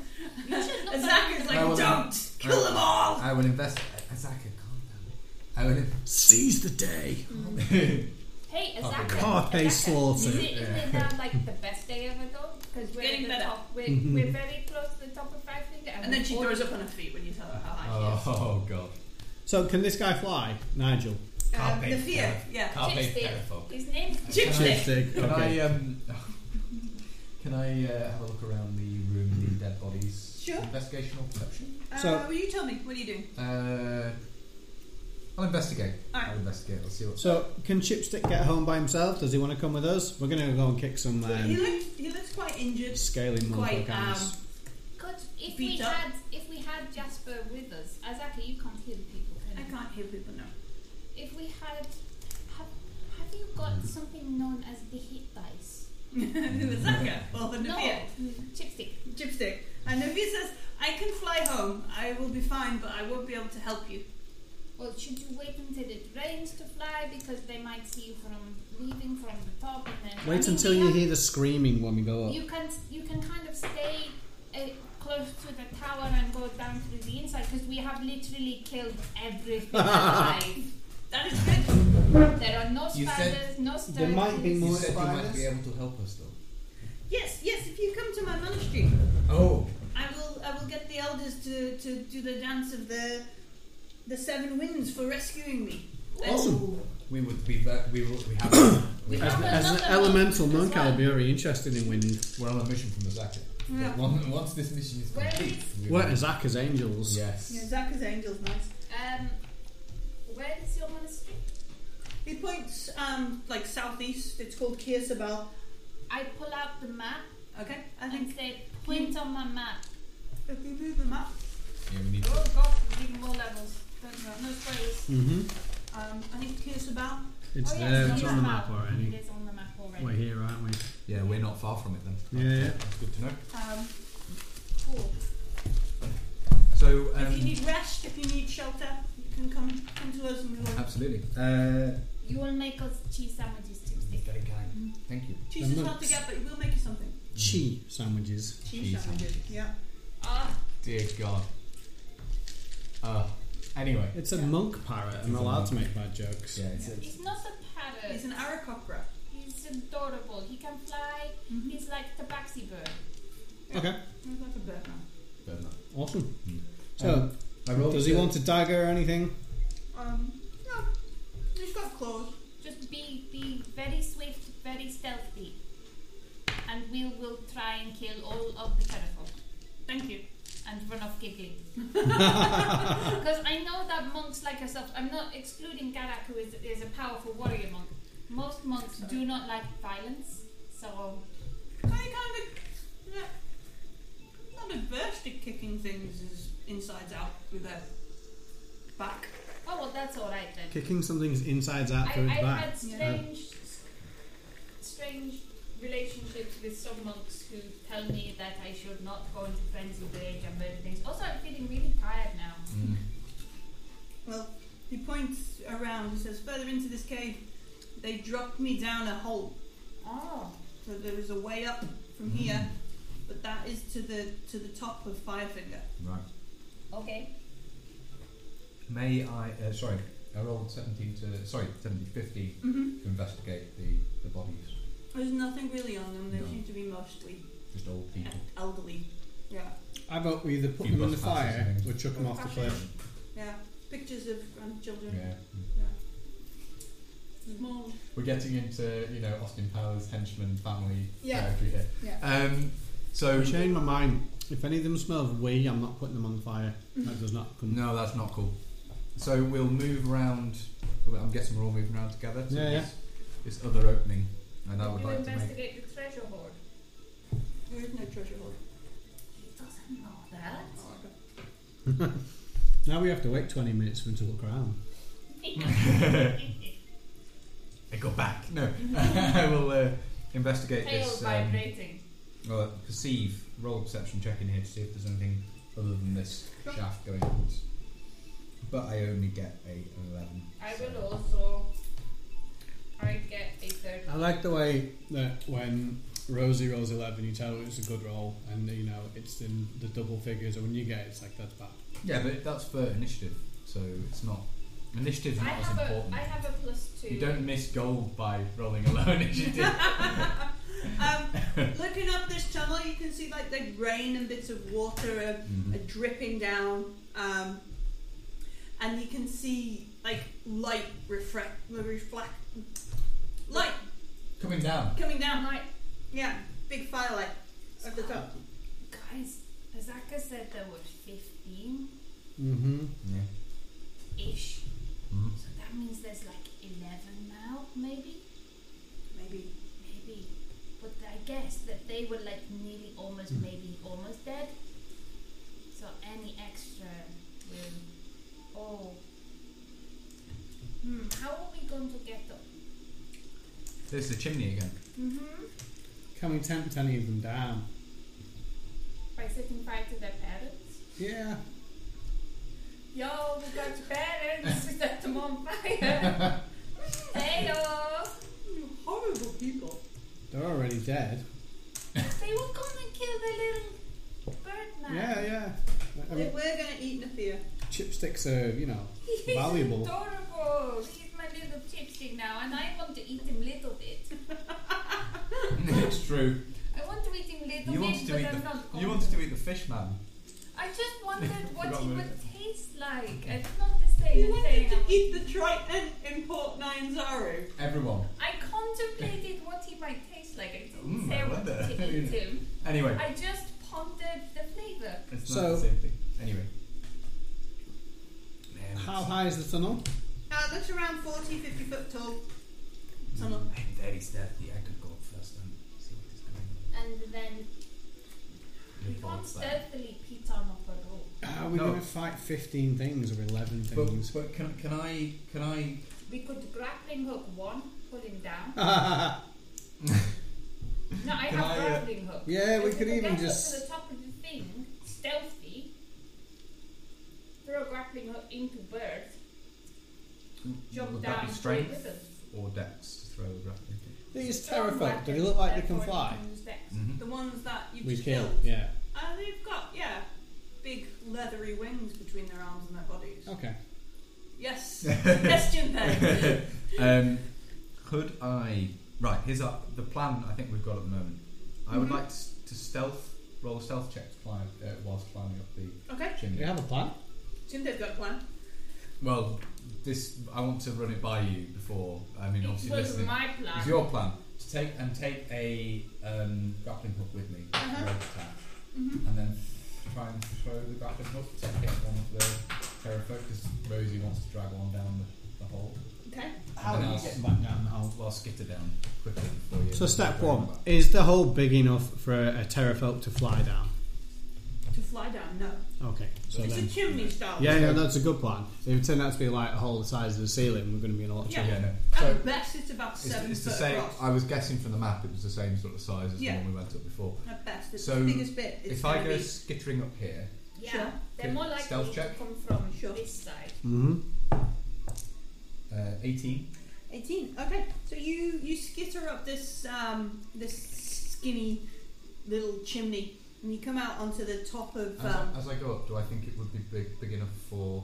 F: You should look
B: Zach is
F: back.
B: like,
D: I will-
B: don't kill them all.
D: I will invest. Azaka, calm down. I will. in-
E: Seize the day.
F: Hey,
D: Oh,
F: Azaka.
E: Carpe
F: Azaka,
E: slaughter.
F: Is it, isn't it now like the best day ever though? Because we're
B: Getting
F: at the
B: better.
F: top. We're, we're very close to the top of five finger.
B: And then she
F: we're all-
B: throws up on her feet when you tell her how high
D: Oh, oh god.
E: So can this guy fly, Nigel?
B: she is. Um,
D: Carpe
B: the fear,
D: terra-
B: yeah.
D: Carpe
F: Chipstick.
D: terrafo.
F: His name's
B: Chipstick.
E: Chipstick,
D: Can
E: Okay.
D: I um? Can I uh, have a look around the room, the dead bodies?
B: Sure.
D: Investigation or perception?
E: So-
B: uh, will you tell me what are you doing?
D: Uh, I'll investigate.
B: Alright.
D: I'll investigate. I'll see what's.
E: So can Chipstick get home by himself? Does he want to come with us? We're gonna go and kick some
B: he
E: um,
B: looked he looks quite injured.
E: scaling
B: Quite um,
E: motherfucking ass.
F: Could if we
B: Beat up.
F: had if we had Jasper with us, Azaka, you can't hear the people.
B: um, I
F: Can you?
B: can't hear people now.
F: If we had, have, have you got something known as the hit dice?
B: Who is that guy? Well, the
F: no,
B: fear.
F: mm, chipstick.
B: Chipstick. And Navia says, I can fly home. I will be fine, but I won't be able to help you.
F: Well, should you wait until it rains to fly because they might see you from leaving from the top and then. I
E: Wait
F: mean,
E: until
F: we
E: you
F: have-
E: hear the screaming when we go up.
F: You can you can kind of stay uh, close to the tower and go down through the inside because we have literally killed everything alive.
B: That is good.
F: There are no
D: You said-
F: spiders, no sturgeons.
E: There might be
D: You
E: more
D: said you might be
E: spiders.
D: able to help us though.
B: Yes, yes, if you come to my monastery,
D: Oh,
B: I will I will get the elders to, to do the dance of the the seven winds for rescuing me.
E: Awesome.
D: we would be. Ve- we will. We have. we
F: We
D: have.
F: have
E: As an
F: another
E: elemental
F: one as
E: monk,
F: well.
E: I'll be very interested in winning.
D: We're on a mission from Azaka.
B: Yeah.
D: Once, once this mission is
F: Where
D: complete,
F: is-
D: we
E: We're
D: will-
E: Azaka's angels.
D: Yes.
B: Yeah, Zach is angel's nice.
F: Um, where is your monastery?
B: He points um like southeast. It's called Kirsabel.
F: I pull out the map
B: Okay, I
F: and
B: think
F: say, point on my map.
B: if we move the map,
D: Yeah, we need.
F: Oh god, even more levels. Don't know. No spoilers.
E: Mm-hmm.
B: um, I think Kirsabel.
E: It's
F: oh, yes,
E: there.
F: it's
E: It's
F: the
E: on the map already.
F: It is on the map already.
E: We're here, aren't we?
D: Yeah, we're not far from it then.
E: Yeah, yeah.
D: That's good to know.
B: Um,
F: Cool.
D: So,
B: if you
D: um,
B: need rest, if you need shelter, you can come come to us and we will
D: absolutely. Uh,
F: You will make us cheese sandwiches too.
D: very kind. Thank you.
B: Cheese is hard to get, but we'll make you something.
E: Chi sandwiches.
B: Cheese
D: Cheese
B: sandwiches.
D: sandwiches.
B: Yeah.
F: Ah,
D: Dear God. Uh, anyway.
E: It's a monk parrot. I'm not allowed to make bad jokes.
D: Yeah, it's,
F: he's not a parrot.
B: It's an aracopra.
F: He's adorable. He can fly.
B: Mm-hmm.
F: He's like the Baxi bird.
E: Okay,
B: It's like a bird now.
D: But no.
E: awesome.
D: Hmm.
E: So,
D: I rolled
E: does he
D: the-
E: want a dagger or anything?
B: Um, no, he's got claws.
F: Just be be very swift, very stealthy, and we will try and kill all of the terraform
B: Thank you.
F: and run off giggling. Because I know that monks like yourself. I'm not excluding Garak, who is, is a powerful warrior monk. Most monks do not like violence, so oh,
B: I kind of yeah, not adverse to kicking things as insides out with their back.
F: oh well, that's all right then.
E: Kicking something's insides out
F: I,
E: through his
F: I've
E: back.
F: had
B: Yeah.
F: strange, strange relationships with some monks who tell me that I should not go into friends with rage and murder things. Also, I'm feeling really tired now.
D: Mm.
B: Well, he points around and says, "Further into this cave, they dropped me down a hole.
F: Oh,
B: So there was a way up
D: Mm-hmm.
B: from here, but that is to the to the top of Firefinger.
D: Right.
F: okay.
D: May I? Uh, sorry, I rolled seventeen to sorry seventeen fifty
B: Mm-hmm.
D: to investigate the the bodies,
B: There's nothing really on them. They
D: No.
B: seem to be mostly
D: just old people.
B: elderly. Yeah,
E: I vote we either put
D: Few
E: them in the
D: bus passes, I
E: fire
D: think.
E: or chuck them off the cliff.
B: yeah. Pictures of grandchildren.
D: Yeah.
B: Small.
D: We're getting into you know Austin Powers henchman family
B: Yeah.
D: territory here.
B: Yeah.
D: Um. So
E: I'm changing my mind. If any of them smell of wee, I'm not putting them on fire. That does not come.
D: no, that's not cool. So we'll move round. I'm guessing we're all moving around together. So
E: Yeah, yeah.
D: This, this other opening, and I would
F: you
D: like to make.
F: investigate the treasure hoard.
B: There is no treasure Oh, hoard.
F: He doesn't know that.
E: Now we have to wait 20 minutes for him to look around.
D: I go back. No, I will uh, investigate
J: Tail
D: this. Um,
J: vibrating.
D: well, perceive. Roll perception check in here to see if there's anything other than this shaft going upwards. But I only get a an eleven.
F: I
D: so-
F: will also. I get a third.
E: I like the way that when Rosie rolls 11, you tell her it's a good roll, and you know, it's in the double figures, and when you get it, it's like, that's bad.
D: Yeah, but that's for initiative, so it's not. Initiative's
F: I
D: not as
F: have a.
D: important.
F: I have a plus two.
D: you don't miss gold by rolling a low initiative.
B: um, looking up this tunnel, you can see like the rain and bits of water are
D: Mhm.
F: Mm-hmm.
B: are dripping down, um, and you can see like light reflect, reflect, light
D: Coming down.
B: coming down.
F: Night.
B: Yeah, big firelight at the top.
F: Guys, Azaka said there were 15
E: Mm-hmm.
D: Yeah.
F: ish.
D: Mhm.
F: So that means there's like 11 now, maybe?
B: Maybe
F: Maybe. But I guess that they were like nearly almost,
D: Hmm.
F: maybe almost dead. So any extra will. Oh. Hmm, how are we going to get them?
D: There's the chimney again.
F: Mm-hmm.
E: Can we tempt any of them down?
F: By setting fire to their parents?
E: Yeah.
J: Yo, we got your parents.
F: Parents, set them on fire! Hello!
B: You horrible people.
E: They're already dead.
F: They will come and kill the little bird man.
E: Yeah, yeah. I mean,
B: They we're gonna eat Nafia.
E: chipsticks are, you know, valuable.
F: Adorable. He's my little chipstick now, and I want to eat him little bit.
D: it's true.
F: I want to eat him little
D: You
F: bit,
D: wanted
F: but
D: to eat
F: I'm
D: the.
F: not going
D: You wanted to eat the fish man.
F: I just wondered what
D: Forgot
F: he
D: about
F: would taste like. It's not the same
B: You wanted
F: thing.
B: to eat the Triton in Port Ninezaru.
D: Everyone.
F: I contemplated what he might taste like. I didn't
D: Mm,
F: say
D: I
F: I wanted
D: wonder.
F: to eat him.
D: Anyway,
F: I just pondered the flavor.
D: it's not
E: So-
D: the same thing. Anyway. Man,
E: How
D: it's-
E: high is the tunnel?
B: Uh, that's around 40, 50 foot tall. Tunnel.
D: I'm very stealthy. I could go up first and see what is going on.
F: And then we
D: Look
F: can't
D: what's there.
F: stealthily peat on up a rope.
E: Ah, we're
D: No.
E: going to fight 15 things or 11
D: But,
E: things.
D: but can, can I can I
F: We could grappling hook one, pull him down. No, I
D: Can I,
F: have
D: uh,
F: grappling hook.
E: yeah, we
F: If
E: could
F: you
E: even
F: get up to
E: just.
F: the top of the thing, stealthy. Throw a grappling hook into birds. Jump
D: would
F: down
D: that be
F: straight
D: strength
F: with them.
D: or dex to throw a grappling?
E: These
F: Strong
E: terraphobe, do they
F: weapons,
E: look like they can
F: therefore you
E: fly?
F: use dex.
D: Mm-hmm.
B: The ones that you've
E: We
B: just
E: kill,
B: killed.
E: yeah.
B: Uh, they've got, yeah, big leathery wings between their arms and their bodies.
D: Oh.
E: Okay.
B: Yes. Question then.
D: Mm-hmm. um, could I? Right, here's our, the plan. I think we've got at the moment. I would
F: Mm-hmm.
B: Mhm.
D: like to, s- to stealth roll a stealth check to climb uh, whilst climbing up the
B: Okay.
E: Do
D: chimney.
E: you have a plan?
B: Jinte's got a plan.
D: Well, this I want to run it by you before. I mean,
F: It
D: obviously
F: was
D: listening.
F: my
D: It's
F: plan.
D: your plan to take and take a um, grappling hook with me,
B: Uh-huh.
D: rope attack,
B: Mhm.
D: and then try and throw the grappling hook to hit one of the terrorfolk because Rosie wants to drag one down the, the hole.
B: Okay.
D: How are you getting
E: back down the hole?
D: Well, I'll skitter down quickly before you.
E: So, step
D: before you
E: one
D: come back.
E: is the hole big enough for a terraphobe to fly down?
B: To fly down, no.
E: Okay, so
B: it's
E: then.
B: a chimney style.
E: Yeah, yeah, that's a good plan. If it turned out to be like a hole the size of the ceiling, we're going to be in a lot of
B: Yeah.
E: trouble.
D: Yeah, no. So
B: At best, it's about
D: it's,
B: Oh, seven
D: it's the
B: foot
D: same.
B: across.
D: I was guessing from the map it was the same sort of size as
B: Yeah.
D: the one we went up before.
B: At best, it's
D: So,
B: the biggest bit. It's
D: if I
B: gonna
D: go
B: be-
D: skittering up here,
F: yeah,
B: Sure.
F: they're more
D: Okay,
F: likely
D: stealth
F: to
D: check.
F: come from
B: Sure.
F: this side.
E: hmm
D: uh, 18.
B: 18 okay so you you skitter up this um this skinny little chimney and you come out onto the top of
D: As, I,
B: um,
D: as I go up, do I think it would be big, big enough for?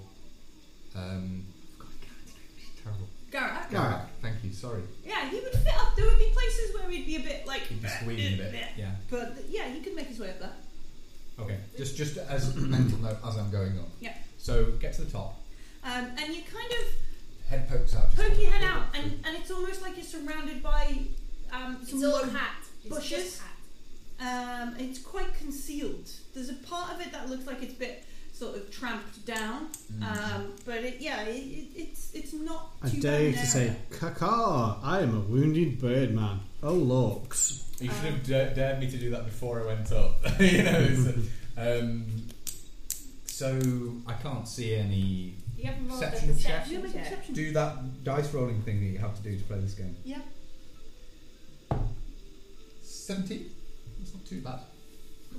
D: Um, God, I can't think of it. terrible.
B: Garak.
D: Garak, thank you. Sorry,
B: yeah he would fit up there would be places where he'd be a bit like
D: keep squeezing a bit. Yeah.
B: but yeah he could make his way up there
D: Okay. Just, just as a mental note, as I'm going up.
B: Yeah.
D: So get to the top.
B: um, and you kind of
D: Head pokes out. just
B: poke your head
D: a
B: out
D: little
B: and,
D: bit.
B: and it's almost like you're surrounded by um,
F: It's
B: some
F: all
B: low
F: hat. It's
B: bushes.
F: just hat.
B: Um, it's quite concealed. There's a part of it that looks like it's a bit sort of tramped down,
D: Mm.
B: uh, um, but it, yeah, it, it, it's it's not
E: I I
B: Two
E: dare you to
B: bandera.
E: say, Kaka, I am a wounded bird man. Oh, looks.
D: You should
B: Um,
D: have da- dared me to do that before I went up. you know. it's, um, so I can't see any.
F: You haven't rolled
D: Perception
F: the
D: check.
F: perception
B: You make a
F: check.
B: perception.
C: Do that dice rolling thing that you have to do to play this game.
B: Yeah.
D: Seventeen. That's not too bad.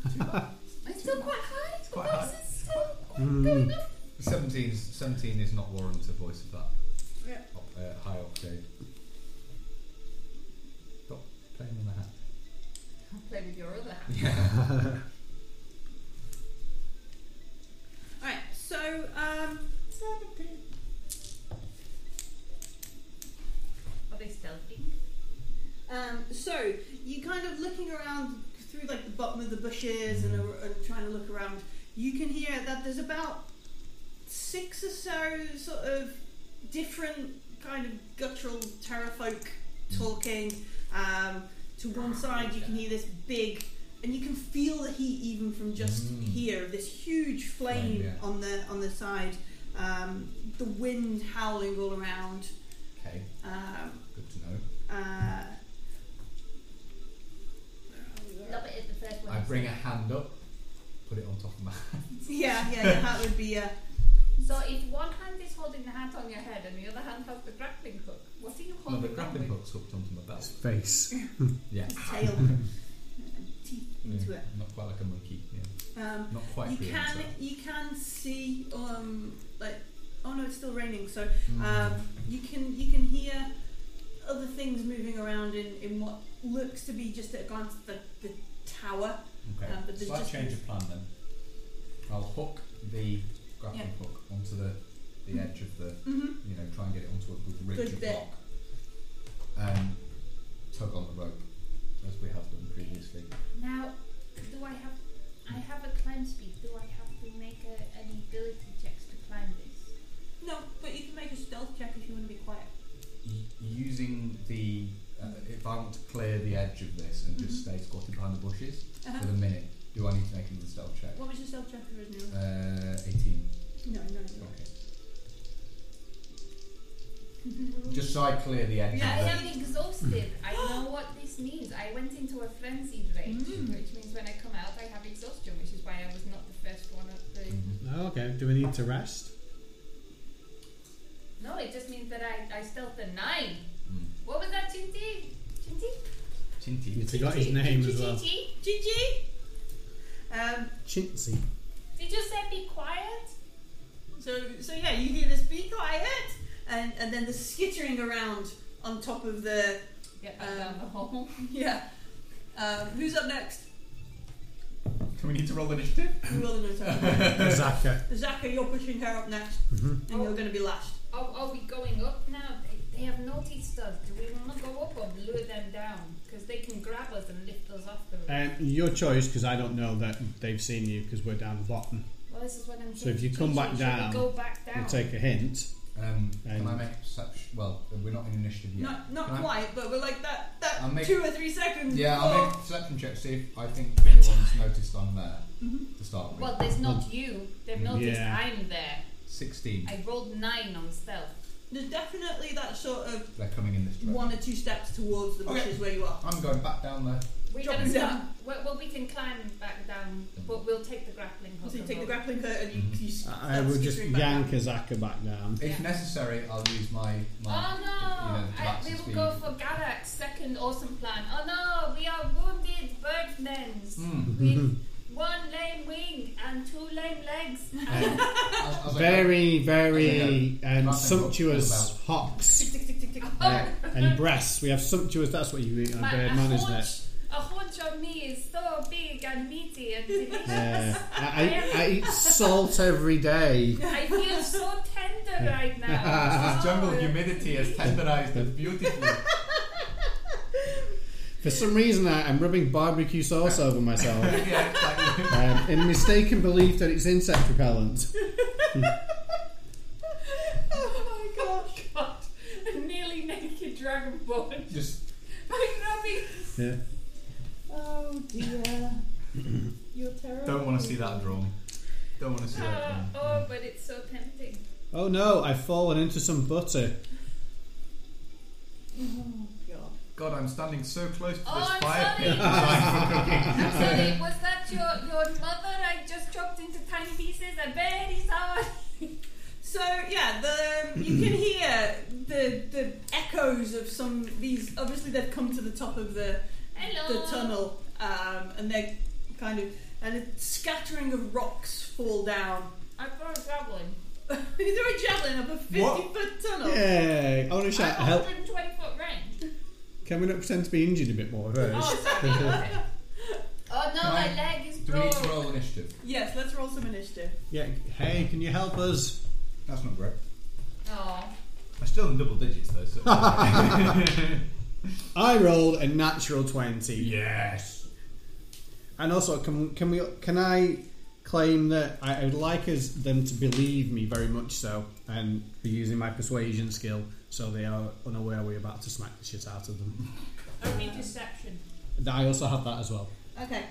D: Not too bad.
F: It's still quite high. It's
D: Quite high.
F: This is still quite
E: Mm.
F: going up.
D: 17 is, 17 is not warranted voice of that
B: Yeah.
D: op- uh, high octave. Stop playing on the hat.
F: I'll play with your other hand.
D: Yeah.
B: Alright, so um,
F: Are they stealthy?
B: um, so you kind of looking around through like the bottom of the bushes and, ar- and trying to look around. You can hear that there's about six or so sort of different kind of guttural terrorfolk talking. Um, to one
D: Ah,
B: side, you can hear this big, and you can feel the heat even from just
D: Mm.
B: here. This huge flame
D: Flame, yeah.
B: on the on the side. Um, the wind howling all around.
D: Okay,
B: Um,
D: good to know.
B: uh,
F: Love it at the first one.
D: I bring a hand up, put it on top of my
B: yeah, yeah, yeah, that would be uh, a.
F: So if one hand is holding the hat on your head and the other hand has the grappling hook, what are you
D: No,
F: holding?
D: Oh, the
F: on
D: grappling
F: with?
D: hook's hooked onto my belt.
E: Face.
D: Yeah.
B: tail teeth into it.
D: Not quite like a monkey. Yeah.
B: Um,
D: Not quite.
B: you
D: free
B: can
D: of
B: you can see um like oh no it's still raining so
D: itself.
B: um, you can you can hear other things moving around in, in what looks to be just at a glance the, the tower
D: Okay.
B: um, but there's
D: Slight
B: just-
D: change of plan then. I'll hook the grappling
B: Yeah.
D: hook onto the, the edge of the,
B: hmm
D: you know, try and get it onto a good ridge
B: Good
D: of
B: bit.
D: rock. And tug on the rope, as we have done previously.
F: Now, do I have? I have a climb speed. Do I have to make a, any ability checks to climb this?
B: no but you can make a stealth check if you want to be quiet
D: Y- using the, uh, if I want to clear the edge of this and just
B: Mm-hmm.
D: stay squatted behind the bushes
B: uh-huh.
D: for the minute, do I need to make another stealth check?
B: what was your stealth check originally
D: Uh, 18.
B: no no no
D: Okay. Just so I clear the edge
F: I
D: of the,
F: am exhausted. I know what this means. I went into a frenzied rage,
B: Mm.
F: which means when I come out, I have exhaustion, which is why I was not the first one up
B: Mm-hmm.
F: the.
D: Mhm.
E: Oh, okay, do we need to rest?
F: No, it just means that I I stealth a nine.
D: Mm.
F: What was that, Chinti? Chinti?
D: Chinty.
E: You forgot his name as well.
F: Chinti?
B: Gigi um
E: Chintzy.
F: Did you say be quiet?
B: So, so yeah, you hear this be quiet, and, and then the skittering around on top of the
F: Get
B: back down
F: the hole.
B: yeah. Um, who's up next?
D: Can we need to roll initiative?
B: You will in a second.
E: Zaka.
B: Zaka, you're pushing her up next,
E: Mhm.
D: Mm-hmm.
B: and you're going to be last.
F: Oh, are we going up now? They, they have noticed us. Do we want to go up or lure them down? Because they can grab us and lift us off the
E: Um, your choice, because I don't know that they've seen you because we're down the bottom.
F: Well, this is what I'm
E: So if
F: saying.
E: you come
F: Should-
E: back
F: should we
E: down,
F: go back down.
E: We'll take a hint.
D: Um,
E: Um,
D: can I make a perception? Well, we're not in initiative yet.
B: Not not
D: Can I-
B: quite, but we're like that that
D: I'll make-
B: two or three seconds.
D: Yeah, I'll make
F: Oh.
B: before.
D: a perception check, see if I think anyone's noticed on there
B: Mhm.
D: to start with.
F: Well, there's not you. They've noticed
E: Hmm. Yeah.
F: I'm there.
D: 16.
F: I rolled nine on stealth.
B: There's definitely that sort of
D: They're coming in this direction.
B: one or two steps towards the
D: Okay.
B: bushes where you are.
D: I'm going back down there.
F: We're
B: Drop
F: gonna
B: him
F: start. Well, well, we can climb back down, but we'll take the grappling hook.
B: So you
F: and
B: take the
F: roll.
B: grappling hook and you.
D: Mhm.
B: you s-
E: I I
B: start
E: will just
B: skittering back.
E: yank Azaka back down.
D: If
F: Yeah.
D: necessary, I'll use my. my
F: Oh no!
D: You know, to
F: I,
D: max
F: we
D: the
F: will
D: speed.
F: go for Garak's second awesome plan. Oh no! We are wounded birdmen's
D: Mm.
F: with one lame wing and two lame legs. And
D: As- as I
E: Very, very um,
D: Nothing
E: sumptuous
D: about-
E: hocks
B: Tick, tick, tick, tick, tick.
E: uh, and breasts. We have sumptuous, that's what you eat on a
F: Oh, my-
E: bird
F: a
E: man, isn't
F: haunch,
E: it?
F: a haunch on me is so big and meaty and delicious.
E: Yeah. I, I, I eat salt every day.
F: I feel so tender right
D: go-
F: now.
D: This jungle humidity has tenderized it beautifully.
E: For some reason, I, I'm rubbing barbecue sauce over myself
D: yeah, it's like-
E: um, in mistaken belief that it's insect repellent.
F: Oh my gosh! God. A nearly naked dragonborn.
D: just
F: I'm rubbing.
E: Yeah.
I: Oh dear. You're terrible.
D: don't want to see that drawn. Don't want to see that
F: Uh,
D: drawn.
F: oh, but it's so tempting.
E: Oh no, I've fallen into some butter.
I: Oh, God.
D: God, I'm standing so close to this
F: Oh, I'm
D: fire
F: sorry.
D: pit. designed for cooking.
F: I'm sorry, was that your, your mother I just chopped into tiny pieces? I'm very sorry.
B: So yeah, the you can hear the the echoes of some these. Obviously, they've come to the top of the
F: Hello.
B: the tunnel, um, and they're kind of and a scattering of rocks fall down.
F: I brought a javelin.
B: Is there a javelin up a fifty
E: What?
B: foot tunnel?
E: Yay! I want to
F: I'm
E: shout help.
F: 120 foot range.
E: Can we not pretend to be injured a bit more first?
F: Oh, sorry. okay. Oh no,
D: Can
F: my
D: I-
F: leg is
D: Do we need
F: broke.
D: to roll initiative?
B: Yes, let's roll some initiative.
E: Yeah. Hey, can you help us?
C: That's not great.
F: Oh.
D: I'm still in double digits though, so.
E: I rolled a natural twenty.
D: yes!
E: And also, can can we can I claim that I, I would like us them to believe me very much so, and be using my persuasion skill so they are unaware we're about to smack the shit out of them.
F: Only deception.
E: That- I also have that as well.
B: Okay.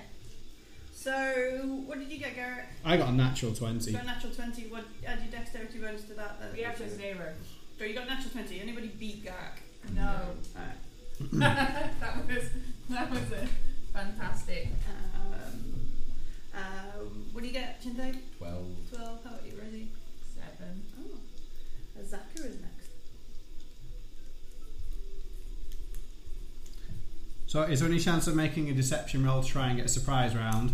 B: So what did you get, Garrett?
E: I got a natural twenty.
B: You got a natural twenty. What add your dexterity bonus to that? Then.
F: We have to zero.
B: So you got a natural twenty. Anybody beat Garrett?
J: No.
B: Alright.
E: Hmm.
J: that was that was a fantastic.
B: Um, um, what do you get, Chintay?
D: 12.
B: 12. How about you, Rosie?
J: Seven.
B: Oh, Azaka is next.
E: So, is there any chance of making a deception roll to try and get a surprise round?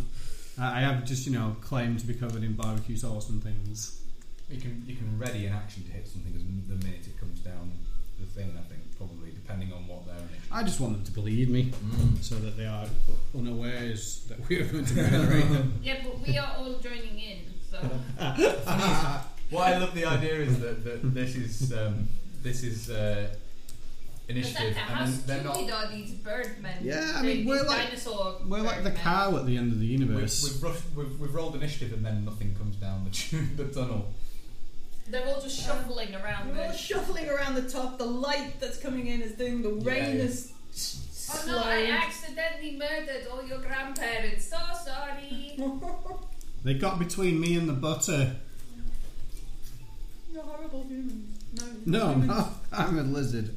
E: Uh, I have just, you know, claimed to be covered in barbecue sauce and things.
D: You can you can ready an action to hit something as m- the minute it comes down the thing. I think probably depending on what they're in.
E: I just want them to believe me
D: Mm.
E: so that they are unawares that we are going to murderate them.
F: Yeah, but we are all joining in, so.
D: What I love the idea is that, that this is um, this is uh,
F: Azaka,
D: initiative,
F: how
D: and then they're
F: stupid
D: not.
F: are these birdmen?
E: Yeah, I
F: They-
E: mean,
F: these
E: we're like-
F: dinosaur
E: We're like the
F: birdmen.
E: cow at the end of the
D: We've,
E: universe.
D: we've, rushed, we've, we've rolled initiative, and then nothing comes down the, tu- the tunnel.
F: They're all just shuffling around
B: We're all
F: the.
B: shuffling around the top. The light that's coming in is doing the
D: Yeah,
B: rain
D: yeah.
B: is s-
F: Oh
B: s-
F: no, I
B: slowing.
F: accidentally murdered all your grandparents. So sorry.
E: They got between me and the butter.
B: You're horrible humans. No.
E: No, I'm
B: humans.
E: not. I'm a lizard.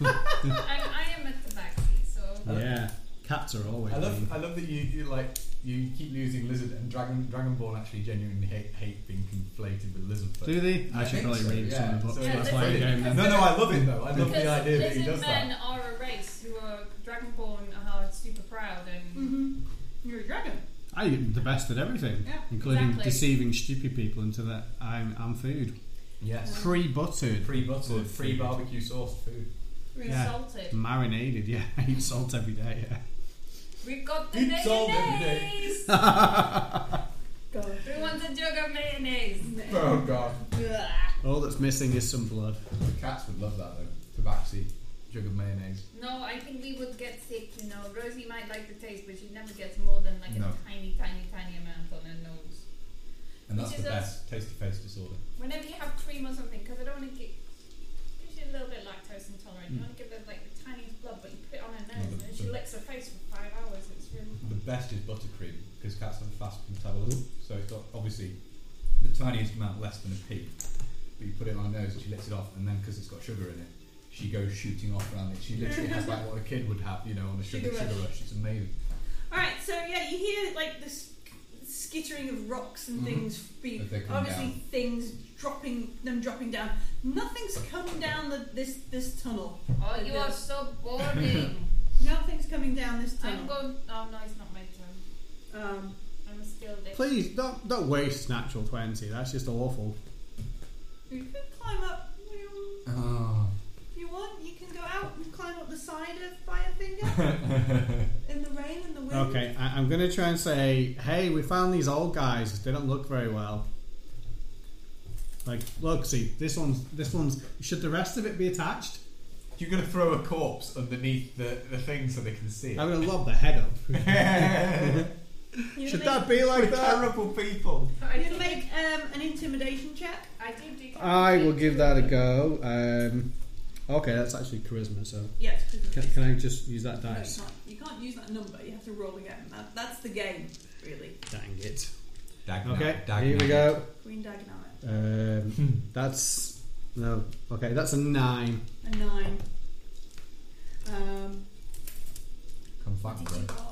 F: I'm, I am a tabaxi, so.
E: Yeah, cats are always.
D: I
E: mean.
D: love I love that you, you like you keep losing lizard and dragon dragonborn actually genuinely hate, hate being conflated with lizard. folk.
E: Do they? I,
D: I
E: should
D: think
E: probably
D: so,
E: read some of the
D: yeah.
E: books.
D: So
F: Yeah,
E: that's
F: they-
E: why I
F: they-
E: game
D: no,
E: then.
D: no, I love it though. I love
F: Because
D: the idea that he
F: lizard
D: does
F: men
D: that.
F: are a race who are dragonborn and are super proud and
D: Mm.
B: Mhm. You're a dragon.
E: I am the best at everything,
B: Yeah,
E: including
F: exactly.
E: deceiving stupid people into that I'm, I'm food.
D: Yes,
E: Pre buttered.
D: free butter, free
E: food.
D: barbecue sauce food.
F: we're
E: Yeah.
F: insulted.
E: Marinated, yeah. I eat salt every day, yeah.
F: We've got the
D: It's all every day.
F: mayonnaise.
B: God.
F: we want a jug of mayonnaise.
D: Oh god.
B: Blah.
E: All that's missing is some blood.
D: The cats would love that though. Tabaxi, jug of mayonnaise.
F: No, I think we would get sick. You know, Rosie might like the taste, but she never gets more than like
D: No.
F: a tiny, tiny, tiny amount on her nose.
D: And
F: Which
D: that's the
F: is us.
D: best taste to face disorder.
F: Whenever you have cream or something, because I don't want to get. She's a little bit lactose intolerant.
E: Hmm.
F: You
D: Mm.
F: want to give her like the tiniest blood, but you put it on her
D: No,
F: nose
D: but-
F: and she
D: but-
F: licks her face for five hours. It's really.
D: The best is buttercream because cats have a fast metabolism. So it's got obviously the tiniest amount less than a pea. But you put it on her nose and she licks it off, and then because it's got sugar in it, she goes shooting off around it. She literally has like what a kid would have, you know, on a sugar,
B: Sugar
D: sugar,
B: rush.
D: rush. It's amazing.
B: All right. So yeah, you hear like this skittering of rocks and
D: Mhm.
B: things being
D: If they come
B: obviously
D: down.
B: things dropping them dropping down. Nothing's come down the, this this tunnel.
F: Oh, you are so boring.
B: Nothing's coming down this
F: I'm
B: tunnel.
F: going. Oh no, it's not my turn.
B: Um,
F: I'm still there.
E: Please, don't, don't waste natural 20. That's just awful.
B: you can climb up. you-
D: Oh.
B: If you want, you can go out and climb up the side of Firefinger in the rain and the wind.
E: Okay, I, I'm going to try and say, hey, we found these old guys. They don't look very well. Like, look, see, this one's, this one's, should the rest of it be attached?
D: You're gonna throw a corpse underneath the, the thing so they can see
E: I'm
D: it.
E: going to lob the head up.
B: You
E: should
B: gonna
E: that be like that?
D: Terrible people.
B: make,
F: I
B: you
F: did
B: gonna make um, an intimidation check?
F: I did do.
E: I will give that a go. Um, okay, that's actually charisma, so.
B: Yes. 'cause of
E: Can,
B: this.
E: can I just use that
B: No, you
E: dice?
B: can't- you can't use that number. You have to roll again. That, that's the game, really.
E: Dang it.
D: Dag
E: Okay,
D: dag
E: here we go.
B: Queen Diagonal.
E: Hmm. Um, that's. No, okay, that's a nine.
B: A nine. Um,
C: Come fight me,
F: Did
C: bro.
F: you call?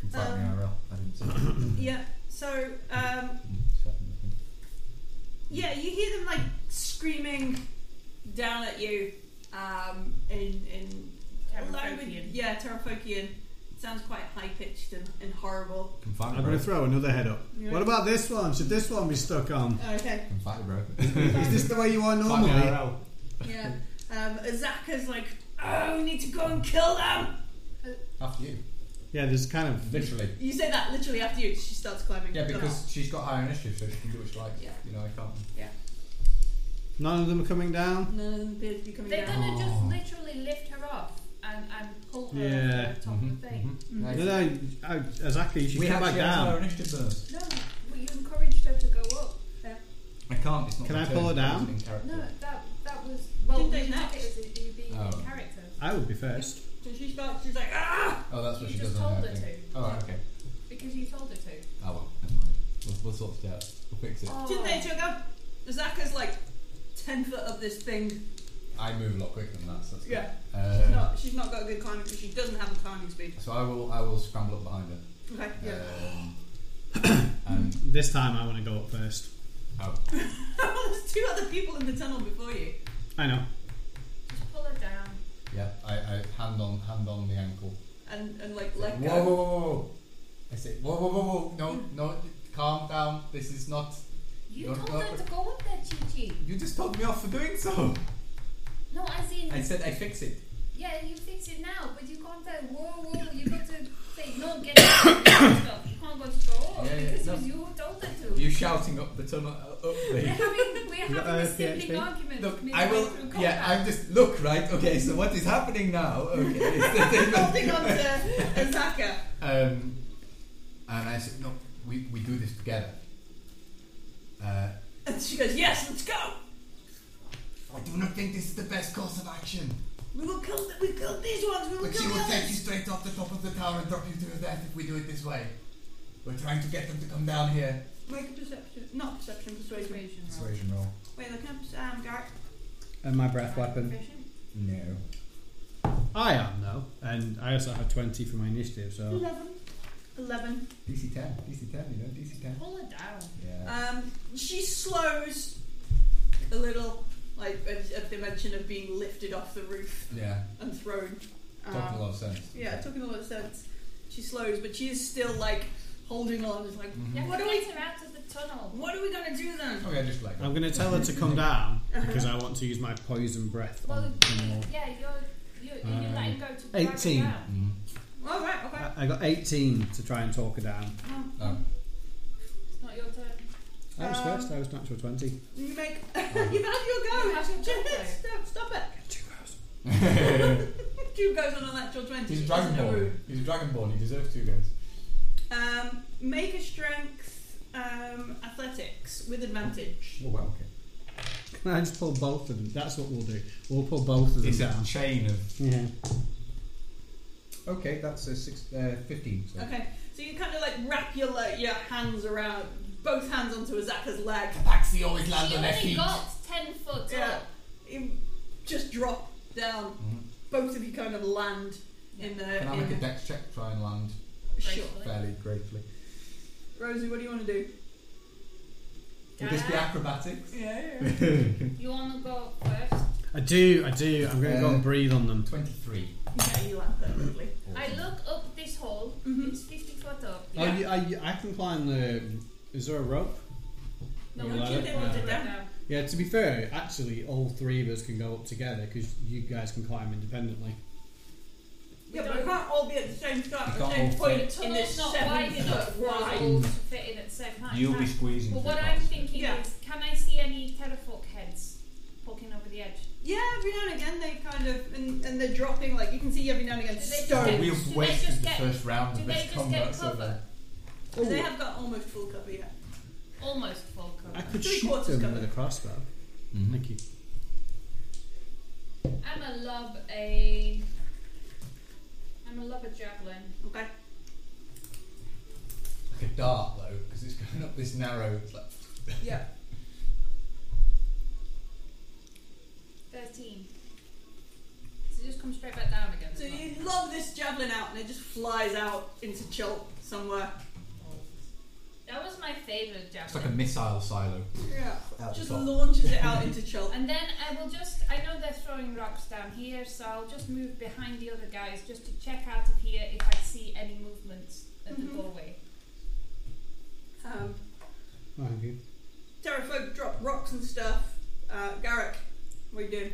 C: Come fight me,
B: Um,
C: RL. I didn't see it.
B: yeah, so um,
C: Shut him, I think.
B: Yeah, you hear them like screaming down at you um, in in
J: Terraphokian.
B: Yeah, Terrafokian. Sounds quite high pitched and, and horrible.
C: Come fight me,
E: I'm going
C: bro.
E: to throw another head up.
B: Yeah.
E: What about this one? Should this one be stuck on?
B: Oh, Okay.
C: Come fight me, bro.
E: Is this the way you are
D: Fight me,
E: normally?
D: RL.
B: Yeah. Um, Azaka's like, oh, we need to go and kill them.
D: After you.
E: Yeah, there's kind of
D: Literally.
B: You say that literally after you. She starts climbing.
D: Yeah,
B: the
D: because she's got higher initiative, so she can do what she likes.
B: Yeah.
D: You know, I can't.
E: none of them are coming
B: ladder.
E: down.
B: none of them appear to be coming
F: They're
B: down.
F: gonna
C: Oh.
F: just literally lift her up and, and pull her
E: Yeah. Mm-hmm.
F: off the top
D: Mm-hmm.
F: of the thing. Mm-hmm.
B: Mm.
E: No, no, I, Azaki, you should
D: we
E: come back
D: actually have
E: down.
D: higher initiative than us.
E: Mm-hmm.
F: No, well, you encouraged her to go up.
D: I can't. It's not
E: Can
D: my
E: I
D: turn,
E: pull her
D: it's
E: down?
D: in character.
F: No, that that was well.
B: Didn't
F: We
B: they
F: took it
B: not?
F: as it- you being
D: Oh.
F: in character.
E: I would be first.
B: So she starts. She's like, ah.
D: Oh, that's what
F: You
D: she
F: just
D: does on
F: told
D: her
F: her
D: thing.
F: to
D: Oh, right, okay.
F: because you told her to.
D: Oh, well, never mind. We'll, we'll sort it out. We'll fix it.
F: Oh.
B: Didn't they took up? Azaka's like ten foot up this thing.
D: I move a lot quicker than that, so that's good.
B: Yeah.
D: Uh,
B: No, she's not got a good climbing because she doesn't have a climbing speed.
D: So I will, I will scramble up behind her.
B: Okay. Yeah.
D: Um, and
E: This time I want to go up first.
D: oh,
B: There's two other people in the tunnel before you.
E: I know.
F: Just pull her down.
D: yeah, I, I hand on hand on the ankle.
B: And, and like, let
D: whoa,
B: go.
D: whoa, whoa, whoa! I say, whoa, whoa, whoa, whoa! No, no, calm down. This is not.
F: You
D: Don't
F: told
D: go
F: her
D: up
F: to go up there, Chi Chi.
D: You just told me off for doing so.
F: No, as in
D: I said I fix it.
F: yeah, you fix it now, but you can't say whoa whoa. You got to say no, get up. get up. You can't go to go up
D: Yeah, yeah,
F: because
D: no.
F: it was you who told her to.
D: You shouting up the tunnel, uh, up
F: we're
D: the.
F: having, we're
E: got
F: having a
E: a PhD?
F: sibling argument.
D: Look,
F: midway
D: I will.
F: through
D: Yeah,
F: combat.
D: I'm just look right. Okay, so what is happening now? Okay, it's the thing of-
B: Holding on to Azaka.
D: Um, and I said, no, we, we do this together. Uh,
B: And she goes, yes, let's go.
D: I do not think this is the best course of action.
B: We will kill, th- we killed these ones.
F: Oh,
B: We will
D: But
B: kill
D: she
B: the
D: will take you
B: others.
D: straight off the top of the tower and drop you to your death if we do it this way. We're trying to get them to come down here.
B: Make a perception. Not perception, persuasion.
F: Persuasion roll.
D: Persuasion roll.
B: Wait, look up, um, Garrett.
E: And my breath weapon.
F: Persuasion?
D: No.
E: I am though, and I also have 20 for my initiative. So
B: 11. 11.
D: DC 10. DC 10, you know, DC 10.
F: Pull her down.
D: Yeah.
B: Um, she slows a little, like, at, at the mention of being lifted off the roof
D: yeah.
B: and thrown. Um,
D: Talking a lot of sense.
B: Yeah, it took him a lot of sense. She slows, but she is still like holding on. It's like,
D: Mhm.
F: Yeah,
B: What do
F: get her out of the tunnel.
B: what are we gonna do then?
D: Okay, Oh, just like.
E: I'm going to tell her to come down because I want to use my poison breath.
F: Well,
E: On,
F: you-
E: on all.
F: yeah, you're, you're, you're
E: Um,
F: letting go to drag her
E: 18.
F: down.
D: Mhm.
B: All right, okay.
E: I I got 18 to try and talk her down.
B: Oh.
D: Oh.
F: It's not your turn.
E: I was
B: Um,
E: first. I was natural 20.
B: You make you've had your go.
F: You have your
B: Janet,
F: go.
B: Stop, stop it.
E: Two hours.
B: Two goes on a natural twenty.
D: He's a dragonborn. He's a dragonborn. He deserves two goes.
B: Um, make a strength um, athletics with advantage.
D: Oh, wow, okay.
E: Can I just pull both of them? That's what we'll do. We'll pull both of them
D: It's a
E: down.
D: chain of
E: Yeah.
C: Okay, that's a six, uh, 15. So.
B: Okay, so you kind of like wrap your like, your hands around both hands onto Azaka's leg.
D: Taxi always lands
F: She
D: on their
F: only
D: feet.
F: got 10 foot
B: Yeah,
F: up.
B: you just drop down.
D: Mhm.
B: Both of you kind of land in the.
D: Can I
B: in
D: make a
B: the-
D: dex check? Try and land
B: Sure.
F: Gracefully.
D: fairly gratefully.
B: Rosie, what do you want to do?
D: Would this be
F: Dad,
D: acrobatics?
B: Yeah,
F: You want to go first?
E: I do. I do. I'm going to go
D: Uh,
E: and breathe on them.
D: Twenty-three.
B: yeah, you land perfectly.
F: I look up this hole.
B: Mhm.
F: It's 50 foot up.
E: Oh, you, I, you- I can climb the. Is there a rope?
F: No,
E: You
F: we
E: like
F: keep
E: it?
F: it
E: Yeah.
F: right down.
E: Yeah. To be fair, actually, all three of us can go up together because you guys can climb independently.
B: Yeah, but we can't all be at the same start at
D: We
B: the
D: can't
B: same
D: all fit.
F: The
B: point in this
F: tunnel's not
B: seven
F: wide enough
B: foot
F: for us
B: wide.
F: all to fit in at the same height.
D: You'll be
F: right?
D: squeezing.
F: But
D: through
F: what I'm
D: parts.
F: thinking
B: Yeah.
F: is, can I see any telefork heads poking over the edge?
B: Yeah, every now and again they kind of and, and they're dropping like you can see every now and again
F: Do they just
B: stones.
F: get-
B: They,
F: do
D: We've
F: they
D: wasted
F: just
D: the
F: get-
D: first round
F: do
D: of
F: they
D: this
F: just
D: combat
F: get
D: so
F: cover?
D: far.
B: have got almost full cover yet.
F: Almost full cover.
E: I could
B: Three
E: shoot
B: quarters
E: them
B: covered.
E: with a crossbow.
D: Mm-hmm.
E: Thank you.
F: I'm a lob a. I'm a lob a javelin.
B: Okay.
D: Like a dart though, because it's going up this narrow. It's like
B: Yeah.
F: Thirteen. So just come straight back down again. as
B: So
F: well.
B: you lob this javelin out and it just flies out into Chult somewhere.
F: That was my favourite
D: It's like a
F: javelin.
D: missile silo.
B: Yeah.
D: Out
B: Just
D: the top.
B: launches it out into Chult.
F: and then I will just, I know they're throwing rocks down here, so I'll just move behind the other guys just to check out of here if I see any movements at
B: Mhm.
F: the doorway.
B: Um,
E: Oh, Thank you.
B: Terrafog drop rocks and stuff. Uh, Garrick, what are you doing?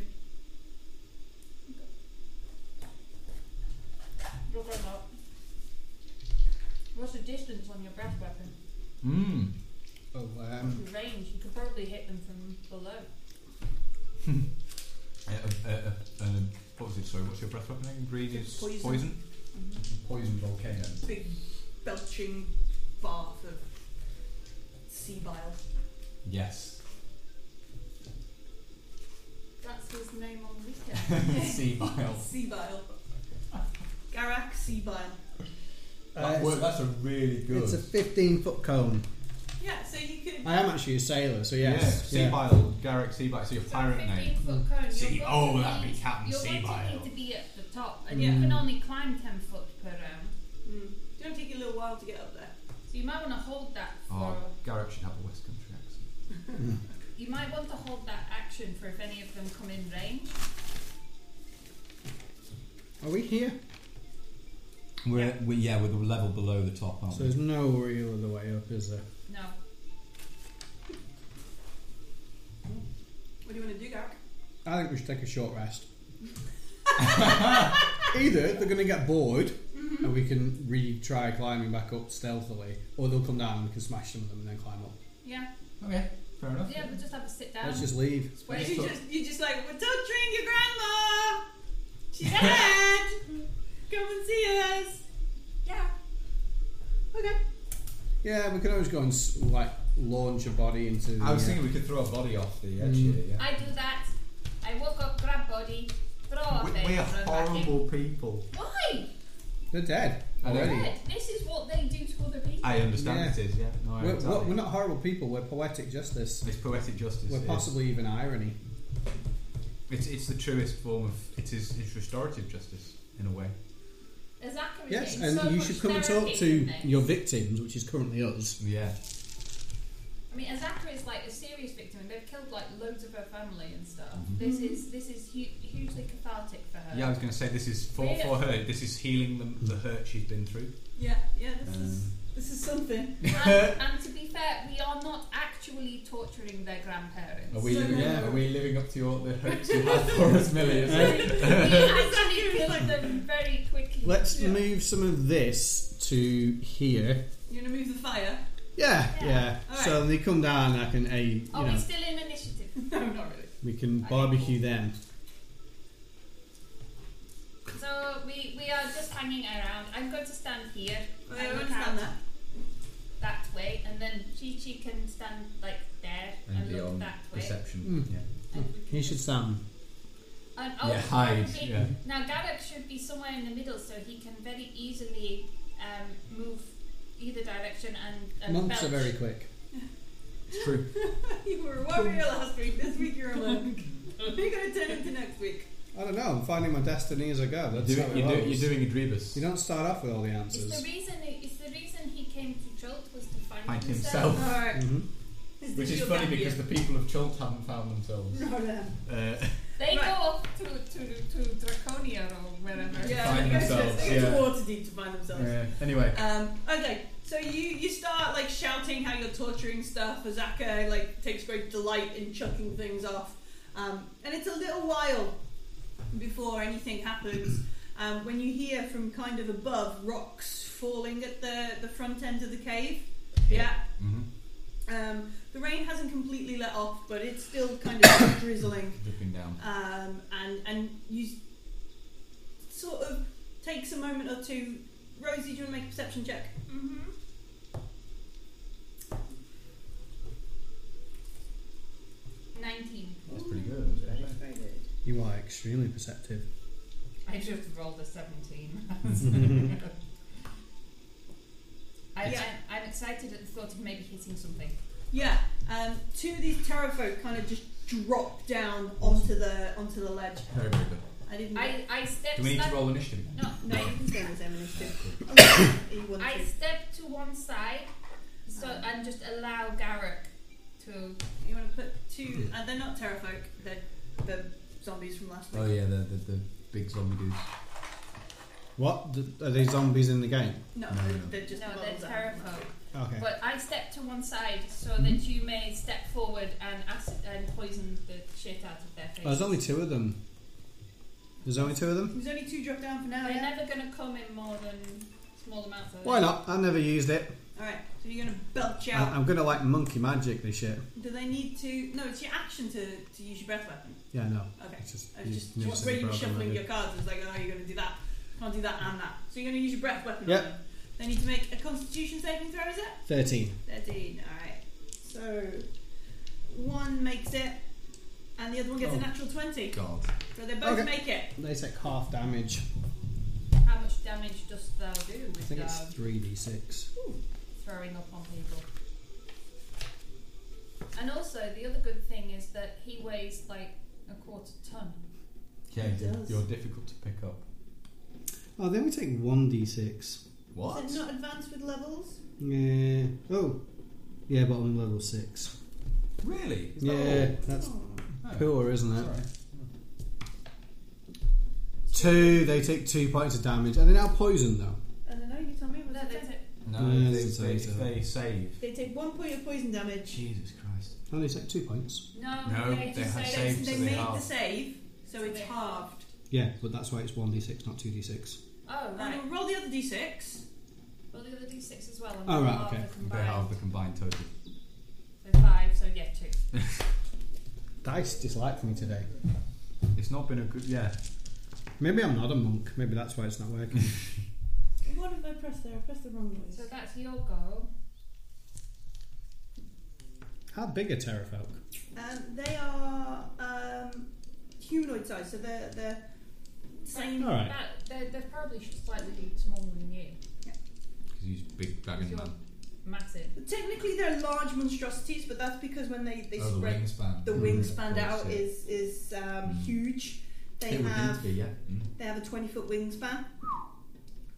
F: Look or not. What's the distance on your breath weapon?
D: Mmm.
E: Oh, um,
F: What's the range? You could probably hit them from below.
D: Uh, uh, uh, uh, what was it? Sorry, what's your breath weapon name? Green is
B: Poison.
D: poison.
F: Mm-hmm.
C: Poison volcano.
B: Big belching bath of sea bile.
D: Yes.
F: That's his name on the weekend.
D: sea
E: Uh,
D: bile.
B: Sea bile. Garak, sea bile.
D: That
E: uh,
D: work, that's a really good.
E: it's a 15 foot cone.
B: Yeah, so you could.
E: I am actually a sailor, so yes.
D: Yeah, sea
E: yeah.
D: bile. Garrick sea bile. So your
F: So
D: pirate
F: 15
D: name.
F: foot cone.
D: Sea-
F: you're
D: oh,
F: going to
D: that'd be
F: need-
D: Captain Mm.
F: You're going to
D: Seabile.
F: need to be at the top, and
B: Yeah.
F: you can only climb 10 foot per round.
B: Mm, it's going to take you a little while to get up there.
F: So you might want to hold that for.
D: Oh, Garrick should have a West Country accent.
F: You might want to hold that action for if any of them come in range.
E: Are we here?
D: We're we, yeah, we're the level below the top, aren't
E: So there's no real other way up, is there?
F: No.
B: What do you want to do, Garak?
E: I think we should take a short rest. Either they're going to get bored and we can retry climbing back up stealthily, or they'll come down and we can smash some of them and then climb up.
F: Yeah.
D: Okay, fair enough.
F: Yeah, we'll just have to sit down.
E: Let's just leave.
F: It's
B: Well,
F: way-
B: you just, you just like, we're torturing your grandma! She's dead! Come and see us! Yeah. Okay.
E: Yeah, we can always go and s- like launch a body into. the uh,
C: I was
E: air.
C: thinking we could throw a body off the edge
E: Mm.
C: here, yeah.
F: I do that. I walk up, grab body, throw a
D: We,
F: face.
D: we are
F: run back in.
D: horrible people.
F: Why?
E: they're dead
D: I know.
E: already.
F: Yeah, This is what they do to other people.
D: I understand
E: Yeah.
D: it is. Yeah, no, I
E: We're,
D: exactly.
E: we're not horrible people. We're poetic justice.
D: It's poetic justice.
E: We're
D: it is.
E: possibly even irony.
D: It's it's the truest form of it is it's restorative justice in a way.
F: Exactly.
E: Yes, and you should come and talk to your victims, which is currently us.
D: Yeah.
F: I mean, Azaka is like a serious victim, and they've killed like loads of her family and stuff.
E: Mm-hmm.
F: This is this is hu- hugely cathartic for her.
D: Yeah, I was going to say this is for
F: Yeah.
D: for her. This is healing the, the hurt she's been through.
B: Yeah, yeah, this is this is something.
F: And, and to be fair, we are not actually torturing their grandparents.
C: Are we,
B: So-
C: living, are we living up to your, the hopes you had for us, Millie? Is it?
F: we actually killed them very quickly.
E: Let's
B: Yeah.
E: move some of this to here.
B: You're gonna move the fire?
E: Yeah, yeah.
F: Yeah.
B: Alright.
E: So they come down, I can a you
F: Are
E: know
F: we still in initiative?
B: No, not really.
E: we can
F: I-
E: barbecue them.
F: So we, we are just hanging around. I'm going to stand here.
B: Well,
F: and
B: Oh, I
F: look
B: understand
F: out
B: that.
F: that way, and then Chi Chi can stand like there
C: And
F: and,
C: be
F: look
C: on
F: that way.
C: Reception.
E: Mm.
C: Yeah.
F: And we
E: You
F: can-
E: should stand.
F: And oh,
C: Yeah, hide,
F: probably-
C: yeah.
F: Now Gaddock should be somewhere in the middle, so he can very easily um, move either direction and, and
E: Monks are
F: belch.
E: very quick.
C: It's true.
B: You were a warrior last week, this week you're a monk. You're gonna turn into next week.
E: I don't know. I'm finding my destiny as I go. That's
D: You're
E: how it
D: doing- you're, doing-
E: rolls.
D: you're doing Adrebus.
E: You don't start off with all the
F: It's the
E: answers.
F: reason. It's the reason he came to Jolt was to find,
D: Find
F: himself.
D: himself.
B: Alright.
E: hmm
C: Which is funny because the people of Chult haven't found themselves.
D: Uh,
B: Right.
F: They go off
J: To, to, to Draconia or wherever.
B: yeah,
C: find
B: they go to-
C: themselves,
B: They go
C: yeah.
B: to Waterdeep to find themselves.
C: Yeah. Anyway,
B: Um, okay, so you you start like shouting how you're torturing stuff. Azaka like takes great delight in chucking things off, um, and it's a little while before anything happens. Um, when you hear from kind of above rocks falling at the the front end of the cave, yeah.
D: mhm.
B: Um, the rain hasn't completely let off, but it's still kind of drizzling
D: Dripping down.
B: um, and and you s- sort of takes a moment or two. Rosie, do you want to make a perception check?
F: Mhm. Nineteen.
C: that's pretty good. isn't it?
E: You are extremely perceptive.
J: I just rolled a 17. I,
B: Yeah.
J: I, I'm excited at the thought of maybe hitting something.
B: Yeah. Um, two of these terror folk kind of just drop down onto the onto the ledge.
D: Very very good.
B: I didn't.
F: I, I step
D: Do we need to
F: slightly-
D: roll initiative then?
F: No,
B: no, you can stay with them initiative. you want
F: I
B: to.
F: step to one side so
J: Uh-huh.
F: and just allow Garrick to.
B: You want to put two. And they're not terrorfolk, they're the zombies from last week.
D: Oh yeah, the, the, the big zombie dudes.
E: What? Th- Are they zombies in the game?
B: No,
D: No,
B: they're,
D: no.
B: they're just
F: no,
B: models
F: they're
B: out.
F: terrified.
E: Okay.
F: But I step to one side so that
E: Mm-hmm.
F: you may step forward and acid, and poison the shit out of their face.
E: Oh, there's only two of them. There's only two of them?
B: There's only two drop down for now,
F: They're
B: Oh, yeah?
F: never going to come in more than small amounts. Of
E: Why not? I never used it.
B: Alright, so you're going to belch
E: I-
B: out.
E: I'm gonna like monkey magic this shit.
B: Do they need to. No, it's your action to, to use your breath weapon.
E: Yeah, no.
B: Okay.
E: It's just,
B: I was just,
E: you
B: just
E: said
B: reading,
E: program,
B: shuffling
E: I
B: your cards. It's like, oh, you're going to do that. Can't do that and that. So you're going to use your breath weapon. on
E: Yep.
B: them. They need to make a constitution saving throw, is it?
E: did. 13.
B: 13, alright. So, one makes it, and the other one gets
D: Oh.
B: a natural 20.
D: God.
B: So they both
E: Okay.
B: make it.
E: They take half damage.
F: How much damage does thou do
E: I
F: with
E: think it's
F: thou
E: 3d6.
F: throwing up on people? And also, the other good thing is that he weighs like a quarter ton.
D: Yeah,
B: It
D: you're-
B: does.
D: you're difficult to pick up.
E: Oh, they only take 1d6.
D: What?
B: Is it not advanced with levels?
E: Yeah. Oh. Yeah, but I'm level 6.
D: Really? Is that
E: Yeah, that's
B: Oh.
D: all? Oh,
E: poor, isn't
D: that's
E: it?
D: all right.
E: Two, they take two points of damage. Are they now poisoned, though?
B: I don't know, you tell me.
F: No,
B: What
F: that's it.
D: No,
E: Mm,
D: they,
E: that's
D: they,
E: so-
D: if they save.
B: they take one point of poison damage.
D: Jesus Christ.
E: They only take two points.
F: No,
D: No,
F: they
D: they
F: just
D: have
B: They,
F: say
D: saved. So
B: they
D: they
B: made the
D: halve.
B: save, so
F: So
B: it's
F: they-
B: halved.
E: Yeah, but that's why it's 1d6, not 2d6.
F: Oh,
B: And
F: right.
B: we'll roll the other d6.
F: Well, the other d6 as well. And
E: Oh, right,
F: half
E: okay.
F: the
D: They
F: combined.
D: halve the combined total.
F: So five, so yeah, two.
E: Dice disliked me today.
D: It's not been a good. Yeah.
E: Maybe I'm not a monk. Maybe that's why it's not working.
B: What have I pressed there? I pressed the wrong
F: So
B: way.
F: that's your goal.
E: How big are Terrafolk?
B: Um, they are um, humanoid size, so they're, they're same.
D: Oh.
E: All right.
F: That, they're, they're probably slightly smaller than you.
D: Because he's big dragon
F: You're
D: man.
F: Massive.
B: Technically, they're large monstrosities, but that's because when they, they
D: oh, the
B: spread
D: wingspan.
B: the
D: Mm,
B: wingspan
D: of course,
B: out
D: yeah.
B: is is um,
D: Mm.
B: huge. They
D: It would need
B: have
D: to be, yeah. Mm.
B: they have a twenty foot wingspan.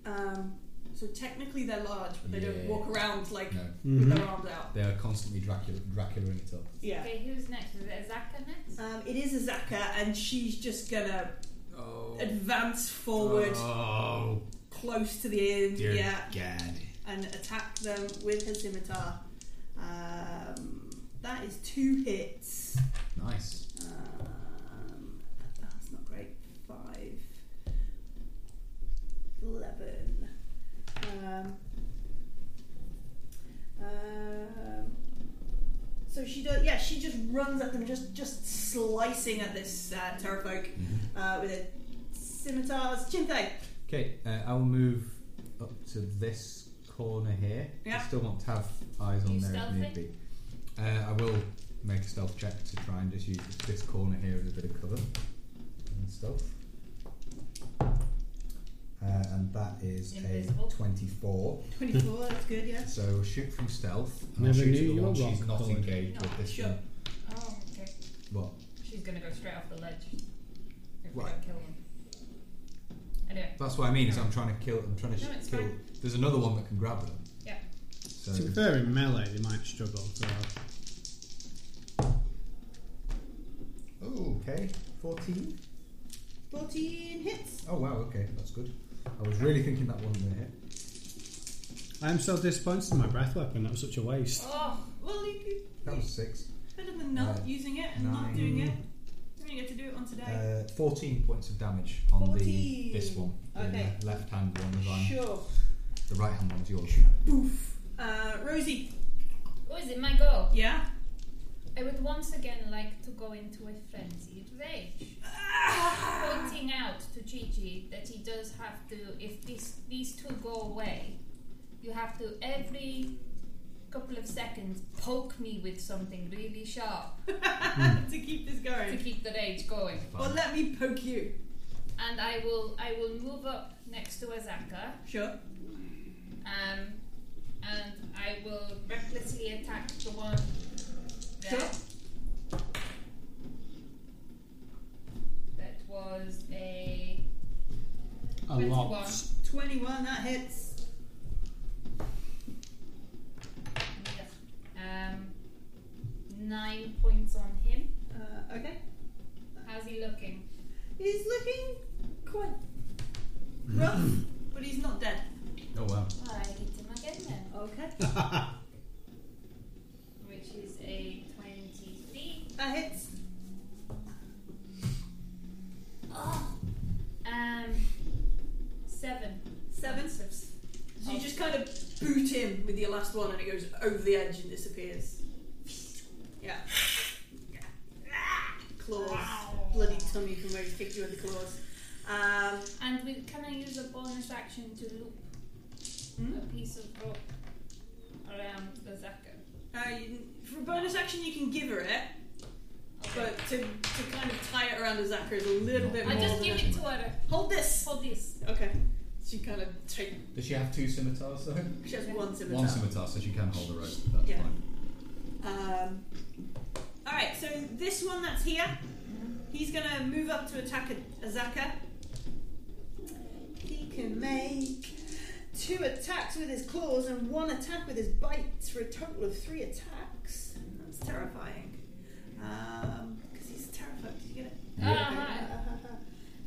B: Um, so technically they're large, but they don't
D: Yeah. Mm-hmm.
B: walk around like
D: No,
B: with
E: Mm-hmm.
B: their arms out.
D: they are constantly Dracula, Draculaing it up.
B: Yeah.
F: Okay, who's next? Is it Azaka next?
B: Um, it is a Zaka, and she's just gonna
D: Oh.
B: advance forward
D: Oh,
B: close to the end,
D: dear
B: yeah,
D: God.
B: and attack them with her scimitar. Um, that is two hits.
D: Nice.
B: Um, that's not great. Five. Eleven. Um, um, so she does. Yeah, she just runs at them, just just slicing at this uh, terrorfolk
E: Mm-hmm.
B: uh, with a scimitar's Chintay.
D: Okay, uh, I will move up to this corner here.
B: Yeah.
D: I still want to have eyes on
F: You
D: there if need
F: stealthy?
D: be. Uh, I will make a stealth check to try and just use this corner here as a bit of cover and stealth. Uh, and that is
F: Invisible.
D: a 24.
B: Twenty-four. that's good. Yeah.
D: So shoot from stealth. And
E: Never
D: I'll shoot
E: knew
D: at the
E: you
D: one
E: were
D: she's
E: rock
D: not
E: solid.
D: engaged
F: No,
D: with this
B: sure.
D: one.
F: Oh, okay.
D: Well,
F: She's gonna go straight off the ledge. If we
D: Right.
F: don't kill them. Anyway,
D: that's what I mean. Is I'm trying to kill. I'm trying to
F: No, it's
D: kill.
F: fine.
D: There's another one that can grab them.
F: Yeah.
D: So
E: To be fair, in melee, they might struggle. So.
D: Ooh, oh, okay, 14.
B: Fourteen hits.
D: Oh wow, okay, that's good. I was really thinking that wasn't gonna hit.
E: I'm so disappointed in my breath weapon. That was such a waste.
B: Oh, well, you could.
D: That was six.
B: Better than not
D: Nine.
B: using it and not
D: Nine.
B: doing it. You only get to do it on today.
D: Uh, 14 points of damage on the
B: 14.
D: this one.
B: Okay.
D: The left hand one of mine.
B: sure.
D: The right hand one's yours.
B: Uh, Rosie,
F: oh, is it my goal?
B: yeah?
F: I would once again like to go into a frenzied rage, pointing out to Gigi that he does have to. If these these two go away, you have to every couple of seconds poke me with something really sharp
B: to keep this
F: to
B: going.
F: keep the rage going.
B: Or let me poke you.
F: And I will I will move up next to Azaka.
B: Sure.
F: Um, and I will recklessly attack the one that,
B: Sure.
F: that was a
E: a
F: 21.
E: lot.
B: 21, that hits.
F: Um, nine points on him.
B: Uh, okay.
F: How's he looking?
B: He's looking quite rough, but he's not dead.
D: Oh wow.
F: Well, I hit him again then,
B: Okay.
F: which is a 23.
B: That hits.
F: Oh. Um, seven.
B: Seven.
F: points of s-
B: So you just kind of boot him with your last one and it goes over the edge and disappears. Yeah. Claws. Bloody tummy from where he kicked you in the claws. Um,
F: And with, can I use a bonus action to loop
B: Hmm?
F: a piece of rope around the Zaka?
B: uh, you, for a bonus action, you can give her it, but to, to kind of tie it around the Zaka is a little bit more.
F: I just
B: than
F: give
B: a-
F: it to her.
B: Hold this!
F: Hold this.
B: Okay. She kind of take.
D: Does she have two scimitars though?
B: She has one scimitar.
D: One scimitar, so she can hold the rope. That's
B: Yeah.
D: fine.
B: Um, all right, so this one that's here, he's gonna move up to attack a, a Zaka. He can make two attacks with his claws and one attack with his bites for a total of three attacks. That's terrifying. Um, because he's terrified. Did you get it?
F: Ah,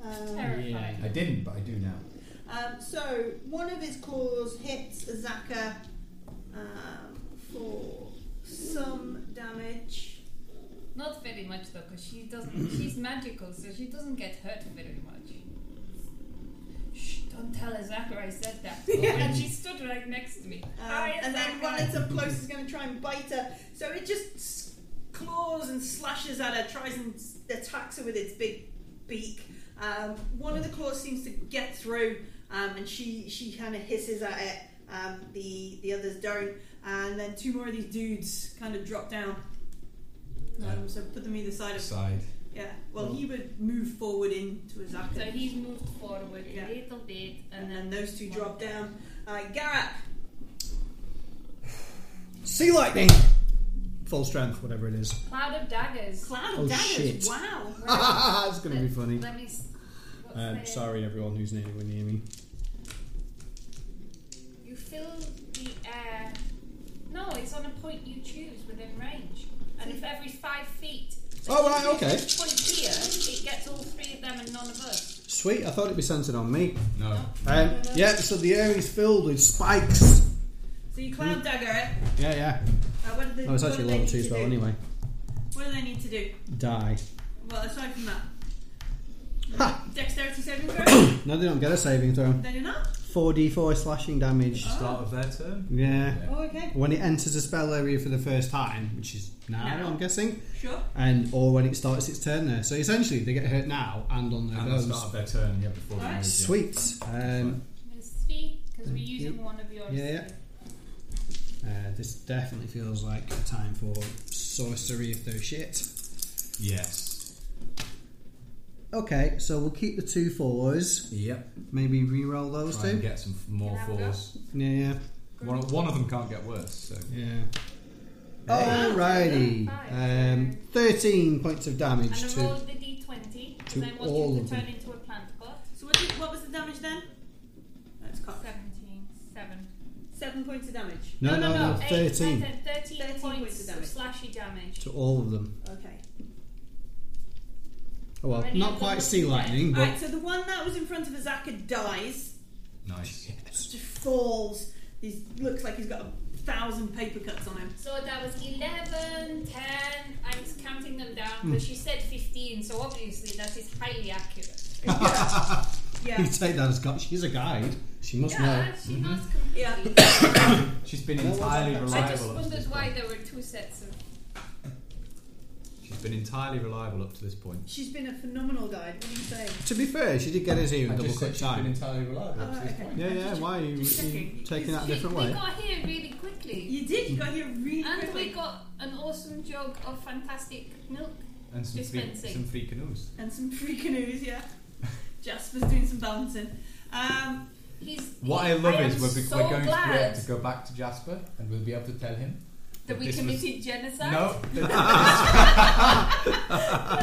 B: Um,
F: terrified.
D: I didn't, but I do now.
B: um, so one of his claws hits a Zaka um, for some damage.
F: Not very much though, because she doesn't. she's magical, so she doesn't get hurt very much. Shh! Don't tell her Zachary I said that. And she stood right next to me.
B: Um,
F: Hi,
B: and then
F: Zachary.
B: one that's up close is going to try and bite her. So it just s- claws and slashes at her, tries and s- attacks her with its big beak. Um, one of the claws seems to get through, um, and she she kind of hisses at it. Um, the the others don't, and then two more of these dudes kind of drop down. Um, so put them either side of
D: Side.
B: yeah. Well, he would move forward into his
F: So
B: active,
F: he's moved forward
B: Yeah.
F: a little bit,
B: and
F: and then
B: then those two drop down. Uh, Garak,
E: Sea lightning. Full strength, whatever it is.
F: cloud of daggers.
B: cloud of
E: Oh,
B: daggers.
E: shit.
B: Wow.
E: it's gonna be funny.
F: Let me. s- what's
E: Uh,
F: the-
E: sorry, everyone who's anywhere near me.
F: You fill the air. No, it's on a point you choose within range. And if every five feet. so
E: Oh,
F: if
E: right,
F: you
E: okay.
F: hit a Point here, it gets all three of them and none of us.
E: Sweet, I thought it'd be centered on me.
D: No.
E: Um, yeah, so the air is filled with spikes.
B: So you cloud dagger it.
E: Yeah, yeah.
B: Uh, what do they,
E: Mm. Oh, it's
B: what do
E: actually
B: they
E: level
B: need
E: two
B: to
E: as well,
B: do?
E: anyway.
B: What do they need to do?
E: Die.
B: Well, aside from that,
E: Ha!
B: dexterity saving throw.
E: No, they don't get a saving throw.
B: then you're not.
E: 4d4 slashing damage.
D: Start of their turn.
E: Yeah.
D: Yeah.
B: Oh, okay.
E: When it enters a spell area for the first time, which is now,
B: Now.
E: I'm guessing,
B: Sure.
E: and or when it starts its turn there. So essentially, they get hurt now and on their
D: And the start of
E: goes.
D: their turn, yeah, before they
B: Alright.
D: move. yeah.
E: Sweet. Um,
F: There's three, because we're
E: Thank you.
F: using one of yours.
E: Yeah, yeah. uh, this definitely feels like time for sorcery if they're shit.
D: Yes.
E: Okay, so we'll keep the two fours.
D: Yep.
E: Maybe re-roll those
D: Try and
E: two.
D: get some f- more
F: Can I have a
D: force.
E: Yeah, yeah,
D: One, one of them can't get worse. So.
E: yeah. Alrighty, um, thirteen points of
F: And
E: damage
F: I
E: to
F: rolled the d20,
E: to
F: because I
E: all
F: want you
E: of
F: to turn
E: them.
F: into a plant pot.
B: So what, did, what was the damage then? That's cocked.
F: 17, 7.
B: Seven points of damage.
E: no, no, no,
F: eight,
E: thirteen
F: I said 13,
B: 13
F: points,
B: points of
F: of
B: damage.
F: slashy damage.
E: to all of them.
B: Okay.
E: Oh well,
F: Already
E: not
F: got
E: quite
F: them.
E: sea lightning,
B: All
E: but
B: right. So the one that was in front of Azaka dies.
D: Nice.
B: Just falls. He looks like he's got a thousand paper cuts on him.
F: So that was 11, 10, I was counting them down,
D: Hmm.
F: because she said 15, so obviously that is highly accurate.
E: you
B: Yeah.
E: take that as God. She's a guide. She must
F: Yeah, she knows completely.
B: Yeah.
D: She's been
E: No, what's
D: entirely
E: that? I
D: Mm-hmm. reliable.
F: I
D: up to
F: just wondered
D: this
F: why
D: point.
F: there were two sets of.
D: She's been entirely reliable up to this point.
B: She's been a phenomenal guide. What do you say?
E: know. To be fair, she did get us here in
D: I
E: double
D: just said
E: quick
D: she's been
E: time.
D: entirely reliable
F: Oh,
D: up to this
B: okay.
D: point.
E: Yeah, yeah. Why are you,
B: Just
E: you
B: checking.
E: taking
D: Ah,
E: that a
F: We-
E: different
F: We
E: way?
F: got here really quickly.
B: You did. You got here really
F: And
B: quickly.
F: we got an awesome jug of fantastic milk.
D: And some free,
F: Dispensing.
D: some free canoes.
B: and some free canoes. Yeah. Jasper's doing some balancing. Um,
F: He's
D: What I love
F: I am
D: is we're, be-
F: so
D: we're going to be
F: glad.
D: able to go back to Jasper and we'll be able to tell him
F: that we
D: this was-
F: committed genocide.
D: No,
B: Can I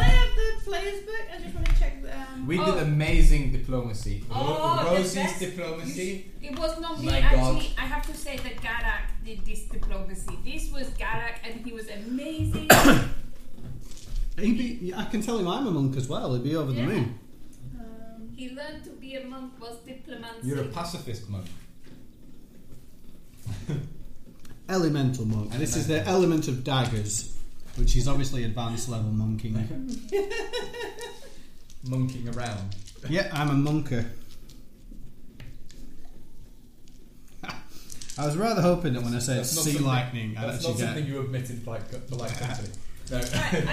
B: have the player's book? I just want to check. Um,
D: We
F: Oh.
D: did amazing diplomacy.
F: Oh,
D: Ro-
F: the
D: Rosie's
F: best-
D: diplomacy.
F: It was not me.
D: My God.
F: Actually, I have to say that Garak did this diplomacy. This was Garak, and he was amazing.
E: He'd be, I can tell him I'm a monk as well. He'd be over
F: Yeah.
E: the moon.
I: Um,
F: he learned to be a monk, was diplomacy.
D: You're a pacifist monk.
E: Elemental monk. This is the element of daggers, which is obviously advanced level monking.
D: Monking around.
E: yeah, I'm a monker. I was rather hoping that when I said
D: That's not
E: sea
D: something-
E: lightning, I'd
D: That's
E: actually
D: not
E: get.
D: something you admitted like for like company. No.
F: Right, I love the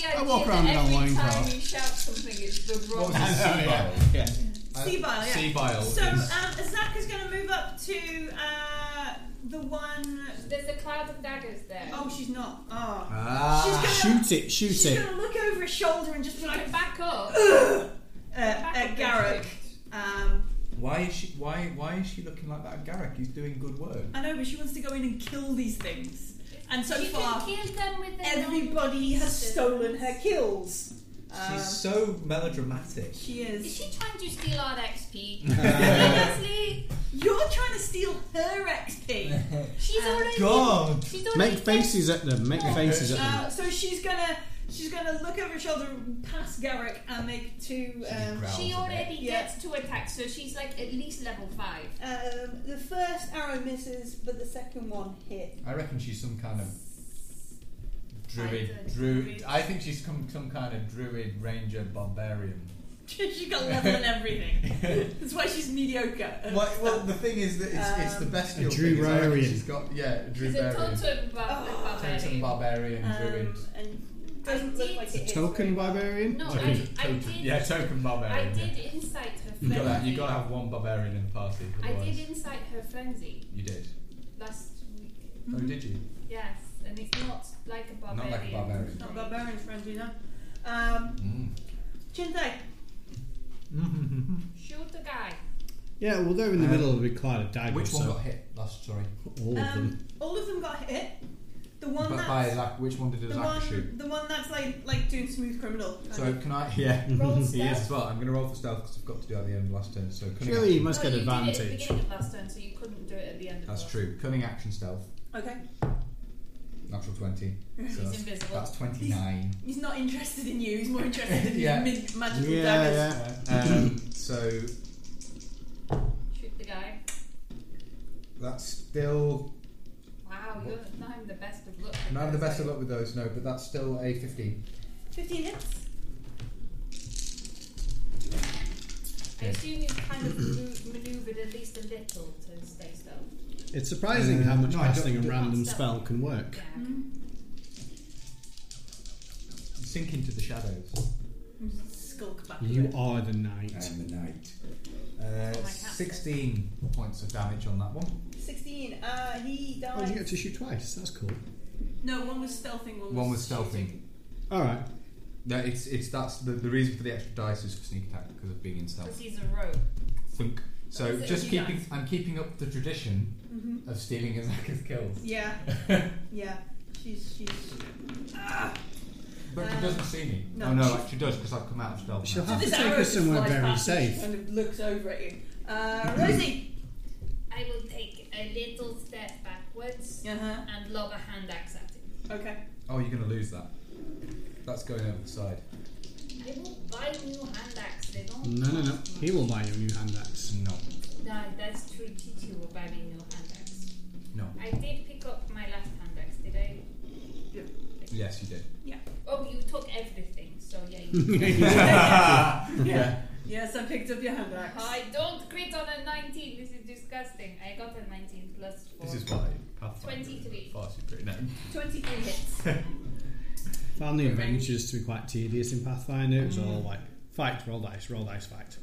F: idea
E: I walk around
F: that
E: without
F: every
E: wine
F: time
E: craft.
F: you shout something, it's the
D: What
F: wrong.
D: was it? Sea bile.
E: Yeah.
D: Uh,
B: Sea bile, yeah.
D: Sea bile.
B: So
D: is-
B: um, Zach is going to move up to uh, the one
F: There's a cloud of daggers there.
B: Oh, she's not. Oh.
D: ah.
B: she's gonna,
E: Shoot it, shoot
B: she's
E: it.
B: gonna look over her shoulder and just be
F: You
B: like,
F: can back up.
B: uh, at Garrick. Um,
D: Why is she? Why? Why is she looking like that, Garrick? He's doing good work.
F: Um,
B: I know, but she wants to go in and kill these things. And so
F: you
B: far,
F: can kill them with their
B: everybody
F: own
B: has
F: pieces.
B: stolen her kills. Um,
D: She's so melodramatic.
B: she
F: Is
B: is.
F: she trying to steal our XP? Seriously?
B: You're trying to steal her XP.
F: She's
B: Um,
F: already.
D: God.
F: She's already
E: Make faces at them. Make faces at them.
B: Uh, so she's gonna she's gonna look over her shoulder past Garrick and make two. Um,
D: growls
F: She
D: a bit.
F: already
B: Yeah.
F: gets two attacks, so she's like at least level five.
B: um, the first arrow misses, but the second one hit.
D: I reckon she's some kind of druid.
F: Fighter,
D: Druid.
F: druid.
D: I think she's come some kind of druid ranger barbarian.
B: she's got level and everything. That's why she's mediocre. at
D: Well, well,
B: stuff.
D: the thing is that it's, it's the
B: Um,
D: best.
E: A Druarian.
D: She's got yeah, a
F: She's a
D: Druidarian.
F: totem bar-
B: Oh.
D: Totem
F: barbarian.
D: barbarian druid.
B: Um, and doesn't look like it hits
E: Token
B: very
E: barbarian?
F: No,
D: Token-
F: I, I
D: token-
F: did.
D: Yeah, token
F: I
D: barbarian. yeah.
F: did incite her
D: You got that.
F: frenzy.
D: You got to have one barbarian in the party.
F: I
D: Otherwise,
F: did incite her frenzy
D: you did.
F: last week.
D: Oh, did you?
F: Yes, and it's not like a
D: Not
F: barbarian.
D: like a barbarian.
B: It's not barbarian friends, you know. Um,
E: Mm-hmm.
B: Chintai,
D: Mm-hmm.
E: Mm-hmm.
F: Shoot the guy.
E: Yeah, well, they're in the
D: Um,
E: middle of a cloud of daggers.
D: Which one
E: so
D: got hit? Last sorry.
E: All of them.
B: um, all of them got hit. The one
D: But
B: that's
D: by like, which one did
B: the
D: Azaka shoot?
B: one, the one that's like like doing smooth criminal. kind
D: So
B: of.
D: can I? Yeah.
B: roll
D: He is
B: stealth.
D: as well. I'm going to roll for stealth because I've got to do it at the end of last turn. So cunning
E: Surely you
D: action.
E: must
F: well,
E: get
F: Oh, you Did it at the
E: advantage.
F: beginning of last turn, so you couldn't do it at the end of
D: That's
F: last
D: true. Cunning action stealth.
B: Okay,
D: Natural twenty. So
F: He's
D: that's,
F: invisible.
D: that's twenty nine.
B: he's not interested in you. He's more interested in
D: Yeah.
B: yeah. mid- magical daggers.
E: Yeah,
D: Um, so
F: Shoot the guy.
D: that's still
F: Wow, you're not having the best of luck.
D: not the best of luck with those. No, but that's still a fifteen.
B: Fifteen hits.
F: I assume you kind of mo- manoeuvred at least a little to stay still.
E: yeah. It's surprising
D: Uh,
E: how much
D: no, I don't-
E: casting a
D: don't-
E: random
F: Stop.
E: spell can work.
F: Yeah.
D: Mm-hmm. Sink into the shadows. Uh,
B: Skulk back.
E: You are the knight.
D: And the night.
B: Oh,
D: Uh,
F: cat says.
D: Sixteen points of damage on that one.
B: Sixteen. Uh, he
E: Oh, you
B: dies.
E: get to shoot twice. That's cool.
B: No, one was stealthing. One was,
D: One was stealthing.
B: shooting.
E: All right.
D: No, it's it's that's the, the reason for the extra dice is for sneak attack because of being in
F: Because
D: stealth.
F: he's a rogue.
D: Thunk. So
F: That's it,
D: just
F: you
D: keeping
F: guys.
D: I'm keeping up the tradition
B: Mhm.
D: of stealing Azaka's kills.
B: Yeah, yeah. She's she's. Ah.
D: But she
B: Um,
D: doesn't see me.
B: no.
D: Oh no, she does because I've come out of stealth.
E: She'll
D: now.
E: have to
B: This
E: take
B: arrow
E: us
B: just
E: somewhere
B: flies
E: very
B: past and she
E: safe.
B: Kind of looks over at you. Uh, Rosie.
F: I will take a little step backwards
B: uh huh.
F: and lob a hand axe at him.
B: Okay.
D: Oh, you're gonna lose that. That's going over the side.
F: I will buy new hand axe. They don't.
E: No, no, no.
F: cost
E: He
F: much.
E: will buy you a new hand axe.
D: No,
F: Nah, that's true. Titi will buy me new hand axe.
D: no.
F: I did pick up my left hand axe. Did I?
D: Yes, you did.
F: Oh, you took everything. So yeah. You
B: Yeah. Yes, I picked up your hand axe.
F: I don't crit on a 19. This is disgusting. I got a 19 plus four.
D: This is why Pathfinder
F: 23.
D: far superior. No.
B: Twenty-three hits.
F: Um,
E: Found the adventures to be quite tedious in Pathfinder. It was all like fight, roll dice, roll dice, fight.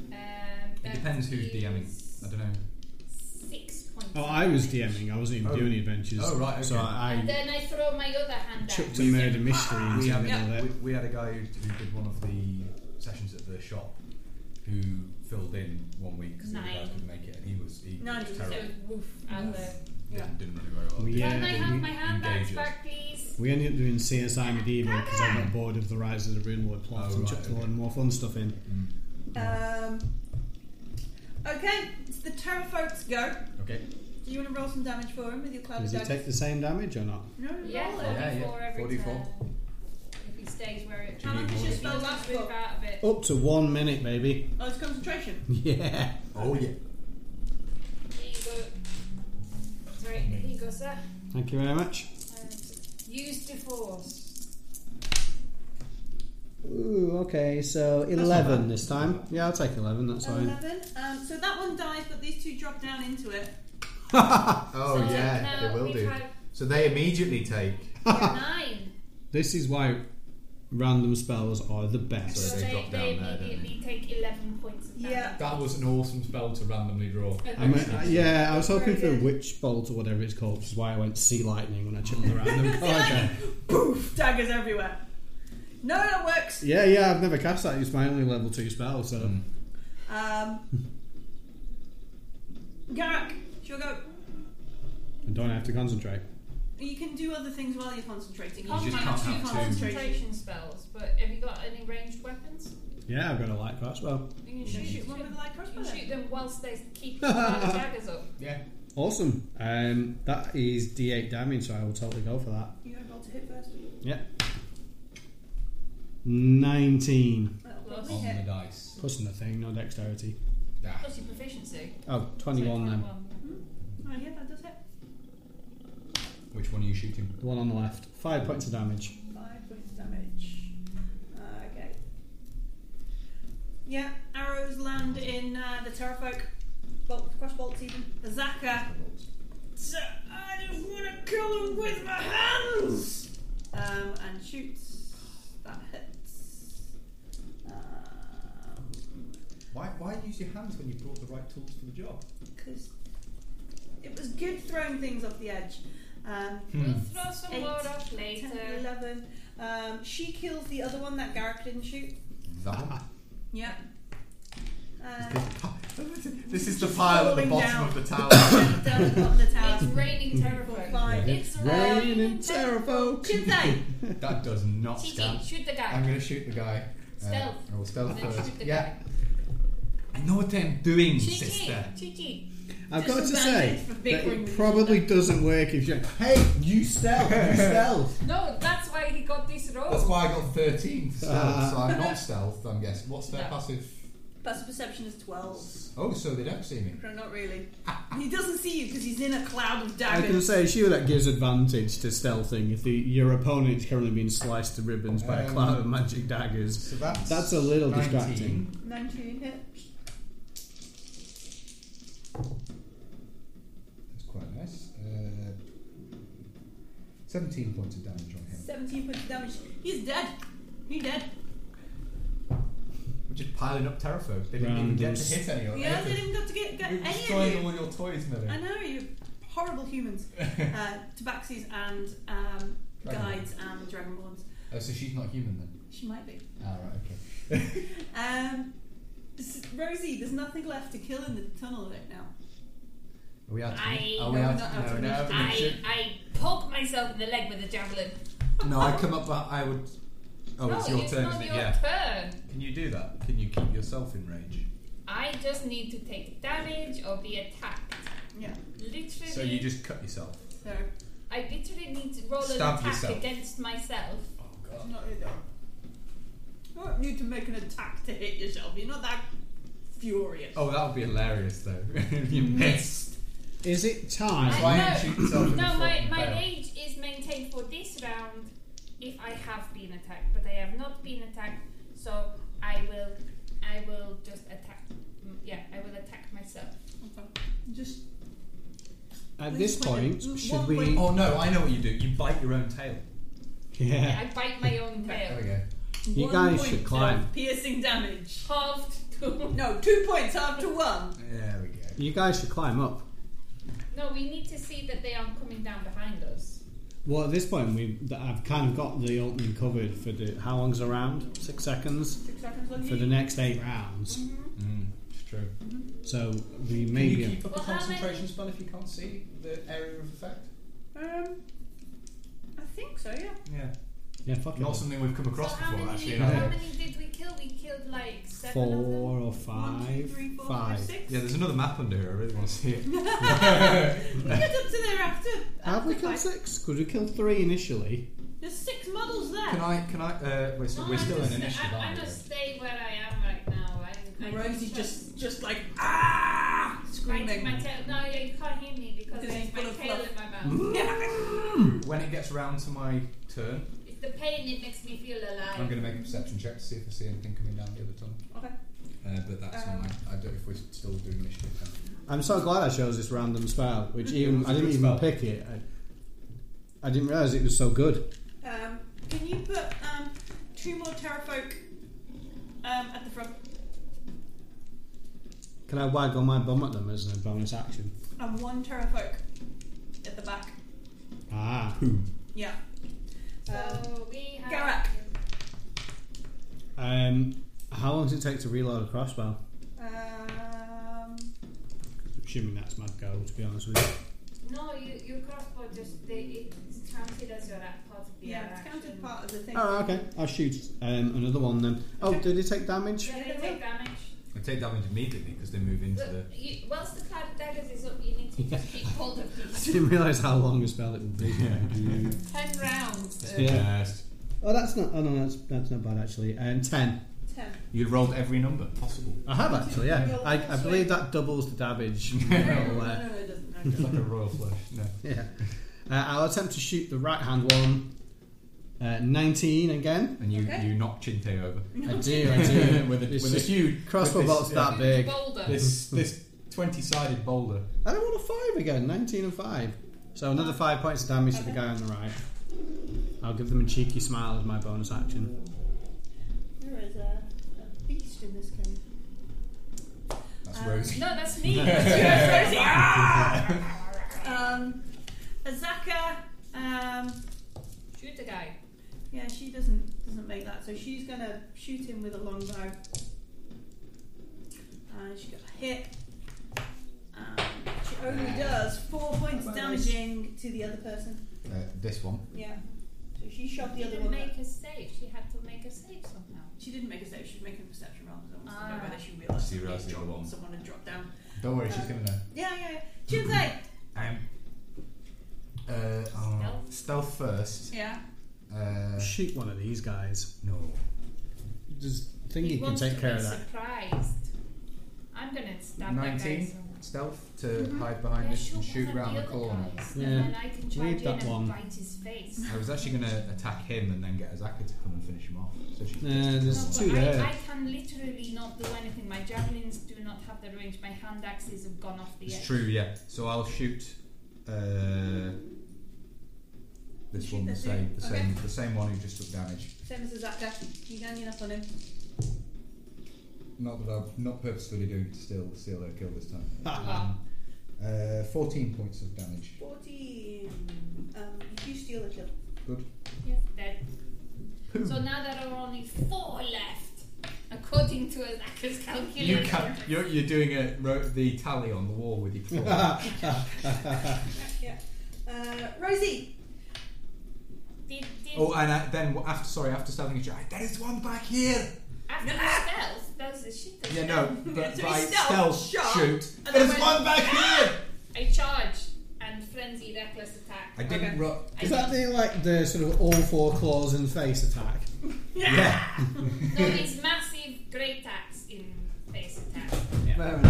F: Um,
D: It
F: that
D: depends who's
F: is
D: DMing. I don't know.
F: Six points.
E: Oh, I was DMing. I wasn't even
D: Oh.
E: doing any adventures.
D: Oh, right,
E: So
D: okay.
F: And
E: I,
F: then I throw my other
E: I
F: hand
E: chucked
F: axe.
E: a murder mystery into
D: We
E: the
D: had,
E: middle
D: we,
E: there.
D: we had a guy who, who did one of the sessions at the shop who filled in one week because the other guy
F: Nine.
D: couldn't make it, and he was he
B: Nine,
D: was
B: you
F: So
D: terrible.
F: woof. out there.
D: Didn't- Didn't really very well.
E: We,
F: Can
E: uh,
F: I have
E: we-
F: my hand
D: engage
F: axe
D: it.
F: back, please?
E: We ended up doing CSI Medieval because I got bored of the Rise of the Runeward plot
D: Oh,
E: and
D: right,
E: chucked a
D: okay.
E: lot more fun stuff in.
D: Mm.
B: Um, okay, it's the Terror folks go.
D: Okay.
B: Do you want to roll some damage for him with your cloud
E: Does
B: of
E: it take the same damage or not?
B: No, roll
F: Yeah,
B: it.
F: 44
D: Yeah, yeah,
F: every
D: 44.
F: turn. If he stays where it
B: How long does your spell last
F: move
B: for?
F: out of it.
E: Up to one minute, baby.
B: Oh, it's concentration.
E: Yeah.
D: Oh yeah.
F: Here you go. Sorry, here you go, sir.
E: Thank you very much.
F: Um, use to force.
E: Ooh, okay, so
B: not
E: 11 this time. Yeah, I'll take 11, that's fine.
B: 11. Um, so that one dies, but these two drop down into it.
C: Oh,
F: so
C: yeah,
F: now
C: they will
F: we
C: do.
F: Have
C: So they immediately take.
F: nine.
E: This is why random spells are the best.
F: So
C: So they
F: they,
C: drop
F: they
C: down there, don't they?
F: immediately take 11 points of damage.
B: Yeah.
D: That was an awesome spell to randomly draw.
E: I mean,
D: Actually.
E: uh, yeah, I was hoping for a
F: Very good.
E: witch bolt or whatever it's called, which is why I went sea lightning when I checked the random
B: Sea
E: card.
B: lightning. Poof! Daggers everywhere. No, that works.
E: Yeah, yeah, I've never cast that. It's my only level 2 spell, so.
B: Um, Garak, sure go.
E: I don't have to concentrate.
B: You can do other things while you're concentrating. You
F: Can't
D: just can't
F: have two
D: have two.
F: concentration spells, but have you got any ranged weapons?
E: Yeah, I've got a light crossbow.
F: You can
B: shoot,
F: shoot,
B: one with a
F: them.
B: light
F: You
B: crossbow.
F: can
B: then.
F: shoot them whilst they keep the daggers up.
D: Yeah.
E: Awesome. Um, that is D8 damage, so I will totally go for that.
B: You gotta roll to hit first.
E: 19.
B: That'll
F: Plus.
B: probably
D: On
B: hit.
D: the dice.
E: Plus nothing, no dexterity.
D: Yeah.
F: Plus your proficiency.
E: Oh,
F: So
E: 21 then.
F: 21.
B: Oh, yeah, that does hit.
D: Which one are you shooting?
E: The one on the left. Five points of damage.
B: Five points of damage. Uh, okay. Yeah, arrows land in uh, the Terrafolk. Bolt, cross bolts even. The Zaka. So I just want to kill him with my hands! Um, and shoots. That hits. Um, Because
C: Why, why use your hands when you brought the right tools for the job?
B: it was good throwing things off the edge. Um,
F: We'll throw some
B: Eight.
F: more up
B: 10,
F: later.
B: 11. Um, she kills the other one that Garrick didn't shoot.
C: That one.
B: Yeah. Uh,
C: this is the pile at the
B: Falling
C: bottom
B: down.
C: of the tower.
B: down at the bottom of the
F: It's
B: tower.
F: raining
B: Four,
F: terrifying.
B: five.
F: It's
E: Rain
F: raining.
E: and Terrafolk!
B: Shinsei!
C: that does not
F: TT,
C: stand.
F: shoot the
C: I'm
F: guy.
C: going to shoot the guy. Uh,
F: Stealth.
C: I will stealth
F: Then
C: first.
F: shoot the
C: Yeah.
F: guy.
C: I know what I'm doing,
F: TT,
C: sister.
F: TT.
E: I've got to say
B: Disadvantage for big
E: that
B: wings.
E: it probably doesn't work if you Hey, you stealth, you stealth.
F: No, that's why he got this roll.
D: That's why I got 13 for stealth,
E: Ah.
D: so I'm not stealth, I'm guessing. What's their
F: No.
D: passive?
B: Passive perception is 12.
D: Oh, so they don't see me.
B: No, not really. He doesn't see you because he's in a cloud of
E: I can
B: daggers.
E: say sure that gives advantage to stealthing if the, your opponent's currently being sliced to ribbons by a
C: Um,
E: cloud of magic daggers.
C: So that's,
E: That's a little
C: 19.
E: distracting.
B: 19 hit.
C: That's quite nice. Uh, 17 points of damage on him,
B: 17 points of damage. He's dead. He's dead.
D: We're just piling up terraphobe. They didn't even get to
E: Randoms.
D: hit anyone.
B: Yeah, I didn't even got to get, get
D: You're
B: any of
D: destroying
B: you.
D: all your toys, Millie.
B: I know, you horrible humans. Uh, tabaxis and um, guides and dragonborns.
D: Oh, so she's not human then?
B: She might be.
D: Ah, right, okay.
B: Um, s- Rosie, there's nothing left to kill in the tunnel right now.
D: Are we out? to-
F: I-
D: Are we
B: No,
D: out?
B: not out
D: No,
B: to
D: no,
B: initiative.
D: no,
F: I, I poke myself in the leg with a javelin.
D: shit. no. I come up. beh- I would. Oh,
F: no,
D: it's your
F: it's
D: turn,
F: not
D: isn't it?
F: your
D: Yeah.
F: turn.
D: Can you do that? Can you keep yourself in range?
F: I just need to take damage or be attacked.
B: Yeah.
F: Literally,
D: So you just cut yourself.
B: So,
F: I literally need to roll an
D: Stab
F: attack
D: yourself.
F: against myself.
D: Oh god.
B: not really done. You don't need to make an attack to hit yourself. You're not that furious.
D: Oh, that would be hilarious though. you missed.
E: Is it
F: I
E: time?
D: Try
F: know.
D: and shoot yourself in the
F: No,
D: foot
F: my,
D: and fail.
F: my age is maintained for this round if I have been attacked, but I have not been attacked, so I will I will just attack. mm, Yeah, I will attack myself.
B: Okay. Just
E: At this point, should we?
D: Oh no, I know what you do. You bite your own tail.
E: Yeah.
F: I bite my own
D: There
F: tail.
D: we go.
E: You
B: one
E: guys
B: point
E: should climb.
B: of piercing damage.
F: Halved to.
B: No, two points after one.
D: There we go.
E: You guys should climb up.
F: No, we need to see that they aren't coming down behind us.
E: Well, at this point, we th- I've kind of got the opening covered for the how long's a round? Six seconds
B: Six seconds left.
E: for the next eight rounds.
D: Mm, it's true.
E: So we may
D: Can you
E: be.
D: keep up
F: Well,
D: a
F: how many-
D: concentration spell if you can't see the area of effect?
B: Um, I think so, yeah.
D: Yeah.
E: Yeah, fuck it.
D: Not something we've come across
F: so how
D: before,
F: many,
D: actually.
F: How
D: no.
E: Yeah.
F: many did we kill? We killed like seven of them.
E: Four or
B: One, two,
E: five.
B: three, four, five,
E: Five.
B: six.
D: Yeah, there's another map under here. I really want to see it.
B: We get up to there after.
E: Have we
B: after
E: killed
B: five.
E: six? Because we killed three initially.
B: There's six models there.
D: Can I? Can I? Uh, wait, so
F: No,
D: we're
F: I'm
D: still in
F: just-
D: initiative,
F: I, I
D: aren't we?
F: must stay where I am right now. I'm, I'm
B: Rosie
F: just-
B: just, just like ah,
F: biting
B: screaming.
F: my tail. No, yeah, you can't hear me because
B: Because
F: it's
B: he's
F: my
B: full of
F: tail
B: fluff.
F: in my mouth.
D: When it gets round to my turn,
F: It's the pain. It makes me feel
D: I'm
F: alive.
D: going to make a perception check to see if I see anything coming down the other tunnel.
B: Okay.
D: Uh, but that's on
F: Um.
D: my. I don't if we're still doing initiative. Then.
E: I'm so glad I chose this random spell, which even
D: was a
E: I didn't
D: good
E: even
D: spell.
E: pick it. I, I didn't realize it was so good.
B: Um, can you put um, two more terrafolk um, at the front
E: Can I wag on my bum at them as a bonus action?
B: and one terrafolk at the back?
E: Ah,
B: Yeah.
F: So we have.
B: Garak.
E: um, how long does it take to reload a crossbow?
B: Um,
E: Assuming that's my goal, to be honest with you.
F: No, you you crossbow just they, it's counted as your act- part of the
B: yeah,
F: act
B: it's counted
F: action.
B: part of the thing.
E: Oh, okay. I'll shoot um, another one then. Oh,
B: Okay.
E: did he take damage?
F: Yeah, they take damage.
D: I take damage immediately because they move into
F: But
D: the.
F: you, whilst the cloud of daggers is up, you need to just keep hold of
E: I
F: these
E: didn't realise how long a spell it would be.
J: Ten rounds. Of
E: Yeah.
D: Yes.
E: Oh, that's not. Oh no, that's that's not bad actually. Um, ten.
B: Ten.
D: You rolled every number possible.
E: I have actually. Yeah, I, I believe that doubles the damage. I'll,
B: No,
E: uh,
B: no, no, it doesn't. No, it
D: It's
B: doesn't.
D: like a royal flush. No.
E: yeah. Uh, I'll attempt to shoot the right hand one. Uh, Nineteen again.
D: And you,
B: Okay.
D: you knock Chinte over.
E: I do. I do.
D: with a,
E: It's
D: with a
E: just
D: huge
E: crossbow
D: with this-
E: bolts
D: yeah,
E: that big.
J: Boulder.
D: This this twenty sided boulder.
E: I don't want a five again. Nineteen and five. So another five points of damage to the guy on the right. I'll give them a cheeky smile as my bonus action.
B: There is a, a beast in this game.
D: That's
B: Um,
D: Rosie.
J: No, that's me.
B: Um, Azaka. Um,
F: Shoot the guy.
B: yeah, she doesn't doesn't make that, so she's gonna shoot him with a longbow. And she got hit. And she only does four points damaging to the other person.
D: Uh, this one.
B: Yeah. So she shot
F: She
B: the other
F: didn't
B: one.
F: make a save. She had to make a save somehow.
B: she didn't make a save. She was making a perception roll. so I wanted to
F: Ah.
B: know whether she realised
D: She
B: somebody
D: realised the other
B: dropped-
D: one.
B: someone had dropped down.
D: Don't worry, she's gonna know.
B: Yeah, yeah, yeah. She was like,
D: Um, uh, oh,
F: Stealth.
D: stealth first.
B: yeah.
D: Uh,
E: Shoot one of these guys.
D: no.
E: Just think you can
F: wants
E: take
F: to
E: care
F: be
E: of that.
F: Surprised. I'm gonna stab that guy.
D: 19?
F: somewhere.
D: Stealth to
F: Mhm.
D: hide behind
F: Yeah,
D: this and
F: shoot
D: shoot
F: one of
D: round the
F: other
D: corner.
F: guys,
E: Yeah.
F: And then I can charge
E: Leave
F: in
E: that
F: and
E: one.
F: bite his face.
D: I was actually going to attack him and then get Azaka to come and finish him off. So she
E: Uh, there's
F: no,
E: two
F: but
E: there.
F: I, I can literally not do anything. My javelins do not have the range. My hand axes have gone off the
D: It's
F: edge.
D: true, yeah. So I'll shoot uh, this
B: Shoot
D: one, the
B: this
D: same,
B: dude.
D: the
B: Okay.
D: same, the same one who just took damage.
B: Same as Azaka. You ganging up on him.
D: Not that I'm not purposefully doing it to steal, steal their kill this time. Um,
F: Wow.
D: Uh, 14 points of damage.
B: 14. Um, you do steal a kill.
D: Good.
F: Yes, dead. So now there are only four left, according to Azaka's
D: You
F: calculation.
D: can, you're, you're doing a, ro- the tally on the wall with your claw.
B: Yeah. Uh, Rosie!
F: Did, did
D: oh, and I, then after, sorry, after stabbing each other, there is one back here.
F: after stealth, there's a shit. that-
D: uh, Yeah, no, but
B: So
D: by
B: he stealth
D: stealth,
B: shot,
D: shoot.
B: and
D: There's
B: then
D: one back here.
F: I charge and frenzy reckless attack.
D: I didn't.
B: Okay.
D: Ro-
F: I
E: Is that
F: did-
E: the like the sort of all four claws and face attack?
D: yeah.
F: No, it's massive great axe in face attack.
D: Fair enough.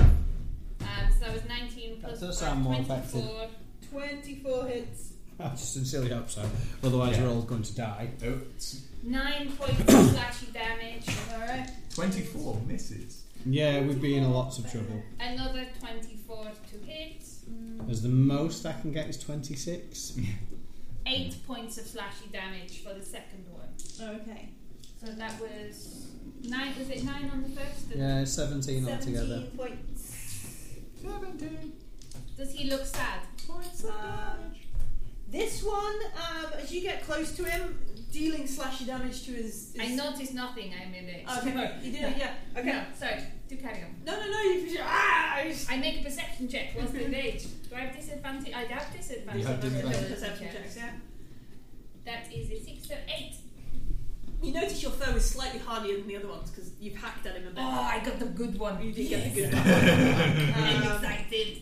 F: Um, so that was 19 plus
E: does
F: five,
E: sound more
F: 24.
E: effective.
B: 24 hits.
E: I sincerely hope so. Otherwise,
D: Yeah.
E: we're all going to die.
D: Oh, it's
F: Nine points of slashy damage.
B: Alright.
D: Twenty-four misses.
E: Yeah, we'd be in a lots of trouble.
F: Another 24 to hit.
E: As the most I can get is twenty six.
F: Eight points of slashy damage for the second one.
B: Okay.
F: So that was nine. Was it nine on the first?
E: Yeah, seventeen
B: 17
E: altogether.
B: points.
D: Seventeen.
F: Does he look sad?
B: Um, this one, um, as you get close to him, dealing slashy damage to his. his
F: I noticed nothing. I made it.
B: Okay, you did it, yeah. Okay.
F: No, sorry. Do carry on.
B: No, no, no, you. Ah! I just-
F: I make a perception check. What's the rage? Do I have disadvantage? I have disadvantage.
D: You have
F: on my
D: disadvantage.
F: ability
B: Perception
F: checks.
B: checks, yeah.
F: That is a six, so eight.
B: You notice your foe is slightly hardier than the other ones because you've hacked at him a bit.
J: Oh, I got the good one.
B: You did get the good
J: I'm
B: one. Um,
J: excited.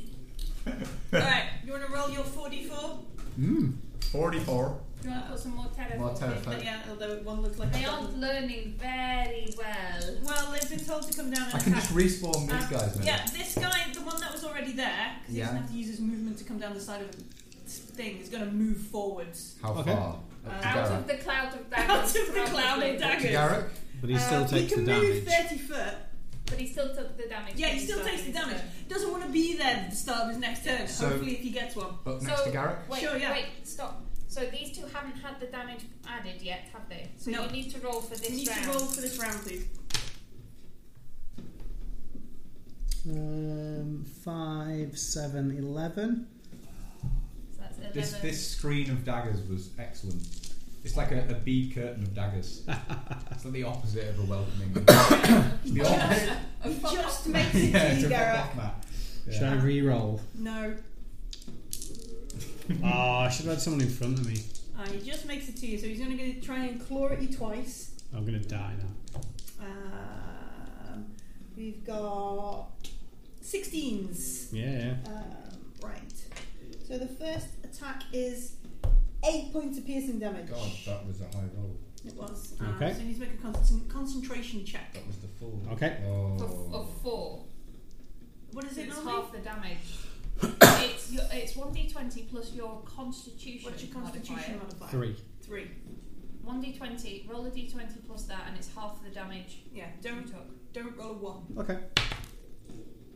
B: Alright, you want to roll your
D: Uh,
B: 4d4?
E: Mm.
D: 44.
F: Do you want to put some more terraform?
D: More
F: in?
D: terrifying.
B: Yeah, although one looks like a
F: They
B: dog.
F: aren't learning very well.
B: Well, they've been told to come down and
D: I can
B: attack.
D: just respawn these
B: Um,
D: guys, man.
B: Yeah, this guy, the one that was already there, because he
D: Yeah.
B: doesn't have to use his movement to come down the side of the thing, is going to move forwards.
D: How
E: Okay.
D: far? Up to
B: Uh,
F: Out
D: Garrett.
F: of the cloud of daggers.
B: Out of the cloud
F: probably.
B: of daggers.
D: Garrett?
E: But he still
B: Uh,
E: takes
B: he can
E: the damage.
B: move 30 foot.
F: But he still took the damage.
B: Yeah, he
F: from
B: still
F: his
B: takes the
F: own,
B: damage.
F: so-
B: Doesn't want to be there at the start of his next turn.
D: So-
B: Hopefully, if he gets one.
D: Up next to
F: So-
D: Garrett?
F: Wait,
B: Sure, yeah.
F: wait, stop. So these two haven't had the damage added yet, have they? So
B: No.
F: you need to roll for this
B: We need
F: round.
B: to roll for this round, please.
E: Um, 5, 7, 11.
F: So that's 11.
C: This this screen of daggers was excellent. It's like a, a bead curtain of daggers.
D: It's like the opposite of a welcoming.
C: The opposite.
B: Just makes it
C: yeah,
B: to
C: it's
B: you,
C: a
B: Garrett.
C: block map.
E: Should I re-roll?
B: No,
E: oh, I should have had someone in front of me.
B: uh, he just makes it to you. So he's going to try and claw at you twice.
E: I'm gonna die now.
B: Um, we've got 16s.
E: Yeah, yeah.
B: Um, right. So the first attack is eight points of piercing damage.
C: God, that was a high roll.
B: It was. Um,
E: Okay.
B: So you need to make a concent- concentration check.
C: That was the full.
E: Okay.
F: Of,
C: Oh.
F: of four.
B: What is
F: So
B: it
F: it's
B: normally?
F: half the damage. it's your, it's 1d20 plus your constitution.
B: What's your constitution modifier?
E: Three.
B: Three.
F: Modifier. 1d20, roll a d20 plus that, and it's half the damage
B: Yeah.
F: you
B: Don't
F: took.
B: don't roll a one.
E: Okay.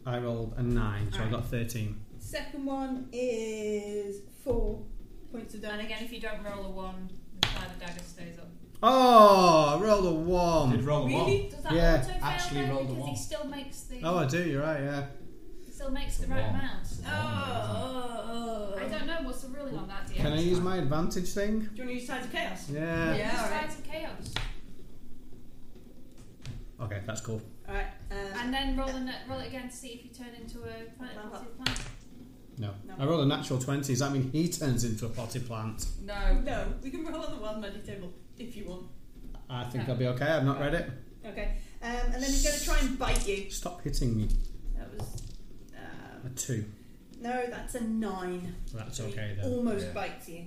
E: I rolled a nine, so I got thirteen.
B: Second one is four points of
F: And
B: damage.
F: again, if you don't roll a one, the side of dagger stays up.
E: Oh, I rolled a
C: Did
E: one.
D: Oh,
C: roll a one.
B: Really?
F: Does that
E: Yeah,
F: auto fail
D: actually
F: then?
D: rolled a
F: because
D: one.
F: he still makes the
E: Oh, I do. You're right. Yeah.
F: he still makes the right
D: One.
F: amount.
B: Oh, oh, oh.
F: I don't know what's the ruling on that.
E: Can I use my advantage thing?
B: Do you want to use Tides of Chaos?
D: uh,
E: Yeah.
B: Yeah, all right.
F: Sides of chaos,
E: Okay, that's cool.
B: Alright. Um,
F: and then roll an, roll it again to see if you turn into a planet positive planet.
E: No.
B: No.
E: I rolled a natural twenty. Does that mean he turns into a potted plant?
J: No.
B: no, we can roll on the wild magic table if you want.
E: I think
F: No.
E: I'll be okay. I've not read it.
B: Okay. Um, and then he's going to try and bite you.
E: Stop hitting me.
B: That was.
E: A
B: Um,
E: two.
B: no, that's a nine.
E: That's
B: So he
E: okay then.
B: Almost
D: Yeah.
B: bites you.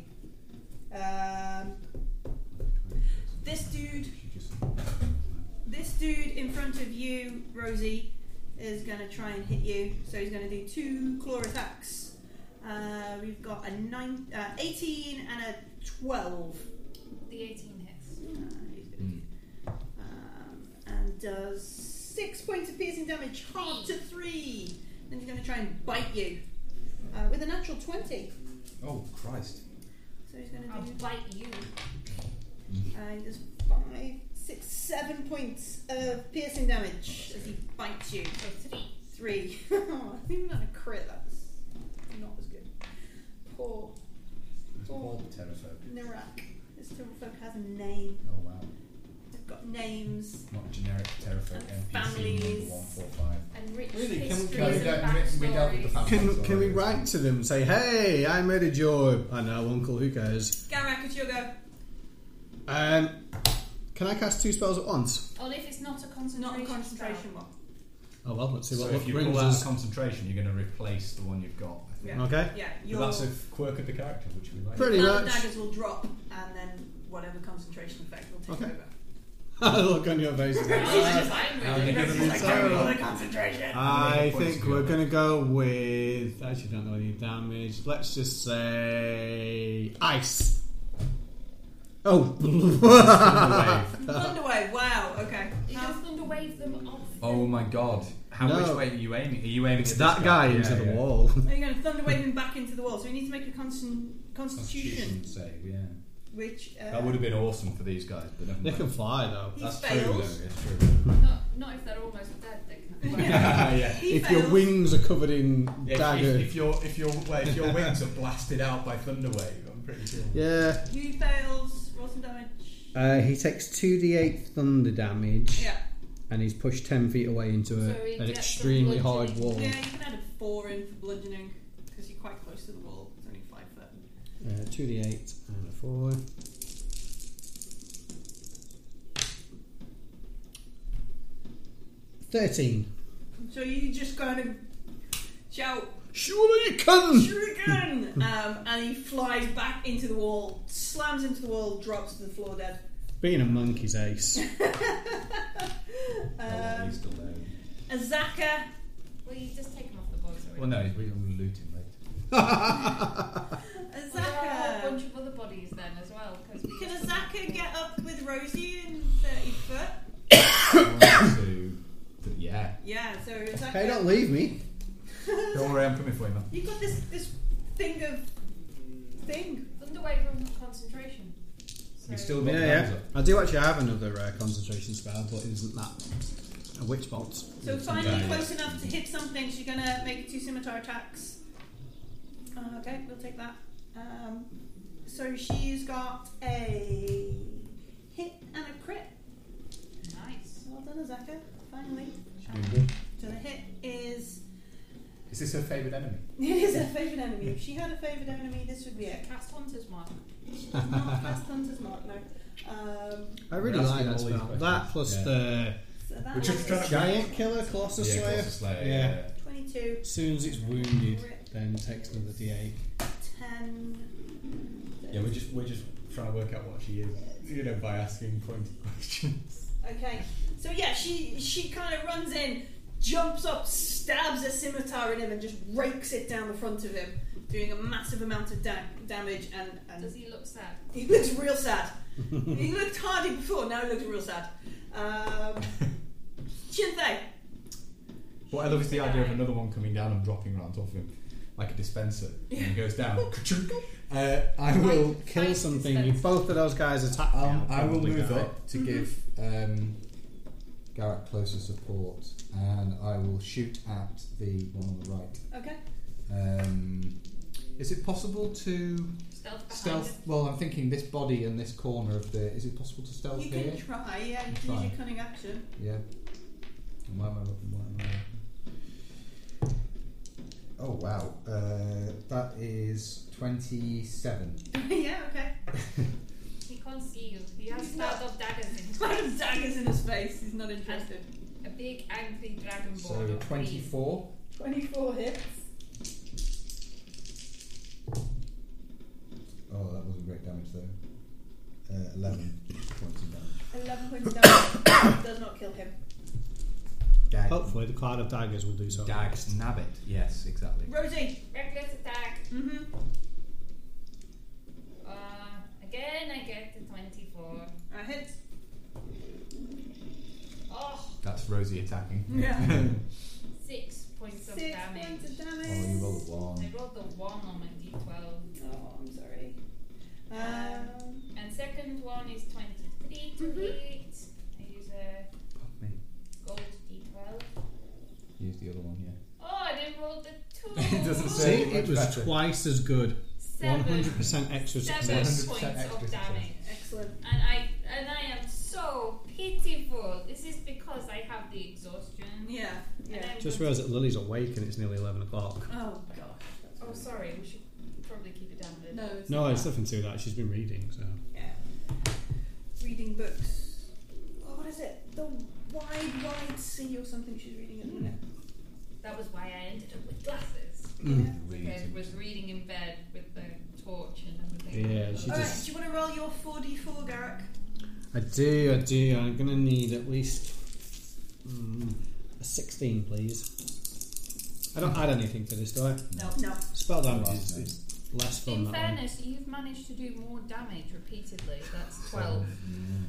B: Um, this dude, this dude in front of you, Rosie, is going to try and hit you. So he's going to do two claw attacks. Uh, we've got a nine, uh, 18 and a 12.
F: The 18 hits.
B: Uh, he's
D: Mm.
B: gonna
C: Hmm.
B: do- um, and does six points of piercing damage, half to three. Then he's going to try and bite you uh, with a natural 20.
C: Oh Christ.
B: So he's going to
F: I'll
B: do.
F: bite you.
B: Uh, there's five, six, seven points of piercing damage as he bites you.
F: So three.
B: Three. Oh, Even on a crit, that's not as good. Poor
C: All the terraphobe.
B: Narak. This folk has a name.
C: Oh wow.
B: They've got names.
C: Not generic terraphobe
B: And
C: NPC
B: families.
C: number one four five.
F: And rich
D: Really? Can we-
F: histories
D: can we
F: and
D: don't- we- we dealt with the
F: backstories.
D: family.
E: Can, can we write to them and say, hey, I murdered your. I know, Uncle, who cares?
B: Garak, it's your go.
E: Um, can I cast two spells at once?
F: Only if it's not a concentration.
B: Not a concentration
F: spell.
B: one.
E: Oh, well, let's see
D: So
E: what
D: if
E: luck
D: you
E: brings
D: pull out
E: us.
D: of concentration, you're going to replace the one you've got. I think.
B: Yeah.
E: Okay.
B: Yeah,
D: But
B: your
D: that's a quirk of the character, which we like.
E: Pretty
B: Now the
E: much.
B: daggers will drop, and then whatever concentration effect will take
E: Okay.
B: over.
E: Look on your faces.
B: just
D: I'll Ah, give
B: Rex's just
D: it a
B: like,
D: sorry.
B: "Don't roll the concentration.
E: I think we're going to go with. I actually don't know any damage. Let's just say. Ice. Oh.
B: Thunderwave. Wow. Okay.
F: You
B: How-
F: just thunder wave them off.
D: Oh my god. How
E: No.
D: which way are you aiming? Are you aiming
E: it's
D: at
E: that
D: this
E: guy
D: Yeah,
E: into the
D: yeah.
E: wall.
B: Are you going to thunderwave him back into the wall? So we need to make a constant constitution,
C: Constitution save, yeah.
B: which uh,
D: That would have been awesome for these guys, but never
E: they
D: mind.
E: can fly, though.
B: he
D: That's true, though.
B: fails.
D: It's true.
F: Not, not if they're almost dead. They can.
D: yeah.
B: He
E: if
B: fails.
E: your wings are covered in
D: Yeah, if,
E: Ah, dagger.
D: if, if your if your well, if your wings are blasted out by thunderwave, I'm pretty sure.
E: yeah.
B: He fails. Roll some damage.
E: Uh, he takes 2d8 thunder damage.
B: Yeah.
E: and he's pushed 10 feet away into
F: So he
E: a, an
F: gets
E: extremely
F: the
E: hard
F: bludgeoning.
E: wall.
B: Yeah. You can add a four in for bludgeoning because you're quite close to the wall. It's only five foot.
E: Uh, 2d8 and a 4. Thirteen.
B: So you just kind of shout,
E: Surely you can.
B: Shuriken! um, and he flies back into the wall, slams into the wall, drops to the floor dead.
E: Being a monkey's ace.
B: Um,
D: Oh, he's still there.
B: Azaka
F: Well, you just take him off the boat already.
D: Well, no, he's we're gonna loot him later.
F: Well, there are a
B: Azaka!
F: whole bunch of other bodies then as well. Cause we
B: Can
F: just-
B: Azaka get up with Rosie in 30 foot?
D: One, two, th- yeah.
B: Yeah, so Azaka.
E: hey, don't leave me.
D: Don't worry, I'm coming for you, man.
B: You've got this, this thing of. thing.
F: Thunderwave runs with concentration. So
D: We've still
E: Yeah,
D: got the
E: yeah.
D: hands up.
E: I do actually have another uh, concentration spell, but it isn't that a witch bolt.
B: So finally
D: Yeah.
B: close enough to hit something, she's gonna make two scimitar attacks. Uh, okay, we'll take that. Um, so she's got a hit and a crit.
F: nice.
B: Well done, Azaka. Finally.
D: Doing good.
B: So the hit is.
D: Is this her favourite enemy?
B: It is her favourite enemy. If she had a favourite enemy, this would be it.
F: Cast Hunter's Mark.
B: She does not cast Hunter's Mark, no. Um,
E: I really
D: We're
E: like
D: asking
E: that
D: all these
E: spell.
D: questions.
E: That plus
D: Yeah.
E: the
B: so that
D: We're just
B: is
D: trying to-
E: giant killer, Colossus
D: yeah,
E: Slayer.
D: Colossus Slayer.
E: Yeah.
D: yeah, yeah.
B: 22,
E: As soon as it's wounded,
B: Rip.
E: then takes another d8.
B: 10.
D: Yeah, we're just we're just trying to work out what she is, you know, by asking pointed questions.
B: Okay. So yeah, she she kind of runs in, jumps up, stabs a scimitar in him, and just rakes it down the front of him, doing a massive amount of da- damage. And,
F: Does
B: and
F: he look sad?
B: he looks real sad. he looked hardy before, now he looks real sad. Um, Shintei.
D: Well, I love is the idea of another one coming down and dropping round off him, like a dispenser, and he goes down. ka-chunk. uh, I will.
E: Kill
F: Fight
E: something.
F: dispense.
E: If both of those guys attack, me,
D: Um,
E: I'll
D: I will
E: probably
D: move
E: die.
D: up to give um, Garrett closer support, and I will shoot at the one on the right.
B: Okay.
D: Um, is it possible to
F: Stealth behind
D: stealth?
F: him.
D: Well, I'm thinking this body and this corner of the. Is it possible to stealth
B: You
D: here?
B: can try, yeah, you can
D: Try.
B: use your cunning action.
D: Yeah. Why am I looking? Why am I looking? Oh wow, uh, that is twenty-seven.
B: yeah, okay.
F: He can't see you. He has
B: He's not-
F: stabbed up daggers in his
B: Kind
F: face.
B: of daggers in his face, he's not interested.
F: A big angry dragonborn.
D: So
F: of green.
D: twenty-four.
B: 24 hits.
D: Oh, that wasn't great damage though. Uh, Eleven points of damage.
B: 11 points of damage. Does not kill him.
D: Dag.
E: Hopefully, the cloud of daggers will do so.
D: Dag. Snab it. Yes, exactly.
B: Rosie.
F: Reckless attack.
B: Mm-hmm.
F: Uh, again, I get the 24.
B: I hit.
F: Oh,
D: That's Rosie attacking.
B: Yeah.
F: six points of
B: Six
F: damage.
B: points of damage.
D: oh, you rolled a one.
F: I rolled the 1 on my d12.
B: Oh, I'm sorry. Um,
F: And second one is 23 to
B: Mhm.
F: hit. I use a
D: Pop me.
F: gold d12.
D: Use the other one. Yeah.
F: Oh, I didn't roll the 2.
D: It doesn't
E: See,
D: say.
E: it was
D: Better.
E: twice as good. One
F: Seven.
E: hundred percent extra
F: Seven
E: success.
F: points
D: 100% extra
F: of
D: success.
F: damage.
B: excellent.
F: And I and I am so pitiful. This is because I have the exhaustion.
B: Yeah.
F: And
B: Yeah.
F: I'm
E: Just
F: going
E: realised that Lily's awake and it's nearly eleven o'clock.
B: Oh gosh.
F: to- Oh, sorry. We should probably keep it down a bit.
B: No. It's
E: No,
B: not
E: there's
B: that.
E: nothing to that. She's been reading, so
B: Yeah. Reading books. Oh, what is it? The Wide, Wide Sea or something she's reading at the minute.
F: That was why I ended up with glasses. I was reading in bed with the torch and everything.
E: Yeah, she
B: Alright,
E: just-
B: do you want to roll your 4d4, Garrick?
E: I do. I do. I'm gonna need at least mm, a sixteen, please. I don't add anything to this, do I?
F: No.
B: No.
E: Spell damage
D: Right,
E: is,
D: no.
E: is less fun
F: In
E: that one.
F: fairness, you've managed to do more damage repeatedly. That's twelve.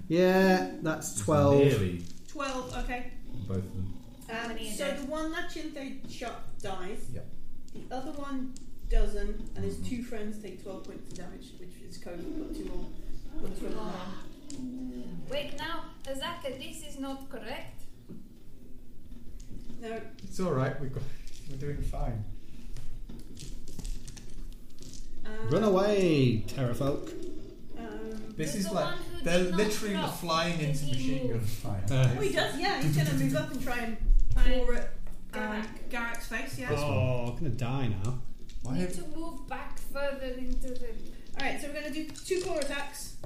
E: Yeah, that's twelve.
D: Nearly
B: 12, okay.
D: both of them.
B: Um,
F: many is
B: so
F: it?
B: the one that Chintay shot dies.
D: Yep.
B: The other one doesn't, and his two friends take 12 points of damage, which is code, but two more. But two more.
F: Wait now, Azaka, this is not correct.
B: No,
D: It's all right. We've got. We're doing fine.
B: um,
E: Run away, terror folk.
B: Um,
D: This
F: Does
D: is
F: the
D: like
F: one who
D: they're
F: did not
D: literally
F: drop, E
D: flying
F: did
D: into
F: he
D: machine gun
F: move?
D: fire.
E: Uh,
B: oh, he does, yeah. He's going to move up and try and
F: Fine.
B: claw at um,
F: Garrick.
B: Garrick's face, yeah.
D: This one.
E: oh, I'm gonna die now.
D: Why
F: Need
D: have,
F: to move back further into the.
B: Alright, so we're going to do two claw attacks.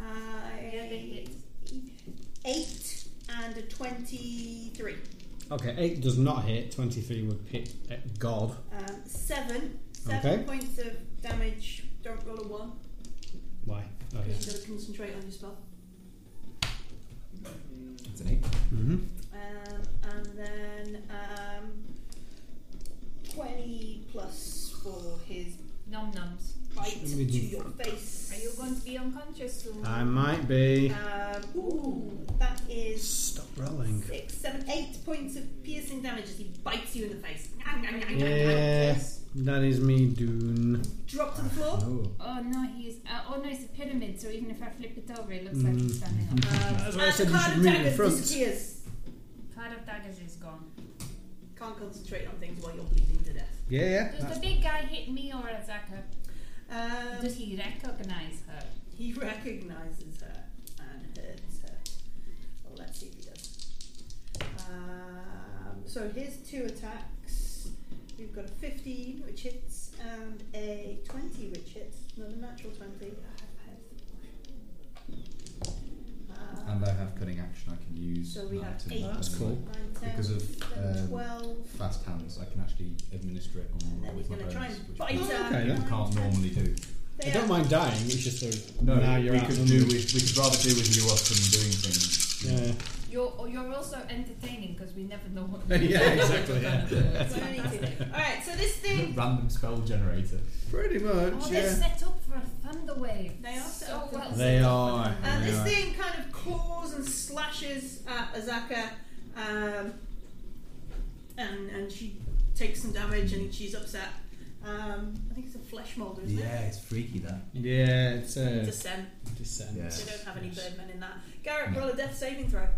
B: Uh,
F: Yeah, they hit.
B: Eight and a 23.
E: Okay, 8 does not hit, 23 would hit at God.
B: Um, 7. 7
E: Okay.
B: points of damage. Don't roll a 1
E: Why? Oh,
B: because
E: yeah.
B: you've got to concentrate on your spell.
C: It's an eight.
E: Mm-hmm.
B: Um, and then um, 20 plus for his
F: Num nums.
B: bite
E: Should
B: to
E: we do-
B: your face.
F: Are you going to be unconscious soon?
E: I might be.
B: Um, ooh, that is
E: Stop rolling.
B: six, seven, eight points of piercing damage as he bites you in the face.
E: Yeah, that is me, Dune.
B: Drop to the floor.
C: Oh.
F: Oh no, he's. Uh, oh no, it's a pyramid. So even if I flip it over, it looks like
E: Mm.
F: he's standing up.
B: Um,
E: That's why I
B: and
E: said
B: the
E: you
B: card
E: should
B: of
E: read it in
B: daggers
E: front.
B: disappears.
D: Mm.
F: Card of daggers is gone.
B: Can't concentrate on things while you're bleeding to death.
E: Yeah, yeah.
F: Does
E: That's,
F: the big guy hit me or attack her?
B: Um,
F: Does he recognize her?
B: he recognises her and hurts her. Well, let's see if he does. Um, so here's two attacks. We've got a 15, which hits, and a 20, which hits. Another natural 20. Ah,
C: And I have cutting action I can use.
B: So we
C: now
B: have
C: to-
B: eight.
E: that's cool.
B: nine, ten,
C: Because of
B: eleven,
C: um,
B: twelve.
C: fast hands, I can actually administer it on
B: And then he's
C: with my
B: going
C: bonus,
B: to try and
C: which
B: bite
C: we
B: her.
E: Okay, yeah.
C: can't normally do.
E: I don't mind dying, it's just a,
C: No,
E: now you're
C: we
E: out
C: could
E: of
C: do
E: the-
C: with, we could rather do with you up than doing things.
E: Yeah.
F: You're oh, you're also entertaining because we never know what.
E: yeah, exactly.
F: It's
B: So I need
F: fantastic.
B: to- Alright, so this thing.
D: Random spell generator.
E: Pretty
F: Oh,
E: much,
F: they're
E: yeah.
F: set up for a thunder wave.
B: They are set
F: so
B: up for-
F: well.
E: They
F: set up.
E: are.
B: Uh,
E: they
B: this
E: are.
B: thing kind of claws and slashes at Azaka, um, and and she takes some damage and she's upset. Um, I think it's a flesh molder, isn't it?
D: it's freaky that.
E: Yeah, it's
B: It's
E: a
B: a scent.
E: descent.
C: Yeah.
B: They don't have any birdmen in that. Garrett, roll a death saving throw.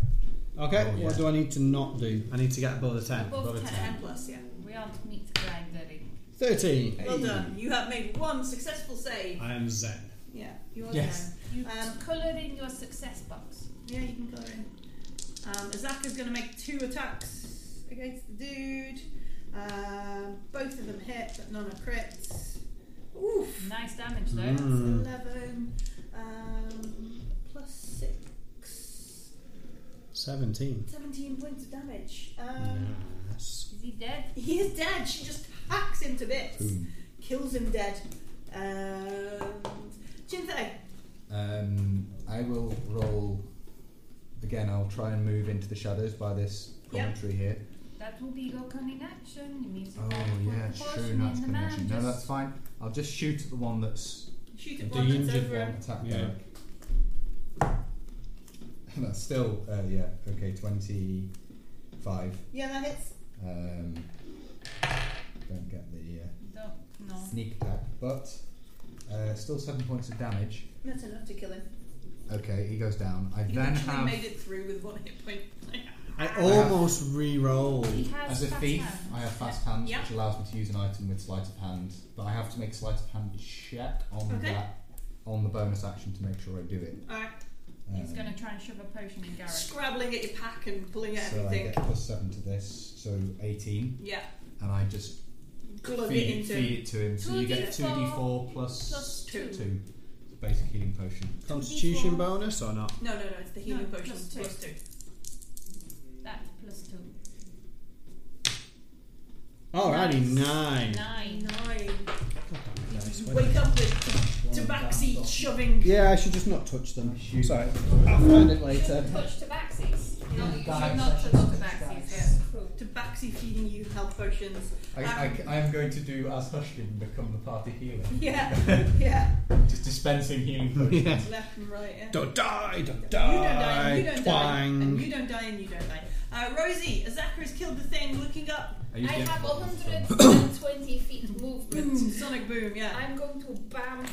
E: Okay,
C: Oh,
E: what
C: yeah.
E: do I need to not do? I need to get above the 10.
F: Above
D: Above
F: ten.
B: Ten plus, yeah.
F: We aren't meat grindering.
E: 13.
B: Well done. You have made one successful save.
E: I am Zen.
B: Yeah, you're
E: Yes.
B: done.
F: You
B: Um,
F: colour in your success box.
B: Yeah, you can go in. Um, Azaka's going to make two attacks against the dude. Um, both of them hit, but none are crits. Oof.
F: Nice damage though.
E: Mm.
B: 11 um, plus 6.
E: 17.
B: 17 points of damage. Um,
E: Nice.
F: Is he dead?
B: He is dead. She just hacks him to bits.
C: Boom.
B: Kills him dead. Um, Jinthe,
C: Um, I will roll. Again, I'll try and move into the shadows by this
B: Yep.
C: promontory here.
F: That will be your cunning action. It means you
C: Oh
F: can't put
C: yeah,
F: the potion
C: true.
F: in
C: That's
F: the
C: good
F: man,
C: action. No,
F: just-
C: that's fine. I'll just shoot at the one that's
B: shoot at
E: Do
B: one
E: you
B: that's
E: injure
B: over him.
C: attack.
E: Yeah.
C: Derek. that's still uh, yeah. Okay, twenty-five.
B: Yeah, that hits.
C: Um, don't get the uh,
F: Don't, no.
C: sneak attack, but uh, still seven points of damage.
B: That's enough to kill him.
C: Okay, he goes down. I
B: He
C: then
B: literally
C: have
B: made it through with one hit point.
E: I almost re rolled.
F: He
C: As
F: has
C: a
F: fast
C: thief,
F: hand.
C: I have fast hands,
B: Yeah.
C: which allows me to use an item with sleight of hand. But I have to make a sleight of hand check on
B: Okay.
C: that on the bonus action to make sure I do it.
B: Alright.
F: He's
D: Uh,
C: Um,
F: going to try and shove a potion in Garrett.
B: Scrabbling at your pack and
D: Um,
B: pulling at
C: so I
B: everything.
C: get plus seven to this, so eighteen,
B: Yeah.
C: and I just
B: Glug it
C: feed, it,
B: into
C: feed it to him. So you get two d
F: 2d4
C: four plus
F: plus two.
C: two. It's a basic healing potion.
E: Constitution
F: 2d4.
E: bonus or not?
B: No, no, no, it's the healing
F: No,
B: potion.
F: plus two.
B: Plus two.
F: That's plus two.
E: Alrighty, nine.
F: Nine.
B: Nine.
E: Nice.
B: Wake up with tabaxi shoving.
E: Yeah, I should just not touch them.
C: Shoot.
E: Sorry, I'll find it
F: You
E: later.
F: shouldn't touch tabaxis. You know, you should
D: Guys,
F: not touch tabaxis. Yeah.
B: Tabaxi feeding you health potions.
D: I, I, I am going to do as Hushkin, become the party healer.
B: Yeah, yeah.
D: Just dispensing healing potions.
E: Yeah.
B: Left and right, yeah.
E: Don't die, don't
B: You don't die, and
E: die.
B: you don't die,
E: Twang.
B: and you don't die, and you don't die. Uh, Rosie, Azaka's killed the thing, looking up.
C: I
F: I
C: used it-
F: have 120 feet
B: Boom,
F: movement.
B: sonic boom, yeah.
F: I'm going to bam.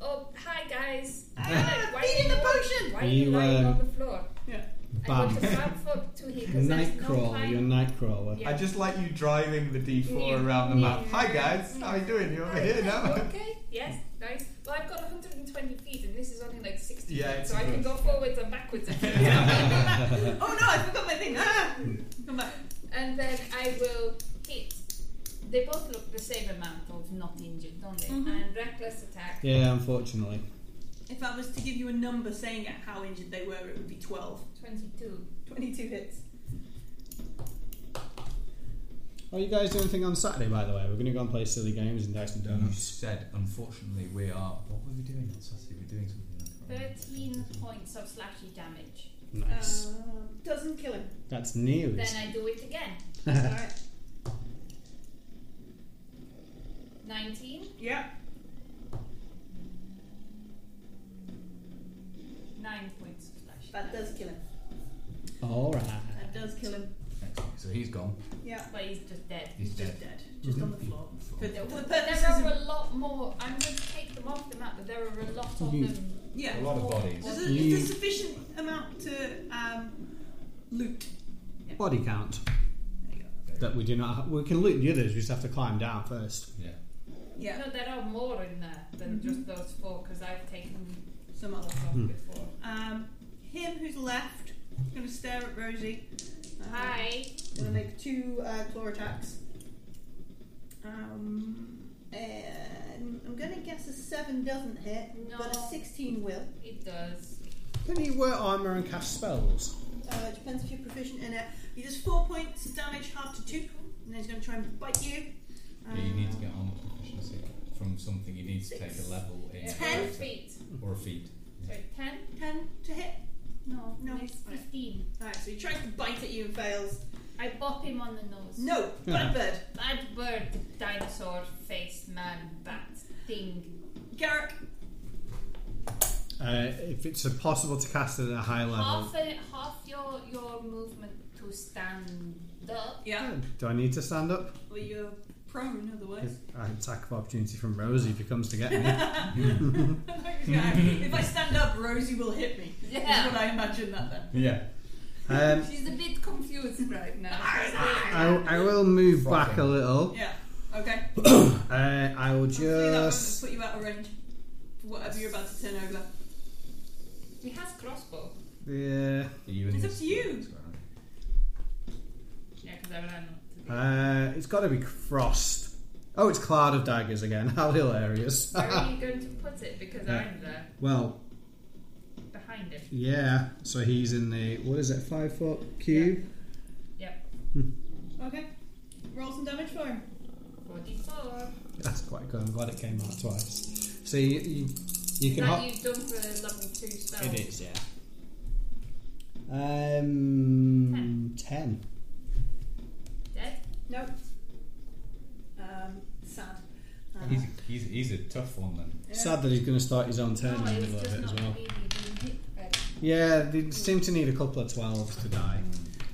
F: Oh, hi guys.
B: Ah,
F: Why
B: feeding
F: you-
B: the potion!
F: Why are you
E: You,
F: lying
E: uh,
F: on the floor?
B: Yeah.
F: I want to
E: Bam.
F: bam fuck to him because there's no
E: Nightcrawler,
F: time.
E: you're Nightcrawler.
F: Yeah.
D: I just like you driving the D4 around the map. Hi guys, how you doing? You over
F: Hi,
D: here
F: guys,
D: now?
F: you Okay, yes, nice. Well, I've got 120 feet and this is only like 60
D: Yeah,
F: feet,
D: it's
F: so I
D: good.
F: can go forwards and backwards.
B: oh no, I forgot my thing. Ah! Come back.
F: and then I will hit. They both
D: Mm-hmm.
F: look the same amount of not injured, don't they?
B: Mhm.
F: And reckless attack.
E: Yeah, unfortunately.
B: If I was to give you a number saying how injured they were, it would be 12.
F: 22.
B: 22 hits.
E: Are Oh, you guys doing anything on Saturday, by the way? We're going to go and play silly games and dice and
D: You
E: donuts.
D: said, unfortunately, we are. What were we doing on Saturday? We We're doing something. I can't remember.
F: 13 points of slashy damage.
E: Nice.
B: Um, doesn't kill him.
E: That's news.
F: Then I do it again.
B: Alright.
F: 19,
B: Yeah.
F: 9 points of slashy
B: That
F: damage.
B: does kill him.
E: All right.
B: That does kill him.
D: Excellent. So he's gone.
B: Yeah.
F: But he's just dead.
D: He's,
B: Just dead. Mm-hmm. Just on the floor. For the,
F: There,
B: for
F: were-
B: the
F: there
B: purposes
F: are
B: of-
F: a lot more. I'm going to take them off the map, but there are a lot of
E: You-
F: them.
B: Yeah.
D: Mhm. A lot of bodies.
B: There's
F: What-
B: a,
E: You-
B: there's sufficient amount to um, loot.
E: Body count
B: There you go.
E: that we do not. Have. We can loot the others. We just have to climb down first.
D: Yeah.
B: Yeah.
F: No, there are more in there than
B: Mhm.
F: just those four because I've taken
B: Some
F: a
B: other.
F: lot off
E: Hmm.
F: before.
B: Um, him who's left is going to stare at Rosie. Uh,
F: Hi.
B: Going to make two uh, claw attacks. Um, and I'm going to guess a seven doesn't hit, but a
F: No.
B: sixteen will.
F: It does.
E: Can you wear armor and cast spells?
B: Uh, it depends if you're proficient in it. He does four points of damage, half to two, and then he's going to try and bite you. Um,
D: Yeah, you need to get armor proficiency from something. You need to take a level in
B: Ten.
F: Ten feet.
D: or a feat.
F: Sorry, ten?
B: ten to hit.
F: No,
B: No.
F: it's fifteen.
B: Alright, so he tries to bite at you and fails.
F: I bop him on the nose.
B: No, bad bird.
F: Bad bird, dinosaur, face, man, bat, thing.
B: Garrick,
E: Uh, if it's possible to cast it at a high level,
F: Half a, half your your movement to stand up.
B: yeah,
E: do I need to stand up?
B: well you're prone otherwise.
E: I attack of opportunity from Rosie if he comes to get me.
B: if I stand up, Rosie will hit me. That's what
F: Yeah.
B: I imagine that then.
D: Yeah.
E: um,
J: She's a bit confused right now.
E: I, I will move back a
D: Frothing.
E: little.
B: Yeah. Okay.
E: Uh, I will
B: Hopefully that won't
E: just.
B: put you out of range for whatever you're about to turn over.
F: He has crossbow.
E: Yeah.
D: Are you in
B: It's
D: this?
B: up to you.
F: Yeah, because I ran up to
E: Uh, it's got to be frost. Oh, it's cloud of daggers again. How hilarious!
F: Where are you going to put it? Because
E: Yeah.
F: I'm there,
E: well,
F: behind it.
E: yeah. So he's in the what is it? Five foot cube.
B: Okay. Roll some damage for him.
F: 44.
E: That's quite good. I'm glad it came out twice. So you you, you can
F: that
E: hop.
F: you've done for a level 2 spell.
E: It is, yeah. Um, ten.
F: Dead?
B: Nope. Um, sad. Uh,
D: He's, he's, he's a tough one then.
B: yeah.
E: Sad that he's going to start his own turn
F: No,
E: in the
F: it was
E: middle of
F: just
E: it as
F: not
E: well.
F: really being hit by it.
E: Yeah, they seem to need a couple of twelves to die.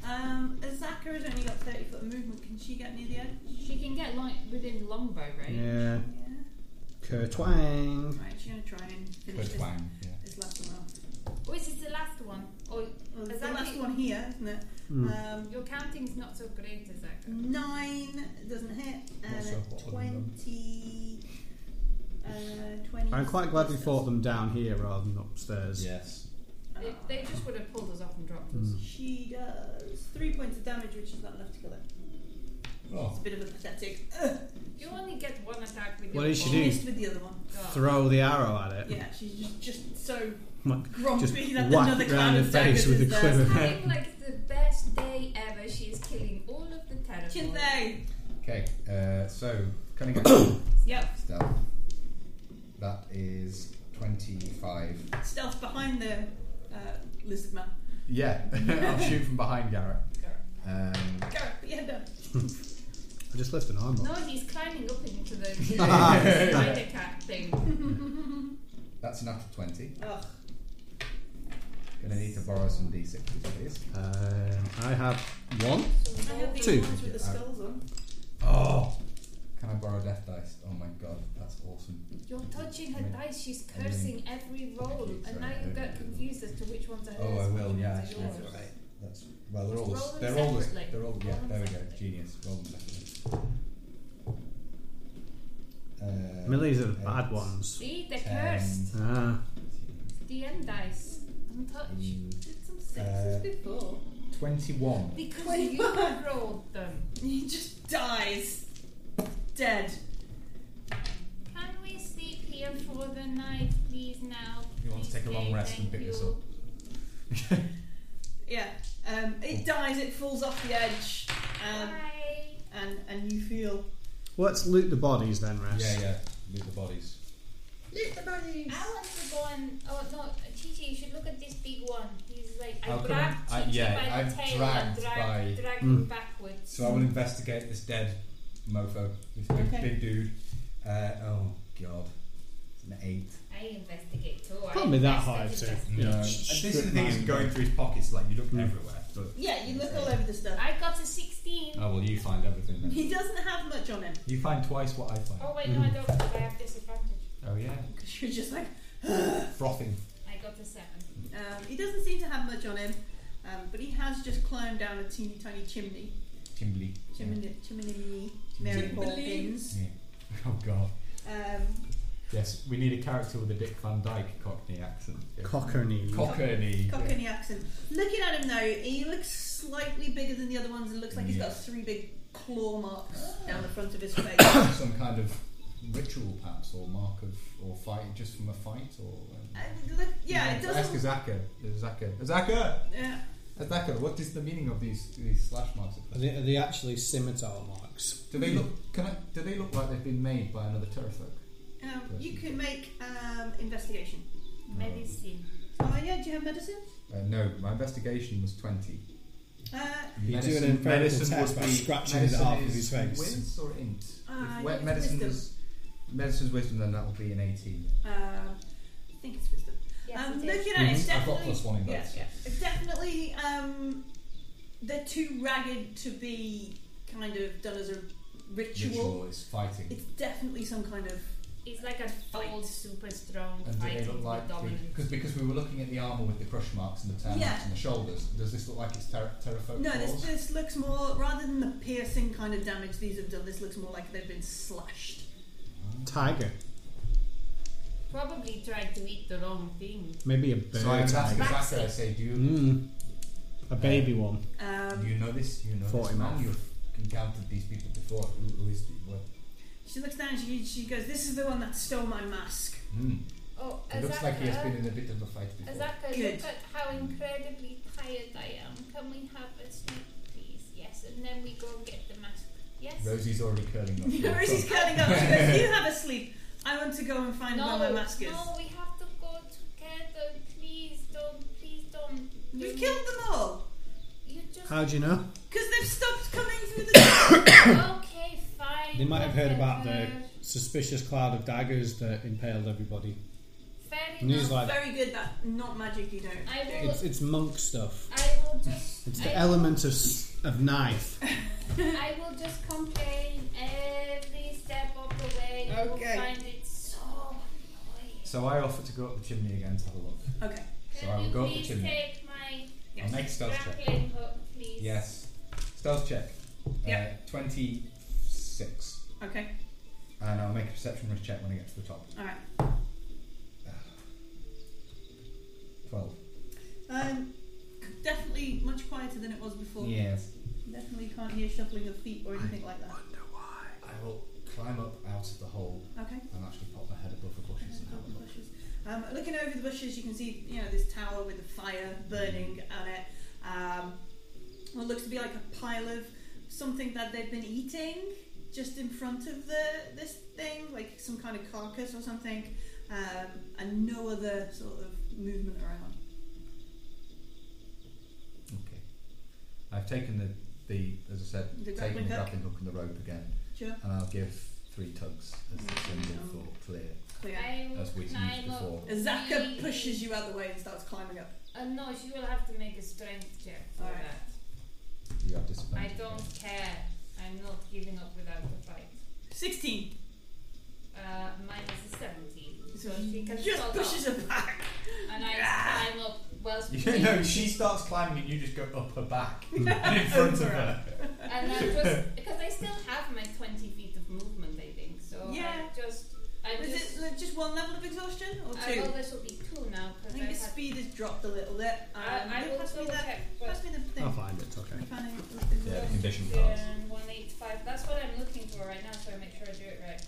B: Um, Azaka has only got 30 foot of movement. Can she get near the edge?
F: She can get long, within longbow, right?
E: Yeah,
B: Yeah.
E: Kertwang.
B: Right, she's going to try and finish
D: Good
B: this,
D: twang. Yeah.
B: this last one off.
F: Or Oh, is it the last one? Oh, Or
B: Well,
F: Is
B: the
F: that
B: last
F: the-
B: one here, isn't it?
E: Hmm.
B: Um,
F: your counting's not so great as that.
B: nine doesn't hit, and
D: What's
B: a
D: up, what have we done?
B: twenty. Uh, twenty.
E: I'm quite glad we fought them down here rather than upstairs.
D: Yes.
F: They, they just would have pulled us off and dropped us.
E: Mm.
B: She does three points of damage, which is not enough to kill it. It's
D: Oh.
B: a bit of a pathetic.
F: You only get one attack with
E: What
F: your
E: did she
F: bow.
E: do?
B: missed with the other one.
F: Oh.
E: Throw the arrow at it.
B: Yeah, she's just, just so
E: Like,
B: grumpy
E: just
B: that
E: whack
B: another
E: it
B: cloud
E: round
B: of
E: the face
B: daggers is
E: with the
B: there.
E: quiver.
F: Having like the best day ever, she is killing all of the terrible.
B: Chinthe.
C: Okay, uh, so cunning action
B: Yep.
C: stealth. That is twenty-five.
B: Stealth behind the uh, lizard man.
C: Yeah, I'll shoot from behind Garrett.
B: Garrett.
C: Um,
B: Garrett, put your head down.
E: I just lift an arm up.
F: No, he's climbing up into the spider cat thing.
C: that's an after twenty.
B: Ugh.
C: Gonna need to borrow some d6s, please.
E: Um, I have one.
B: I have these
E: Two.
B: ones with the skulls on.
C: Oh, can I borrow death dice? Oh my god, that's awesome.
F: You're touching her dice, she's cursing every roll, and now you get confused as to which ones are hers.
C: Oh, I will.
F: which
C: Yeah,
F: ones are
C: actually,
F: yours.
C: that's right. That's well, they're all the,
F: Roll them
C: they're all the,
F: separately.
C: they're all yeah.
F: Roll them
C: There we go,
F: separately.
C: genius. Roll them separately. Uh,
E: Millie's are the
C: eight,
E: bad ones.
F: See, they're
C: ten,
F: cursed.
E: Ah,
F: DM dice. Untouched.
C: Mm.
F: Did some
C: Uh,
F: sixes before.
C: 21.
F: Because
B: Wait,
F: you
B: what?
F: rolled them.
B: He just dies. Dead.
F: Can we sleep here for the night, please now.
D: You want to
F: please
D: take a long
F: stay,
D: rest and
F: thank
D: pick
F: you.
D: this up.
B: Yeah. Um, it dies, it falls off the edge, um,
F: Bye.
B: and, and you feel.
E: Let's loot the bodies then, Rest.
D: Yeah, yeah. Loot the bodies.
F: I want to go and oh no, Chichi, you should look at this big one. He's like I
D: How come
F: grabbed
D: I-
F: Chichi
D: yeah,
F: by the
D: I've
F: tail
D: dragged
F: and dragged,
D: by-
E: Mm.
F: dragged him backwards.
D: So I will investigate this dead mofo, this big,
B: Okay.
D: big dude. Uh, oh god, it's an eight. Uh,
F: I investigate too. I
E: Can't be that high,
F: invested
E: too.
F: just-
E: You know,
D: and this is the
E: strip
D: thing is
E: mine.
D: going through his pockets. Like you look
E: Mm.
D: everywhere, but
B: Yeah, you look all over the stuff.
F: I got a sixteen.
D: oh well, you find everything then.
B: He doesn't have much on him
D: You find twice what I find.
F: Oh wait, no, I don't. Because I have disadvantage.
D: Oh yeah,
B: because you're just like.
D: frothing.
F: I got a seven.
D: Oh.
B: Um, he doesn't seem to have much on him, um, but he has just climbed down a teeny tiny chimney.
D: Chimbley.
B: Chimney, chimney, Mary
D: Chimney.
B: Poppins.
D: Yeah. Oh god.
B: Um,
D: Yes, we need a character with a Dick Van Dyke Cockney accent.
E: Cockerney.
D: Cockney.
B: Cockney accent. Looking at him now, he looks slightly bigger than the other ones. It looks like he's got three big claw marks
F: Ah.
B: down the front of his face.
D: Some kind of ritual, perhaps, or mark of, or fight, just from a fight, or. Um,
B: And look, Uh, yeah, it
D: Ask
B: doesn't. uh,
D: Azaka. Azaka. Azaka.
B: Yeah,
D: Azaka. What is the meaning of these these slash marks?
E: Are they, are they actually scimitar marks?
D: Do they look? Can I, do they look like they've been made by another Terrafolk?
B: um, you can make um, investigation.
F: Medicine.
B: Oh yeah, do you have medicine?
D: Uh, no, my investigation was twenty.
B: Uh,
E: You do an empirical test by scratching his arm with his face.
D: Wiz or int?
B: Ah,
D: if
B: yeah,
D: we-
B: it's
D: medicine
B: wisdom.
D: was medicine's wisdom, then that would be an eighteen.
B: uh, I think it's wisdom.
F: Yes,
B: Um,
F: it is.
B: looking at it, it's
D: Mhm. I've got
B: definitely.
D: plus one in
B: yeah,
D: both.
B: yeah. It's definitely. Um, they're too ragged to be kind of done as a ritual.
D: Ritual is fighting.
B: It's definitely some kind of.
F: It's like a old, super strong
D: And do they
F: fighting
D: look like the,
F: dominant.
D: because because we were looking at the armor with the crush marks and the tear
B: Yeah.
D: marks and the shoulders. Does this look like it's ter- terrafolk?
B: No, this,
D: claws?
B: this looks more rather than the piercing kind of damage these have done. This looks more like they've been slashed.
E: Tiger.
F: Probably tried to eat the wrong thing.
E: Maybe a bird
D: So I asked
E: tiger.
D: Azaka. I say, do you
E: Mm. A baby one. Mm.
B: Um,
D: You know this, you know
E: 40
D: this man,
E: mouth.
D: you've encountered these people before. Who, who is the, what?
B: she looks down. She, she goes, "This is the one that stole my mask."
D: Hmm.
F: Oh,
D: It looks like he has been in a bit of a fight before.
F: Azaka,
B: Good.
F: look at how incredibly tired I am. Can we have a sleep, please? Yes, and then we go get the mask. Yes.
D: Rosie's already curling up. your
B: Rosie's
D: tongue.
B: curling up. She goes, "You have a sleep. I want to go and find
F: no,
B: where my mask is."
F: no, we have to go together. Please don't, please don't.
B: We've killed them all
F: You just
E: How do you know?
B: because they've stopped coming through the.
F: okay, fine.
E: They might have heard about the
F: whatever.
E: suspicious cloud of daggers that impaled everybody.
F: Fair
E: And he's
F: enough.
E: like,
B: Very good. That not magic. You don't.
F: I will.
E: it's, it's monk stuff.
F: I will just.
E: It's
F: I
E: the
F: will-
E: element of, s- of knife.
F: I will just complain every step of the way. You will
D: Okay.
F: find it so annoying.
D: So I offer to go up the chimney again to have a look.
B: Okay.
D: So I will go up the
F: please
D: chimney.
F: take my
D: I'll make a stealth check.
F: grappling hook, please?
D: Yes. Stealth check.
B: Yeah.
D: Uh, 26.
B: Okay.
D: And I'll make a perception risk check when I get to the top.
B: All right.
D: 12.
B: Um, definitely much quieter than it was before.
D: Yes.
B: Definitely can't hear shuffling of feet or anything like that.
D: I will climb up out of the hole
B: Okay.
D: and actually pop my head above the bushes and have a look.
B: bushes. Um, looking over the bushes, you can see you know this tower with the fire burning on it. Um, what looks to be like a pile of something that they've been eating just in front of the this thing, like some kind of carcass or something, um, and no other sort of movement around.
D: Okay. I've taken the, the as I said,
B: The
D: taken
B: grappling
D: the
B: hook?
D: grappling hook and the rope again,
B: Sure,
D: and I'll give three tugs as the symbol for clear.
B: clear.
F: Mm-hmm. I will
D: As we used
F: climb
D: before.
F: up.
B: Zaka pushes you out the way and starts climbing up.
F: Uh, no, she will have to make a strength check for
B: Alright.
F: that.
D: You have
F: I
D: disadvantage.
F: don't care. I'm not giving up without a fight.
B: Sixteen.
F: Uh, mine is a 17. So
B: So
F: she can
B: just
F: fall
B: pushes
F: up.
B: her back.
F: And I
B: Yeah.
F: climb up whilst
D: You know, she starts climbing and you just go up her back and in front of her.
F: And I just because I still have my twenty feet of movement, I think. So
B: Yeah.
F: I just I
B: Is
F: just
B: it like, just one level of exhaustion or
F: I
B: two?
F: know this will be two now
B: I
F: because
B: think his
F: I've had.
B: speed has dropped a little bit. Um,
F: I, I will
B: pass me
F: double
B: that.
F: check, but
B: Pass me the thing.
E: I'll find it, it's okay.
B: You found it?
D: Yeah, the condition cards.
F: one eight five. That's what I'm looking for right now, so I make sure I do it right.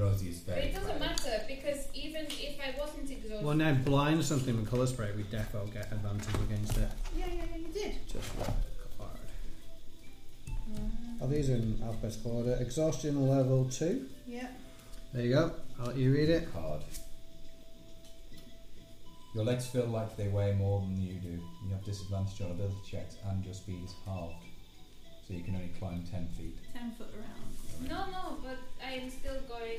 D: Rosie is
F: But
D: very.
F: it doesn't
D: tired.
F: matter because even if I wasn't exhausted.
E: Well, now blind or something with colour spray, we defo get advantage against it.
F: Yeah, yeah, yeah, you did.
E: Just like card. Oh, these are in alphabetical order. Exhaustion level two.
B: Yeah.
E: There you go. I'll let you read it.
C: Hard. Your legs feel like they weigh more than you do. You have disadvantage on ability checks, and your speed is halved, so you can only climb ten feet.
B: Ten foot around.
F: No, no, but I am still going.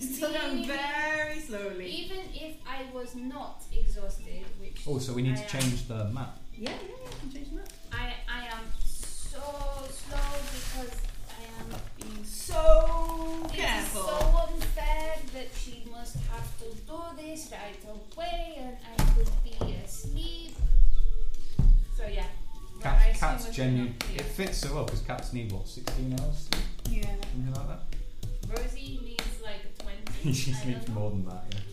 B: Still going very slowly.
F: Even if I was not exhausted, which
C: Oh, so we need
F: I uh,
C: to
F: am.
C: change the map.
B: Yeah, yeah, yeah. Can change that.
F: I I am so slow because I am
B: Being so
F: It is
B: careful.
F: so unfair that she must have to do this right away, and I could be asleep. So yeah. But
C: Cat,
F: I
C: cat's
F: assume it's
C: genuine.
F: not clear.
C: It fits so well because cats need what sixteen hours,
B: yeah.
C: something like that.
F: Rosie needs like twenty.
C: she
F: I don't
C: sleeps
F: know.
C: more than that, yeah.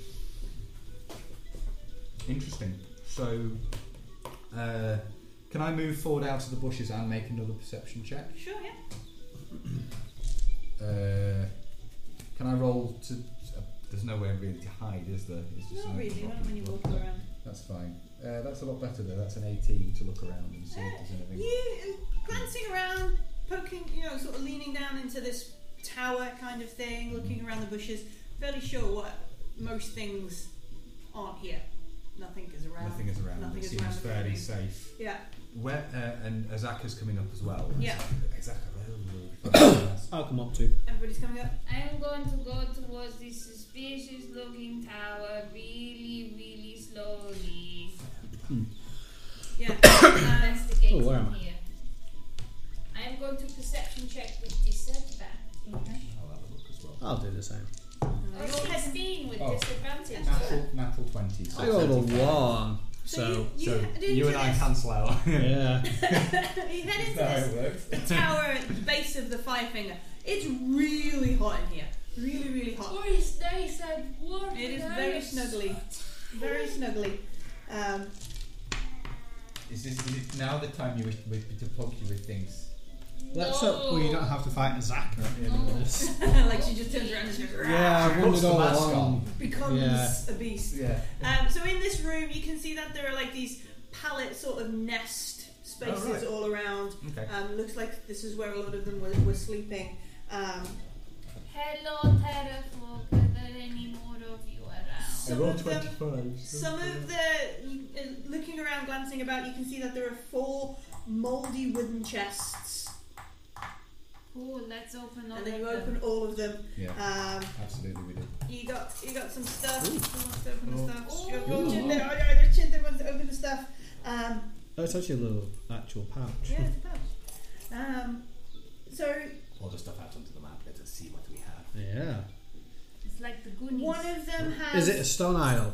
C: Interesting. So, uh, can I move forward out of the bushes and make another perception check?
B: Sure, yeah.
C: Uh, can I roll to? Uh, there's nowhere really to hide, is there? It's just
B: Not
C: an open
B: really,
C: rock
B: not
C: and
B: when you
C: stuff.
B: walk around.
C: That's fine. Uh, that's a lot better though. That's an 18 to look around and see if there's anything.
B: You uh, glancing around, poking, you know, sort of leaning down into this tower kind of thing, looking around the bushes, fairly sure what most things aren't here. Nothing is around.
C: Nothing is around.
B: Nothing
C: it
B: is
C: seems
B: around
C: fairly
B: anything.
C: safe.
B: Yeah.
C: Where uh, and Azaka's coming up as well.
B: Yeah.
C: Azaka.
E: I'll come up too.
B: Everybody's coming up.
F: I'm going to go towards this suspicious looking tower really, really slowly.
B: Yeah.
F: I'm
B: uh,
F: investigating
E: Oh, where am I?
F: here. I am going to perception check with disadvantage.
C: I'll have a look as well.
E: I'll do the same.
F: Or
B: your head-
F: 16 with
C: Oh.
F: disadvantage.
C: Natural, natural 20. So
E: I rolled a
C: 35.
E: one.
B: so
E: So,
B: you,
C: So
B: you, did
C: you and I cancel out.
E: yeah.
B: you head
C: That's
B: into this
C: how it works.
B: tower at the base of the Firefinger. It's really hot in here. Really, really hot.
F: Oh, it's nice and warm.
B: It is
F: and
B: very
F: nice.
B: snuggly. Very snuggly. Um,
D: Is this is it now the time you wish to, to poke you with things?
E: Let's
F: No.
E: hope we don't have to fight Azaka at the end of this.
B: like she just turns around and says, "Rah,"
E: Yeah, I
D: Puts
E: wondered
D: the
E: all
D: mask
E: along.
B: becomes
E: Yeah.
B: a beast.
D: Yeah.
B: Um, so in this room, you can see that there are like these pallet sort of nest spaces
D: Oh, right.
B: all around.
D: Okay.
B: Um, looks like this is where a lot of them were, were sleeping. Um,
F: Hello, Terrafolk. Are there any more of you around?
B: some of them,
C: 25.
B: some of the you- uh, looking around, glancing about, you can see that there are four mouldy wooden chests,
F: Cool, let's open all
B: and then you
F: of
B: open
F: them.
B: all of them.
C: Yeah,
B: Um,
C: absolutely we did.
B: You got you got some stuff. Who wants to open
D: Oh.
B: the stuff?
F: Ooh.
B: You're watching there. Oh, yeah, there's Chintan wants to open the stuff. Um,
E: Oh, it's actually a little actual pouch.
B: yeah, it's a pouch. Um, so
D: All the stuff out onto the map. Let's see what we have.
E: Yeah.
F: It's like the Goonies.
B: one of them has
E: Is it a stone idol?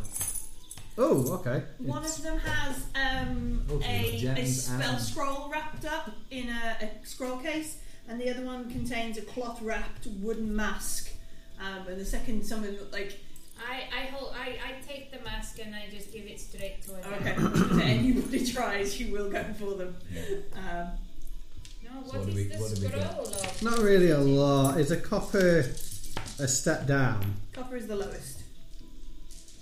E: Oh, okay.
B: one
E: It's-
B: of them has um,
C: Oh, so you've
B: a,
C: got
B: a
C: gems
B: spell
C: and-
B: scroll wrapped up in a, a scroll case, and the other one contains a cloth wrapped wooden mask. Um, and the second someone looked like
F: I, I, hold, I, I take the mask and I just give it straight to her.
B: okay, if anybody tries, you will go for them. Um,
F: No,
C: So
F: what
C: what do
F: is
C: we-
F: the
C: what do we
F: scroll
C: get?
F: of?
E: Not really a lot. It's a copper a step down.
B: copper is the lowest.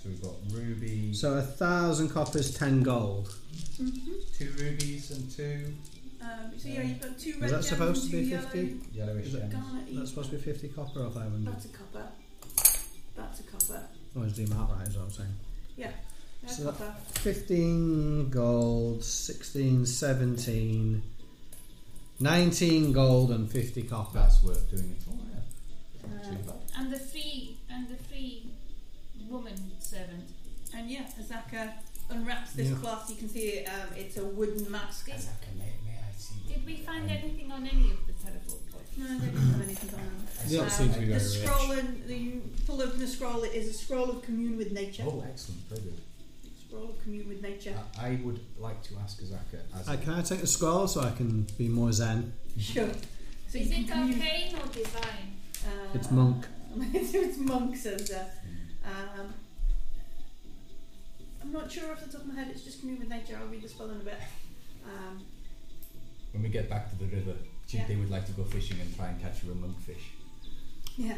C: So we've got ruby,
E: So a thousand coppers, ten gold.
C: two rubies and two
B: Um, so yeah, you've got two red
E: Was that
B: gems,
E: supposed to
B: two
E: be
B: yellow,
E: 50?
C: yellowish
E: Is it-
C: gems.
B: garnet each.
E: That's supposed to be 50 copper or 500.
B: That's a copper. That's a copper.
E: Oh, it's the amount right, is what I'm saying.
B: That's
E: So that-
B: copper.
E: 15 gold, 16, 17, 19 gold, and 50 copper.
C: That's worth doing it. Oh yeah,
B: Um,
C: too bad.
F: And the free, and the free woman servant.
B: and yeah, Azaka unwraps this
E: Yeah.
B: cloth. You can see um, it's a wooden mask.
F: Yes.
D: Azaka, may, may I see?
F: Did we
D: Um,
F: find anything on any of the Terrafolk
B: No,
F: bodies?
B: I don't have anything on it.
E: You don't
F: Um,
E: seem to be
B: The
E: very
B: scroll
E: rich.
B: and you pull open the scroll. It is a scroll of commune with nature.
C: Oh, excellent, very good.
B: Scroll of commune with nature.
C: I, I would like to ask Azaka as
E: Uh, can I take the scroll so I can be more zen?
B: Sure. So
F: is
B: you
F: it
B: can commune-
F: arcane or divine?
B: Uh,
E: It's monk.
B: so it's monk says that. Um, I'm not sure off the top of my head. It's just commune with nature. I'll read the spell in a bit. Um,
D: When we get back to the river, Chinte
B: Yeah.
D: would like to go fishing and try and catch her a monkfish.
B: Yeah.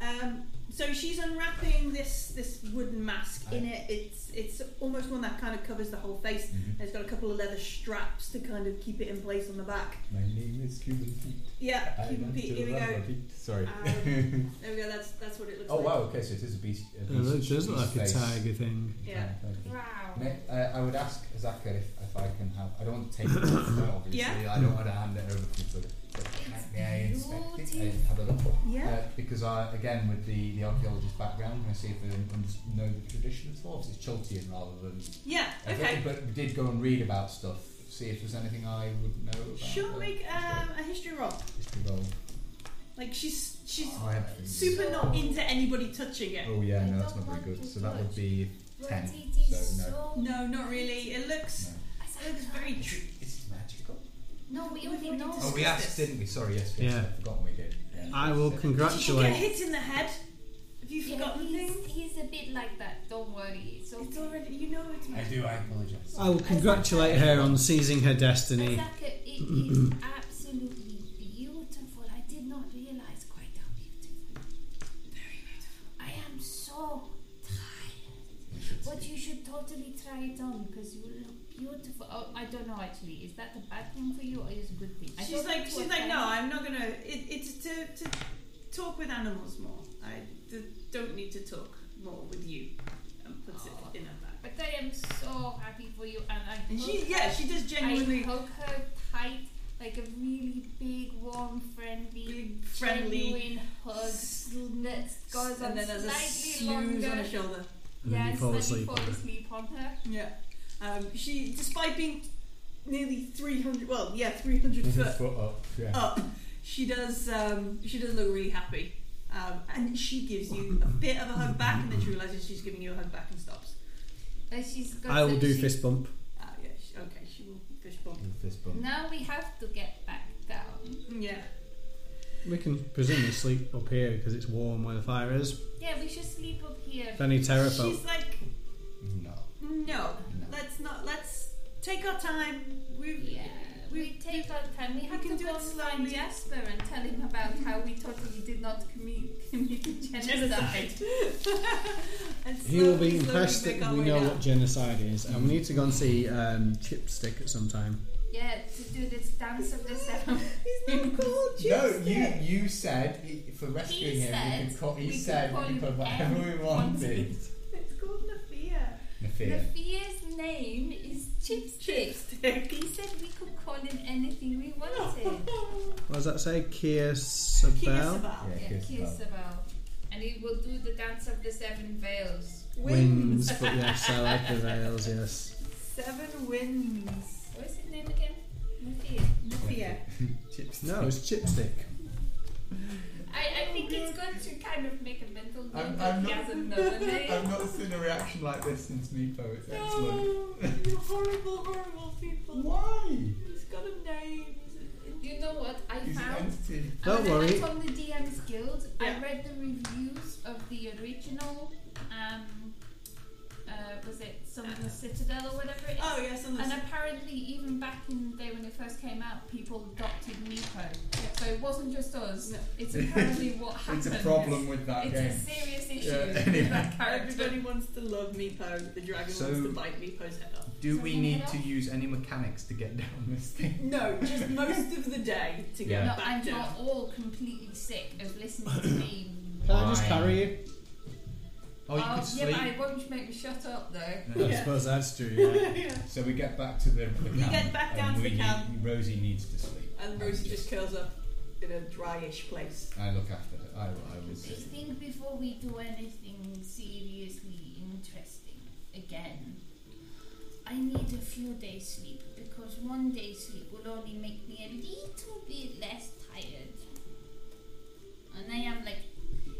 B: Um, so she's unwrapping this this wooden mask. In it, it's it's almost one that kind of covers the whole face.
D: Mhm.
B: It's got a couple of leather straps to kind of keep it in place on the back.
D: My name is Cuban Pete.
B: Yeah,
D: I
B: Cuban
D: want
B: Pete.
D: to
B: Here we
D: rub
B: go.
D: my feet. Sorry.
B: Um, there we go. That's that's what it looks
D: oh
B: like.
D: wow. Okay, so it is a beast. A beast
E: It looks does look
D: beast
E: like a
D: face.
E: tiger thing.
B: Yeah.
F: Wow.
D: May, uh, I would ask Zaka if, if I can have. I don't want to take it off, obviously. I don't want to hand it over to you, but
F: It's
D: may I inspect it?
F: beautiful.
D: I have a look.
B: Yeah.
D: Uh, because I, again, with the, the archaeologist background, I see if they un- un- know the tradition of dwarves. It's Chultian rather than.
B: Yeah.
D: I don't-
B: Okay.
D: But we did go and read about stuff, see if there's anything I would know about.
B: She'll
D: uh,
B: make um, a history roll.
D: history roll.
B: Like she's she's
D: Oh, I have things.
B: super not into anybody touching it.
D: Oh, yeah,
F: I
D: no, that's
F: don't
D: not very
F: want
D: good.
F: to
D: So that
F: touch.
D: would be.
F: But
D: 10,
F: it is
D: so
F: so
B: No, not really. It
D: No.
B: looks it looks very. Tr-
D: It's magical.
F: No, we already
B: already
F: know.
D: Oh, we asked, didn't we? Sorry, yes, yes.
E: Yeah.
D: I've forgotten we did. Yeah.
E: I will
B: Did you get
E: congratulate.
B: hit in the head? Have you
F: Yeah,
B: forgotten
F: he's,
B: things?
F: he's a bit like that. Don't worry. It's okay.
B: It's already. You know it's.
D: I do, I apologise.
E: I will congratulate her on seizing her destiny.
F: Azaka, it is absolutely beautiful. I did not realize quite how beautiful. Very beautiful. I am so tired. But you should totally try it on because you look beautiful. Oh, I don't know actually. Is that a bad thing for you or is it a good thing? I
B: She's
F: don't
B: like
F: know
B: she's
F: what
B: like
F: I-
B: no, I'm not gonna. It, it's to to talk with animals more. I d- don't need to talk more with you. And puts
F: Aw.
B: it in her bag.
F: But I am so happy for you and I.
B: Oh. And she
F: hope-
B: yeah she does
F: I
B: genuinely
F: hug her tight, like a really big, warm, friendly,
B: Big, friendly
F: genuine hug that goes on
B: and then there's a
F: slightly
B: snooze
F: longer.
B: on her shoulder.
E: And then you
F: Yes,
E: fall
F: then
E: asleep
F: fall
E: on it.
F: asleep on her.
B: Yeah. Um, she despite being nearly 300 well yeah 300 foot
D: Foot up, yeah.
B: up, she does. Um, she does look really happy, um, and she gives you a bit of a hug back, and then she realizes she's giving you a hug back and stops.
F: And she's got
E: I will
F: the-
E: do
F: she-
E: fist bump.
B: Uh, yeah. She, okay. She will fish bump.
D: With this bump.
F: Now we have to get back down.
B: Yeah.
E: We can presumably sleep up here because it's warm where the fire is.
F: Yeah, we should sleep up here.
E: If any terraphobe.
B: She's like,
D: No.
B: no,
D: No.
B: let's not. Let's take our time. We.
F: Yeah, we
B: We-
F: take our time. We have
B: can
F: to
B: do
F: go
B: it
F: and find
B: slowly.
F: Jasper and tell him about how we totally did not commit, commit genocide.
B: Genocide. And
E: He will
B: slowly, slowly
E: be impressed
B: make
E: that
B: our
E: we
B: way
E: know
B: down.
E: what genocide is, and we need to go and see um, Chipstick at some time.
F: Yeah, to do this dance of the seven.
B: He's not called
D: No,
B: Chipstick.
D: you you said i- for rescuing him, we
F: said
D: could call. He
F: we could
D: said
F: call
D: we could
F: him
D: put whatever
F: M.
D: we wanted.
F: Wanted.
B: It's called Nafia.
F: The
D: Nafia.
F: fear's name is Chipstick.
B: Chipstick.
F: He said we could call him anything we wanted.
E: What does that say? Kia
B: Kia
E: Sabel?
B: Sabal.
D: Yeah,
F: yeah,
D: kiss
F: kiss
D: about.
F: about. And he will do the dance of the seven veils.
E: Wings, but yes, I like the veils, yes.
B: Seven wins.
F: What is his name again? Nafir.
B: Nafia.
D: Chips.
E: No, it's Chipstick.
F: I, I think it's good to kind of make a mental note
D: I'm-
F: that
D: I'm
F: he
D: not-
F: has another
D: I've
F: name.
D: not seen a reaction like this since Meepo. It's excellent.
B: No, you horrible, horrible people.
D: Why?
B: He's got a name. He's
F: You know what? I
D: He's an
F: found
D: entity.
E: Don't
F: I
E: worry.
F: was on the DM's Guild.
B: Yeah.
F: I read the reviews of the original. Um, uh, was it
D: Uh-huh.
F: something Citadel or whatever
B: a-
F: it is?
B: Oh yes, on the
F: And apparently, even back in the day when it first came out, people adopted Meepo. So it wasn't just us.
B: No.
F: It's apparently what happened.
D: It's a problem with that
F: It's a
D: game.
F: serious issue
D: Yeah,
F: with
D: anyway.
F: that
B: Everybody
F: character.
B: wants to love Meepo. The dragon
D: So-
B: wants to bite Meepo's head off.
D: Do
F: So
D: we
F: can I
D: need
F: get
D: to
F: off?
D: use any mechanics to get down this thing?
B: No, just most of the day to get
D: Yeah.
F: No,
B: back
F: I'm
B: to.
F: not all completely sick of listening to me.
E: Can I just
D: Fine.
E: carry you?
D: Oh, you could
F: Oh, yeah,
D: sleep.
F: but I won't make me shut up though.
D: No.
B: Yeah.
E: suppose that's true. yeah.
D: So we get back to the, the
B: We
D: camp.
B: get back down
D: and
B: to
D: we
B: the camp.
D: Need, Rosie needs to sleep.
B: And Rosie just curls up in a dryish place.
D: I look after her. I, will- I will
F: I
D: see.
F: think before we do anything seriously interesting again, I need a few days sleep because one day sleep will only make me a little bit less tired. And I am like,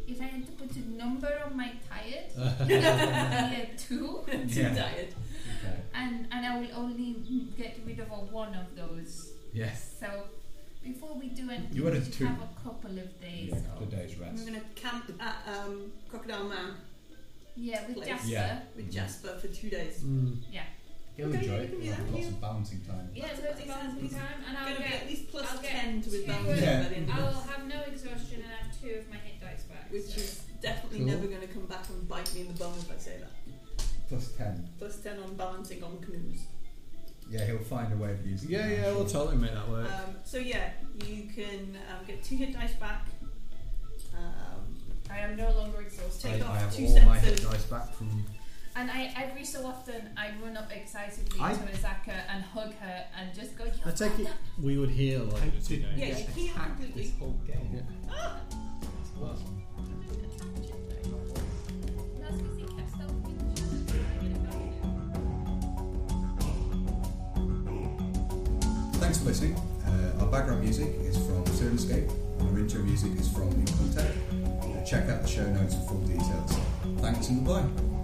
F: if I had to put a number on my tired, it would be a two,
B: Too
D: Yeah.
B: tired.
D: Okay.
F: and and I will only get rid of a one of those.
D: Yes.
F: So before we do anything,
D: You had
F: we
D: a
F: should
D: two.
F: have a couple of days.
D: Yeah,
F: off.
D: the day's
B: I'm
D: rest.
B: gonna camp at um, Crocodile Man
F: Yeah, with
B: Place.
F: Jasper.
D: Yeah.
B: with Jasper for two days.
E: Mm.
D: He'll
B: Okay,
D: enjoy
B: you
D: it.
B: can do
D: We'll
B: that,
D: have lots
B: yeah.
D: of bouncing time.
F: Yeah,
B: That's
F: that's
B: about
F: exactly
B: it.
F: time, and
B: Gonna
F: I'll
B: be at
F: get.
B: least plus
F: I'll get
B: ten to his
F: two.
B: balance
D: Yeah.
B: by the end of
F: I'll
B: this,
F: have no exhaustion and have two of my hit dice back.
B: which
F: so.
B: is bite me in the bum if I say that.
K: Plus 10.
B: Plus 10 on balancing on canoes.
K: Yeah, he'll find a way of using
E: Yeah,
K: it, I'm
E: yeah, we'll
K: sure.
E: totally make that work.
B: Um, so yeah, you can um, get two hit dice back. Um,
F: I am no longer exhausted.
B: take
K: I, I
B: off
K: have
B: two
K: all my hit
B: senses.
K: dice back from.
F: And I every so often I run up excitedly
K: I-
F: to Azaka and hug her and just go.
E: I take it we would heal like
K: I
E: the two
K: did-
B: Yeah,
E: days.
B: you heal
K: attacked
B: completely.
K: This whole game.
E: Yeah.
F: That's because he kept stealthing the shadows.
D: Thanks for listening. Uh, our background music is from Sirenscape, and our intro music is from In Contact. Uh, check out the show notes for full details. Thanks and goodbye.